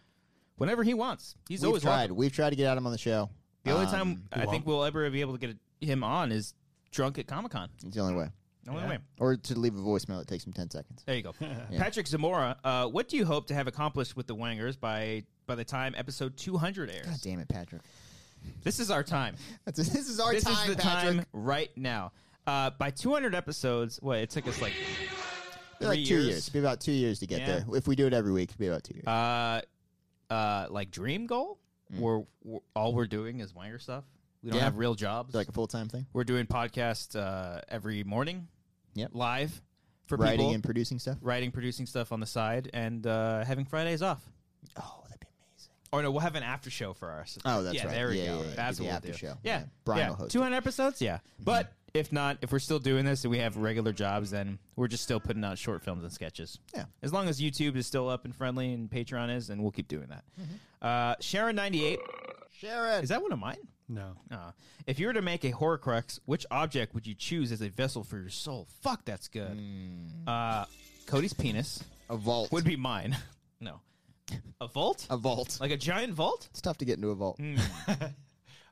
S1: Whenever he wants. He's
S3: We've
S1: always
S3: tried.
S1: welcome.
S3: We've tried to get Adam on the show.
S1: The only
S3: Um,
S1: time I think we'll ever be able to get him on is drunk at Comic Con.
S3: it's the only way.
S1: No other way.
S3: Or to leave a voicemail, it takes him ten seconds.
S1: There you go. Patrick Zamora, uh, what do you hope to have accomplished with the Wangers by by the time episode 200 airs?
S3: God damn it, Patrick.
S1: This is our time.
S3: That's this is our
S1: this
S3: time,
S1: is the
S3: Patrick.
S1: time right now. Uh, by 200 episodes, what it took us like
S3: Be like
S1: three
S3: two years.
S1: years.
S3: It'd be about two years to get
S1: Yeah.
S3: there. If we do it every week, it'd be about two years.
S1: uh, uh, like dream goal. We're, we're all we're doing is Wanger stuff. We don't
S3: Mm. Yeah.
S1: have real jobs.
S3: like a full time thing.
S1: we're doing podcasts uh, every morning.
S3: Yep.
S1: Live for
S3: Writing
S1: people.
S3: and producing stuff.
S1: writing, producing stuff on the side, and uh, having Fridays off.
S3: Oh, that'd be amazing.
S1: Or no, we'll have an after show for us.
S3: Oh, that's
S1: yeah,
S3: right.
S1: There we
S3: Yeah,
S1: go.
S3: yeah,
S1: That's
S3: yeah. Do
S1: what
S3: the
S1: we'll
S3: after
S1: do.
S3: show.
S1: Yeah,
S3: Yeah. Brian
S1: yeah.
S3: will host it. Mm-hmm.
S1: 200 episodes. Yeah, but if not, if we're still doing this and we have regular jobs, then we're just still putting out short films and sketches.
S3: Yeah.
S1: as long as YouTube is still up and friendly and Patreon is, and we'll keep doing that.
S3: Mm-hmm.
S1: Uh, Sharon 98
S3: Sharon.
S1: is that one of mine?
S2: No.
S1: Uh, if you were to make a Horcrux, which object would you choose as a vessel for your soul? Fuck, that's good.
S3: Mm.
S1: Uh, Cody's penis
S3: a vault.
S1: would be mine. <laughs> no, a vault,
S3: a vault.
S1: like a giant vault.
S3: It's tough to get into a vault.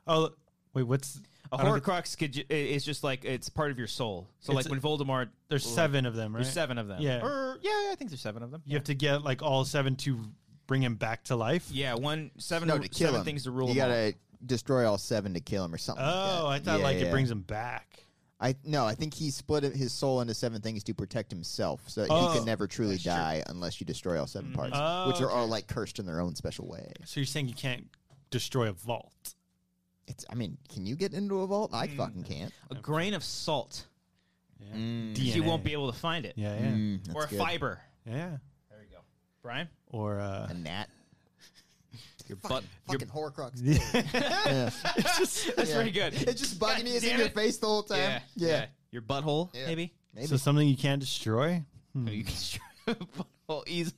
S2: Oh, wait. What's
S1: A
S2: I don't think-
S1: Horcrux could ju- i- it's just like it's part of your soul. So like
S2: It's-
S1: when Voldemort,
S2: There's
S3: Oh,
S2: seven of them, right?
S1: there's seven of them.
S2: Yeah.
S1: or yeah, I think there's seven of them.
S2: You have to get like all seven to bring him back to life.
S1: yeah, one seven
S3: No,
S1: ru-
S3: to kill
S1: seven
S3: him.
S1: things to rule.
S3: You
S1: them all.
S3: gotta destroy all seven to kill him or something.
S2: Oh, I
S3: like that.
S2: thought
S3: Yeah,
S2: like
S3: yeah.
S2: it brings him back.
S3: I no, I think he split it- his soul into seven things to protect himself, so that
S2: Oh,
S3: he can never truly die unless you destroy all seven
S1: Mm-hmm.
S3: parts,
S2: Oh,
S3: which are all like cursed in their own special way.
S2: So you're saying you can't destroy a vault?
S3: It's. I mean, can you get into a vault? I fucking can't.
S1: a grain of salt.
S2: Yeah.
S1: She
S2: DNA.
S1: won't be able to find
S3: Mm-hmm.
S1: it.
S2: Yeah, yeah,
S1: or a
S3: Mm. good.
S1: fiber.
S2: yeah.
S1: There you go, Brian.
S2: Or uh, <laughs>
S3: A gnat.
S1: Your
S3: <laughs>
S1: butt. Your,
S3: Fucking
S1: <laughs>
S3: Horcrux. <laughs>
S1: that's pretty good.
S3: It's just bugging me. It's
S1: damn
S3: in your
S1: it.
S3: face the whole time.
S1: yeah, yeah,
S3: yeah.
S1: Your butthole,
S3: Yeah.
S1: maybe.
S3: Maybe.
S2: so something you can't destroy.
S3: <laughs>
S1: You can try a butthole easily.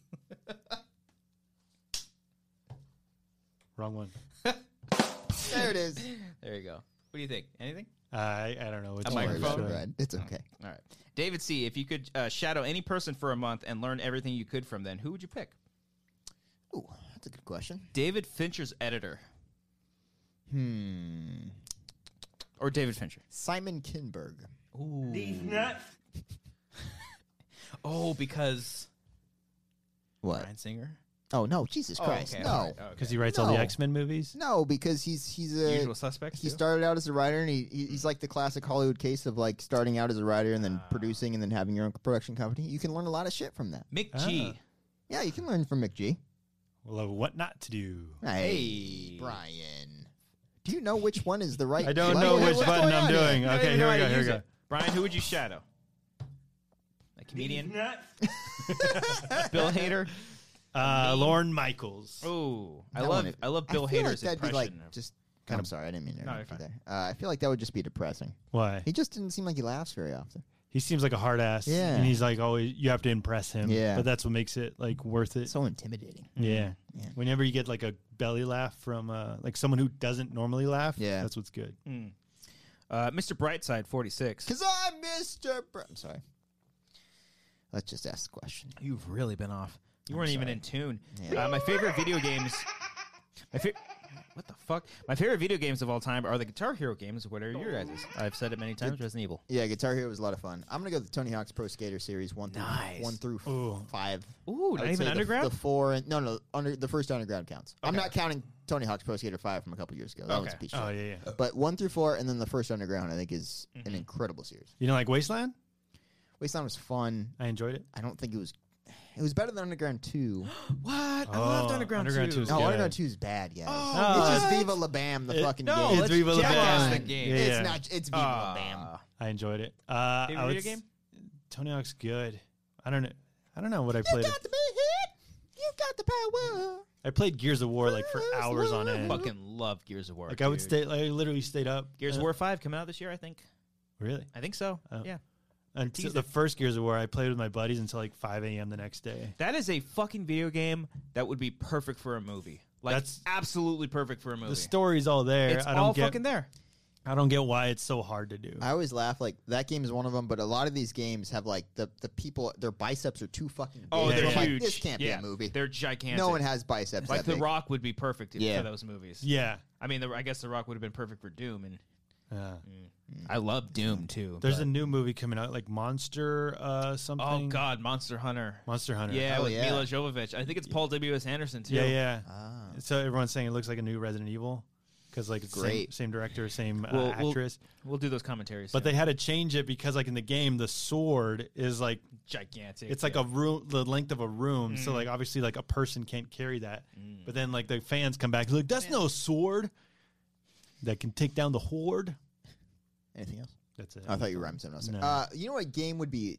S2: Wrong one.
S3: There
S1: <laughs>
S3: it is.
S1: There you go. What do you think? Anything?
S2: Uh, I, I don't know. Which
S1: A
S2: one
S3: Sorry,
S2: we
S1: microphone? Oh.
S2: should.
S3: Brad. It's okay.
S1: All right. David C., if you could uh, shadow any person for a month and learn everything you could from them, who would you pick?
S3: Ooh, that's a good question.
S1: David Fincher's editor.
S3: Hmm.
S1: Or David Fincher.
S3: Simon Kinberg.
S1: Ooh. Oh, because
S3: What?
S1: Brian Singer?
S3: Oh no, Jesus Christ,
S1: okay,
S3: no,
S1: all right, okay.
S2: Because he writes all the
S3: No.
S2: X Men movies.
S3: no, because he's he's a
S1: Usual suspects.
S3: he
S1: too?
S3: started out as a writer and he, he- he's like the classic Hollywood case of like starting out as a writer and then
S1: Ah.
S3: producing and then having your own production company. You can learn a lot of shit from that.
S1: Mick G.
S3: Yeah, you can learn from McG.
S2: Well, of what not to do.
S3: Hey, Brian. Do you know which one is the right?
S2: I don't
S3: button?
S2: know which
S3: What's
S2: button
S3: going
S2: I'm
S3: on here?
S2: doing.
S1: I don't
S2: Okay,
S1: even
S2: here
S1: know
S2: we
S1: how
S2: go.
S1: to
S2: Here we
S1: use
S2: go.
S1: it. Brian, who would you shadow? A comedian? Bill Hader?
S2: Uh, Lauren Michaels.
S1: Oh, I
S3: That
S1: love
S3: one-
S1: I love Bill
S3: feel
S1: Hader's
S3: like that'd
S1: impression.
S3: Be like
S1: of-
S3: just. I'm sorry, I didn't mean to
S1: No,
S3: interrupt
S1: you're
S3: you there. Uh, I feel like that would just be depressing.
S2: Why?
S3: He just didn't seem like he laughs very often.
S2: He seems like a hard ass.
S3: Yeah.
S2: And he's like always. You have to impress him.
S3: Yeah.
S2: But that's what makes it like worth it.
S3: It's so intimidating.
S2: yeah.
S3: Yeah.
S2: Whenever you get like a belly laugh from uh, like someone who doesn't normally laugh.
S3: Yeah.
S2: That's what's good.
S1: Mm. uh, Mr. Brightside, forty six.
S3: Cause I'm Mr. Br- I'm sorry. Let's just ask the question.
S1: You've really been off. You weren't even in tune.
S3: Yeah.
S1: Uh, my favorite video games. My fa- what the fuck? My favorite video games of all time are the Guitar Hero games. What are your guys? I've said it many times. Resident Evil.
S3: Yeah, Guitar Hero was a lot of fun. I'm gonna go with Tony Hawk's Pro Skater series one through
S1: Nice.
S3: one through f-
S2: Ooh.
S3: five.
S1: Ooh,
S3: I
S1: not
S3: would say
S1: even
S3: the-
S1: underground.
S3: The, four and no, no, under the first underground counts. I'm
S1: Okay.
S3: not counting Tony Hawk's Pro Skater five from a couple years ago. That was a
S1: Okay.
S3: piece of
S2: Oh
S3: shit.
S2: yeah. Mm-hmm. yeah.
S3: But one through four, and then the first underground, I think is an incredible series.
S2: You know, like Wasteland.
S3: Wasteland was fun.
S2: I enjoyed it.
S3: I don't think it was. It was better than Underground
S2: <gasps>
S3: Two.
S1: what? I
S2: Oh,
S1: loved Underground,
S2: Underground
S1: 2.
S2: Two is
S3: no,
S2: good.
S3: Underground Two is bad, guys.
S2: Oh,
S3: it's just
S2: what?
S3: Viva La Bam, the
S2: It-
S3: fucking
S1: no,
S3: game.
S1: let's
S2: Viva La
S1: jackass
S2: Bam.
S1: the game.
S2: Yeah.
S3: It's not. It's Viva La Bam.
S1: Ah.
S2: I enjoyed it. Uh,
S1: Favorite
S2: I would
S1: video
S2: s-
S1: game?
S2: Tony Hawk's good. I don't know. I don't know what I played.
S3: the big hit. You got the power.
S2: I played Gears of War like for hours on end.
S1: Fucking love Gears of War.
S2: Like I would
S1: dude.
S2: stay. I literally stayed up.
S1: Gears
S2: uh,
S1: of War five coming out this year, I think.
S2: Really?
S1: I think so.
S2: Oh.
S1: Yeah.
S2: Until
S1: Teaser.
S2: the first Gears of War, I played with my buddies until like 5 a.m. the next day.
S1: That is a fucking video game that would be perfect for a movie. Like
S2: That's-
S1: absolutely perfect for a movie.
S2: The story's all there.
S1: It's
S2: I don't
S1: all
S2: get.
S1: fucking there.
S2: I don't get why it's so hard to do.
S3: I always laugh like that game is one of them, but a lot of these games have like the, the people their biceps are too fucking big.
S1: Oh,
S2: Yeah,
S1: they're
S3: I'm
S2: yeah.
S3: like,
S1: huge.
S3: this can't
S1: yeah.
S3: be a movie.
S1: They're gigantic.
S3: No one has biceps
S1: Like
S3: that
S1: The
S3: big.
S1: Rock would be perfect to,
S3: Yeah.
S1: for those movies.
S2: yeah.
S1: I mean, the, I guess The Rock would have been perfect for Doom, and
S2: Yeah.
S3: Hmm.
S1: I love Doom too.
S2: There's a new movie coming out, like Monster uh, something.
S1: oh god, Monster Hunter.
S2: Monster Hunter.
S1: Yeah,
S3: Oh,
S1: with
S3: yeah.
S1: Mila Jovovich. I think it's Paul W S Anderson too.
S2: Yeah, yeah.
S3: Ah.
S2: So everyone's saying it looks like a new Resident Evil because like it's the Same,
S3: Great.
S2: same director, same uh,
S1: We'll, we'll,
S2: actress.
S1: we'll do those commentaries.
S2: but they had to change it because like in the game, the sword is like
S1: gigantic.
S2: it's like a room the length of a room so
S1: Mm.
S2: like obviously like a person can't carry that but then like the fans come back like that's no sword that can take down the horde
S3: Anything else?
S2: that's it
S3: I thought you rhymed something else.
S2: No.
S3: Uh, you know what game would be?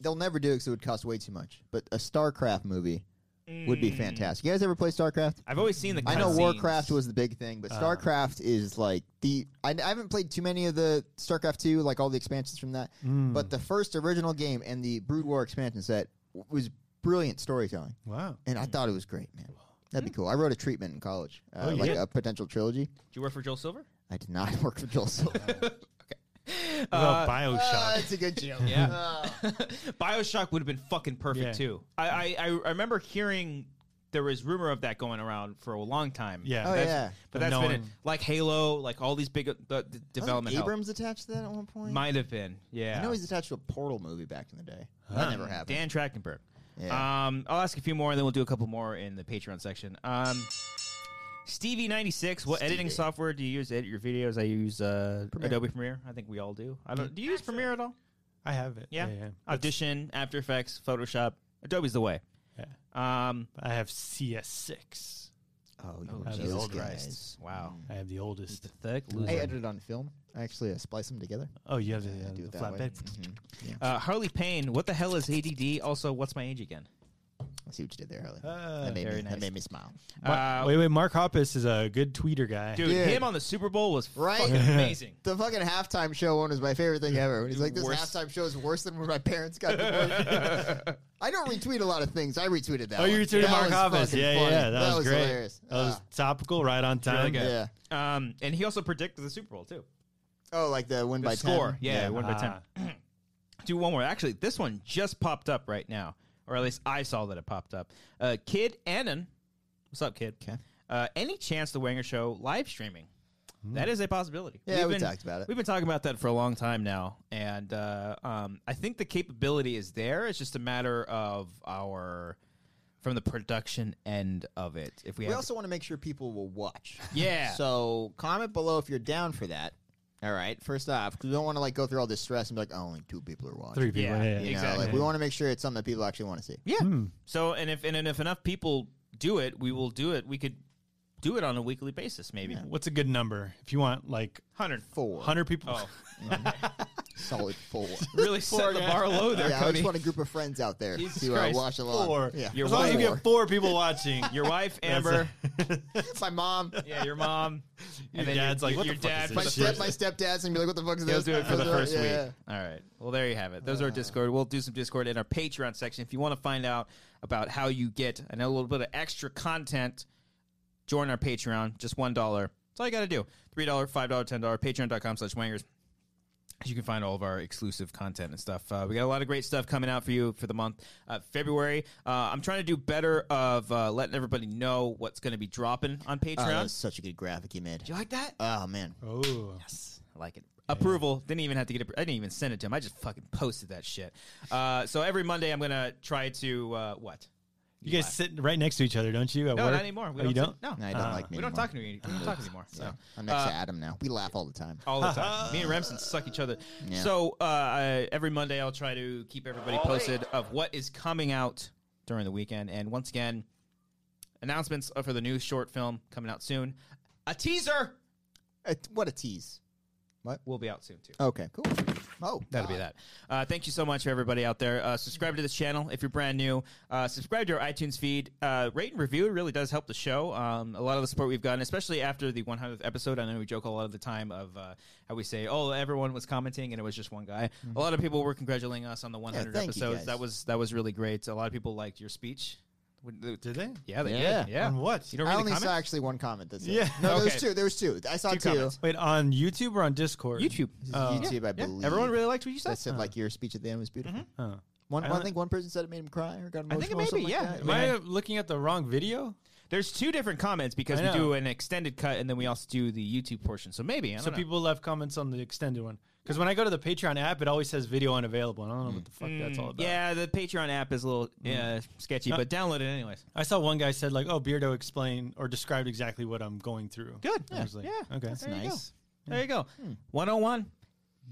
S3: They'll never do it because it would cost way too much. But a StarCraft movie would
S1: Mm.
S3: be fantastic. You guys ever play StarCraft?
S1: I've always seen the.
S3: I know
S1: cutscenes.
S3: Warcraft was the big thing,
S1: Uh.
S3: but StarCraft is like the I, I haven't played too many of the StarCraft 2, like all the expansions from that,
S1: Mm.
S3: but the first original game and the Brood War expansion set w- was brilliant storytelling,
S1: <laughs>
S2: wow
S3: and I thought it was great, man. That'd be cool. I wrote a treatment in college, uh, like
S2: yeah.
S3: a potential trilogy.
S1: Did you work for Joel
S3: <laughs>
S1: Silver?
S3: I did not work for Joel Silver.
S2: what
S1: Uh,
S2: about bioshock
S3: oh, That's a good joke.
S1: Yeah. <laughs> Bioshock would have been fucking perfect
S2: Yeah.
S1: too. I, I I I remember hearing there was rumor of that going around for a long time.
S2: Yeah.
S3: Oh,
S1: That's-
S3: yeah.
S1: But
S2: But
S1: that's
S2: no
S1: been it.
S2: one-
S1: Like Halo, like all these big uh, the, the
S3: Wasn't
S1: development. help.
S3: Abrams attached to that at one point.
S1: might have been. Yeah.
S3: I know he's attached to a Portal movie back in the day. That never happened.
S1: Dan Trachtenberg.
S3: Yeah.
S1: Um, I'll ask a few more, and then we'll do a couple more in the Patreon section. Um, Stevie ninety six. What editing software do you use to edit your videos? I use uh, Adobe Premiere. I think we all do. I don't. Do you use Premiere at all?
S2: i have it
S1: Yeah. Oh,
S2: yeah, yeah.
S1: Audition, After Effects, Photoshop. Adobe's the way. Um,
S2: i have cs6
S3: Oh, you
S2: that's
S3: Jesus
S2: old
S3: guys.
S1: wow.
S2: i have the oldest
S1: Thick
S3: I
S1: loser.
S3: edited on film. I actually uh, splice them together.
S2: oh you have the,
S3: Yeah,
S2: uh,
S3: do
S2: the
S3: it that way.
S2: flatbed
S3: Mhm.
S1: Uh, Harley Payne. What the hell is ADD? Also, what's my age again?
S3: I see what you did there, Harley.
S2: Ah,
S3: that, made
S1: very
S3: me,
S1: nice.
S3: that made me smile.
S2: Ma-
S1: Uh,
S2: wait, wait. Mark Hoppus is a good tweeter guy.
S1: Dude,
S3: Yeah.
S1: him on the Super Bowl was
S3: Right?
S1: fucking amazing.
S3: The fucking halftime show one was my favorite thing ever. When he's like, "This
S1: Worse.
S3: halftime show is worse than when my parents got divorced."
S1: <laughs>
S3: I don't retweet a lot of things. I retweeted that.
S2: oh, you
S3: one.
S2: retweeted
S3: That
S2: Mark
S3: was
S2: Hoppus.
S3: fucking
S2: Yeah, yeah,
S3: funny.
S2: yeah. That, was, great.
S3: hilarious.
S2: That was
S3: Ah.
S2: topical, right on time.
S1: Really good.
S3: Yeah.
S1: Um, and he also predicted the Super Bowl too.
S3: Oh, like the win
S1: The
S3: by
S1: score,
S3: 10?
S1: yeah, one by ten.
S2: Ah.
S1: <clears throat> Do one more. Actually, this one just popped up right now, or at least I saw that it popped up. Uh, Kid Annan, what's up, Kid? Uh, any chance the Wanger Show live streaming? That is a possibility.
S3: Hmm. Yeah, we talked about it.
S1: We've been talking about that for a long time now, and uh, um, I think the capability is there. It's just a matter of our from the production end of it. If we,
S3: We
S1: have,
S3: also want to make sure people will watch.
S1: yeah,
S3: So comment below if you're down for that. All right. First off, 'cause we don't want to like go through all this stress and be like, oh, only two people are watching.
S2: Three people.
S1: Yeah.
S2: Yeah, yeah.
S3: You know,
S1: Exactly.
S3: like, we want to make sure it's something that people actually want to see.
S1: Yeah. So and if and if enough people do it, we will do it. We could do it on a weekly basis, maybe.
S2: What's a good number? If you want like
S1: Hundred.
S3: Four.
S2: 100 people. <laughs>
S1: Oh,
S3: Solid four.
S1: really set the bar low Oh, there,
S3: yeah, I
S1: Cody.
S3: just want a group of friends out there
S1: Jesus
S3: to uh,
S1: Christ.
S3: watch along.
S2: Four.
S3: Yeah.
S1: You're
S2: as long as you
S3: four.
S2: get four people watching, <laughs>
S1: Your
S2: your
S1: wife,
S2: That's
S1: Amber. <laughs>
S3: My mom.
S1: yeah, your mom.
S2: <laughs> Your dad's like, "What
S1: your
S2: the fuck
S1: dad.
S2: is
S1: for
S3: My
S2: this
S1: the
S3: step,
S1: first,
S3: my stepdad's gonna be like, "What the fuck is
S1: he'll
S3: this?"
S1: do it for the
S3: <laughs> Yeah,
S1: first
S3: yeah.
S1: week. All right. Well, there you have it. Those are Discord. We'll do some Discord in our Patreon section. If you want to find out about how you get, I know a little bit of extra content. Join our Patreon. Just one dollar. That's all you got to do. Three dollar, five dollar, ten dollar. Patreon.com/slash Wangers. You can find all of our exclusive content and stuff. Uh, we got a lot of great stuff coming out for you for the month uh, February. Uh, I'm trying to do better of uh, letting everybody know what's going to be dropping on Patreon.
S3: Oh, that was such a good graphic you made.
S1: Do you like that?
S3: Oh man,
S2: Oh.
S1: I like it. Approval. Didn't even have to get. Appro- I didn't even send it to him. I just fucking posted that shit. Uh, so every Monday I'm gonna try to uh, what?
S2: You guys sit right next to each other, don't you? At
S1: No,
S2: work?
S1: not anymore. We
S2: Oh, you
S1: don't. sit-
S2: don't?
S1: no,
S3: I don't like me.
S1: Uh, we don't
S3: anymore.
S1: talk to we don't talk anymore. Uh, So.
S3: I'm next to Adam now. We laugh all the time.
S1: All the time.
S2: <laughs>
S1: Me and Remsen suck each other. So uh, I, every Monday, I'll try to keep everybody posted of what is coming out during the weekend. And once again, announcements uh, for the new short film coming out soon. A teaser
S3: Uh, what a tease.
S1: will be out soon too.
S3: Okay, cool. Oh,
S1: That'll be that. Uh, thank you so much for everybody out there. Uh, subscribe to this channel if you're brand new. Uh, subscribe to our iTunes feed. Uh, rate and review. It really does help the show. Um, a lot of the support we've gotten, especially after the 100th episode. I know we joke a lot of the time of uh, how we say, "Oh, everyone was commenting," and it was just one guy. A lot of people were congratulating us on the 100
S3: Mm-hmm. thank you,
S1: episodes.
S3: guys.
S1: That was that was really great. A lot of people liked your speech. Did
S2: Did they?
S1: Yeah, they
S3: Yeah.
S1: did. Yeah.
S2: On what?
S1: You don't
S3: I
S1: read
S3: only
S1: the
S3: saw
S1: comments?
S3: actually one comment. That's
S2: Yeah.
S3: it. No, there was
S1: Okay.
S3: two. There was two. I saw
S1: Two
S3: two.
S1: comments.
S2: Wait, on YouTube or on Discord?
S1: YouTube. Um,
S3: This is
S2: Oh.
S3: YouTube, I
S1: Yeah.
S3: believe.
S1: Everyone really liked what you said.
S3: that said like your speech at the end was beautiful.
S2: Oh.
S3: One,
S2: I
S3: I,
S2: only-
S3: think one person said it made him cry or got
S1: Mm-hmm. I
S3: emotional.
S1: think it
S3: or
S1: may be,
S3: something like
S1: yeah.
S3: that.
S2: Am I looking at the wrong video?
S1: There's two different comments because
S2: I
S1: we
S2: know.
S1: do an extended cut and then we also do the YouTube portion. So maybe I don't
S2: So
S1: know.
S2: people left comments on the extended one. Because when I go to the Patreon app, it always says video unavailable. And I don't know what the fuck that's all about.
S1: Mm, Yeah, the Patreon app is a little uh, sketchy, but download it anyways.
S2: I saw one guy said, like, oh, Beardo explained or described exactly what I'm going through.
S1: Good.
S2: I was like,
S1: yeah.
S2: Okay.
S1: There You go. There you go. 101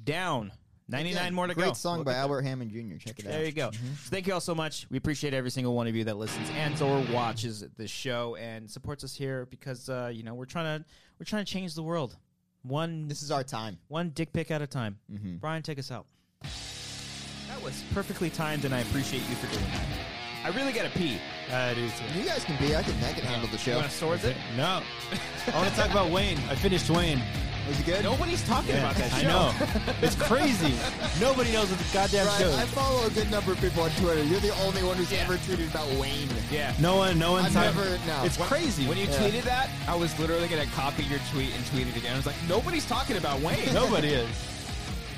S1: down. 99
S3: Yeah,
S1: more to
S3: Great
S1: go.
S3: song by Albert Hammond Jr. Check it out.
S1: There you go. So thank you all so much. We appreciate every single one of you that listens and or watches the show and supports us here because uh, you know we're trying to we're trying to change the world one
S3: This is our time.
S1: One dick pic at a time.
S3: Mm-hmm.
S1: Brian, take us out. That was perfectly timed, and I appreciate you for doing that. I really gotta pee.
S2: I do too.
S3: You guys can be. I can. I can handle the
S1: You
S3: show.
S1: wanna swords it?
S2: No. I want to talk about Wayne. I finished Wayne.
S3: Was it good?
S1: Nobody's talking about that
S2: I
S1: show.
S2: know. It's crazy. Nobody knows what the goddamn
S3: Right,
S2: show
S3: I
S2: is.
S3: follow a good number of people on Twitter. You're the only one who's ever tweeted about Wayne.
S1: Yeah.
S2: No one, no one's
S3: I've
S2: talking-
S3: never. No.
S2: It's crazy.
S1: When you tweeted that, <laughs> I was literally gonna copy your tweet and tweet it again. I was like, nobody's talking about Wayne. <laughs>
S2: Nobody is.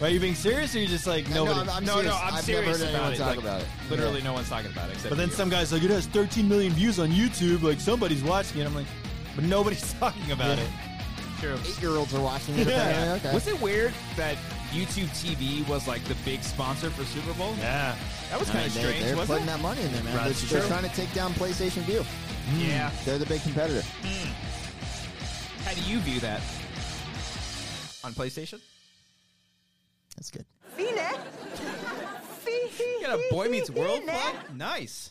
S2: Wait, are you being serious or are you just like
S3: No,
S2: nobody?
S3: I'm, I'm
S1: no,
S3: serious.
S1: no, I'm
S3: have
S1: serious
S3: never heard
S1: about
S3: anyone
S1: it.
S3: talk
S1: Like,
S3: about it.
S1: Literally, no one's talking about it. Except
S2: but then
S1: you.
S2: some guy's like, it has 13 million views on YouTube. Like somebody's watching it. I'm like, but nobody's <laughs> talking about
S1: True.
S3: Eight-year-olds are watching <laughs> it.
S2: Yeah.
S3: apparently. Okay.
S1: Was it weird that YouTube TV was like the big sponsor for Super Bowl?
S2: it. Yeah.
S1: That was
S3: I
S1: kind
S3: mean,
S1: of
S3: they,
S1: strange,
S3: They're
S1: wasn't
S3: putting
S1: it?
S3: that money in there, man.
S1: Right,
S3: They're,
S1: it's
S3: they're
S1: true.
S3: trying to take down PlayStation View.
S1: Yeah.
S3: They're the big competitor.
S1: How do you view that? On PlayStation?
S3: That's good.
S1: You got a Boy Meets World plug? Nice.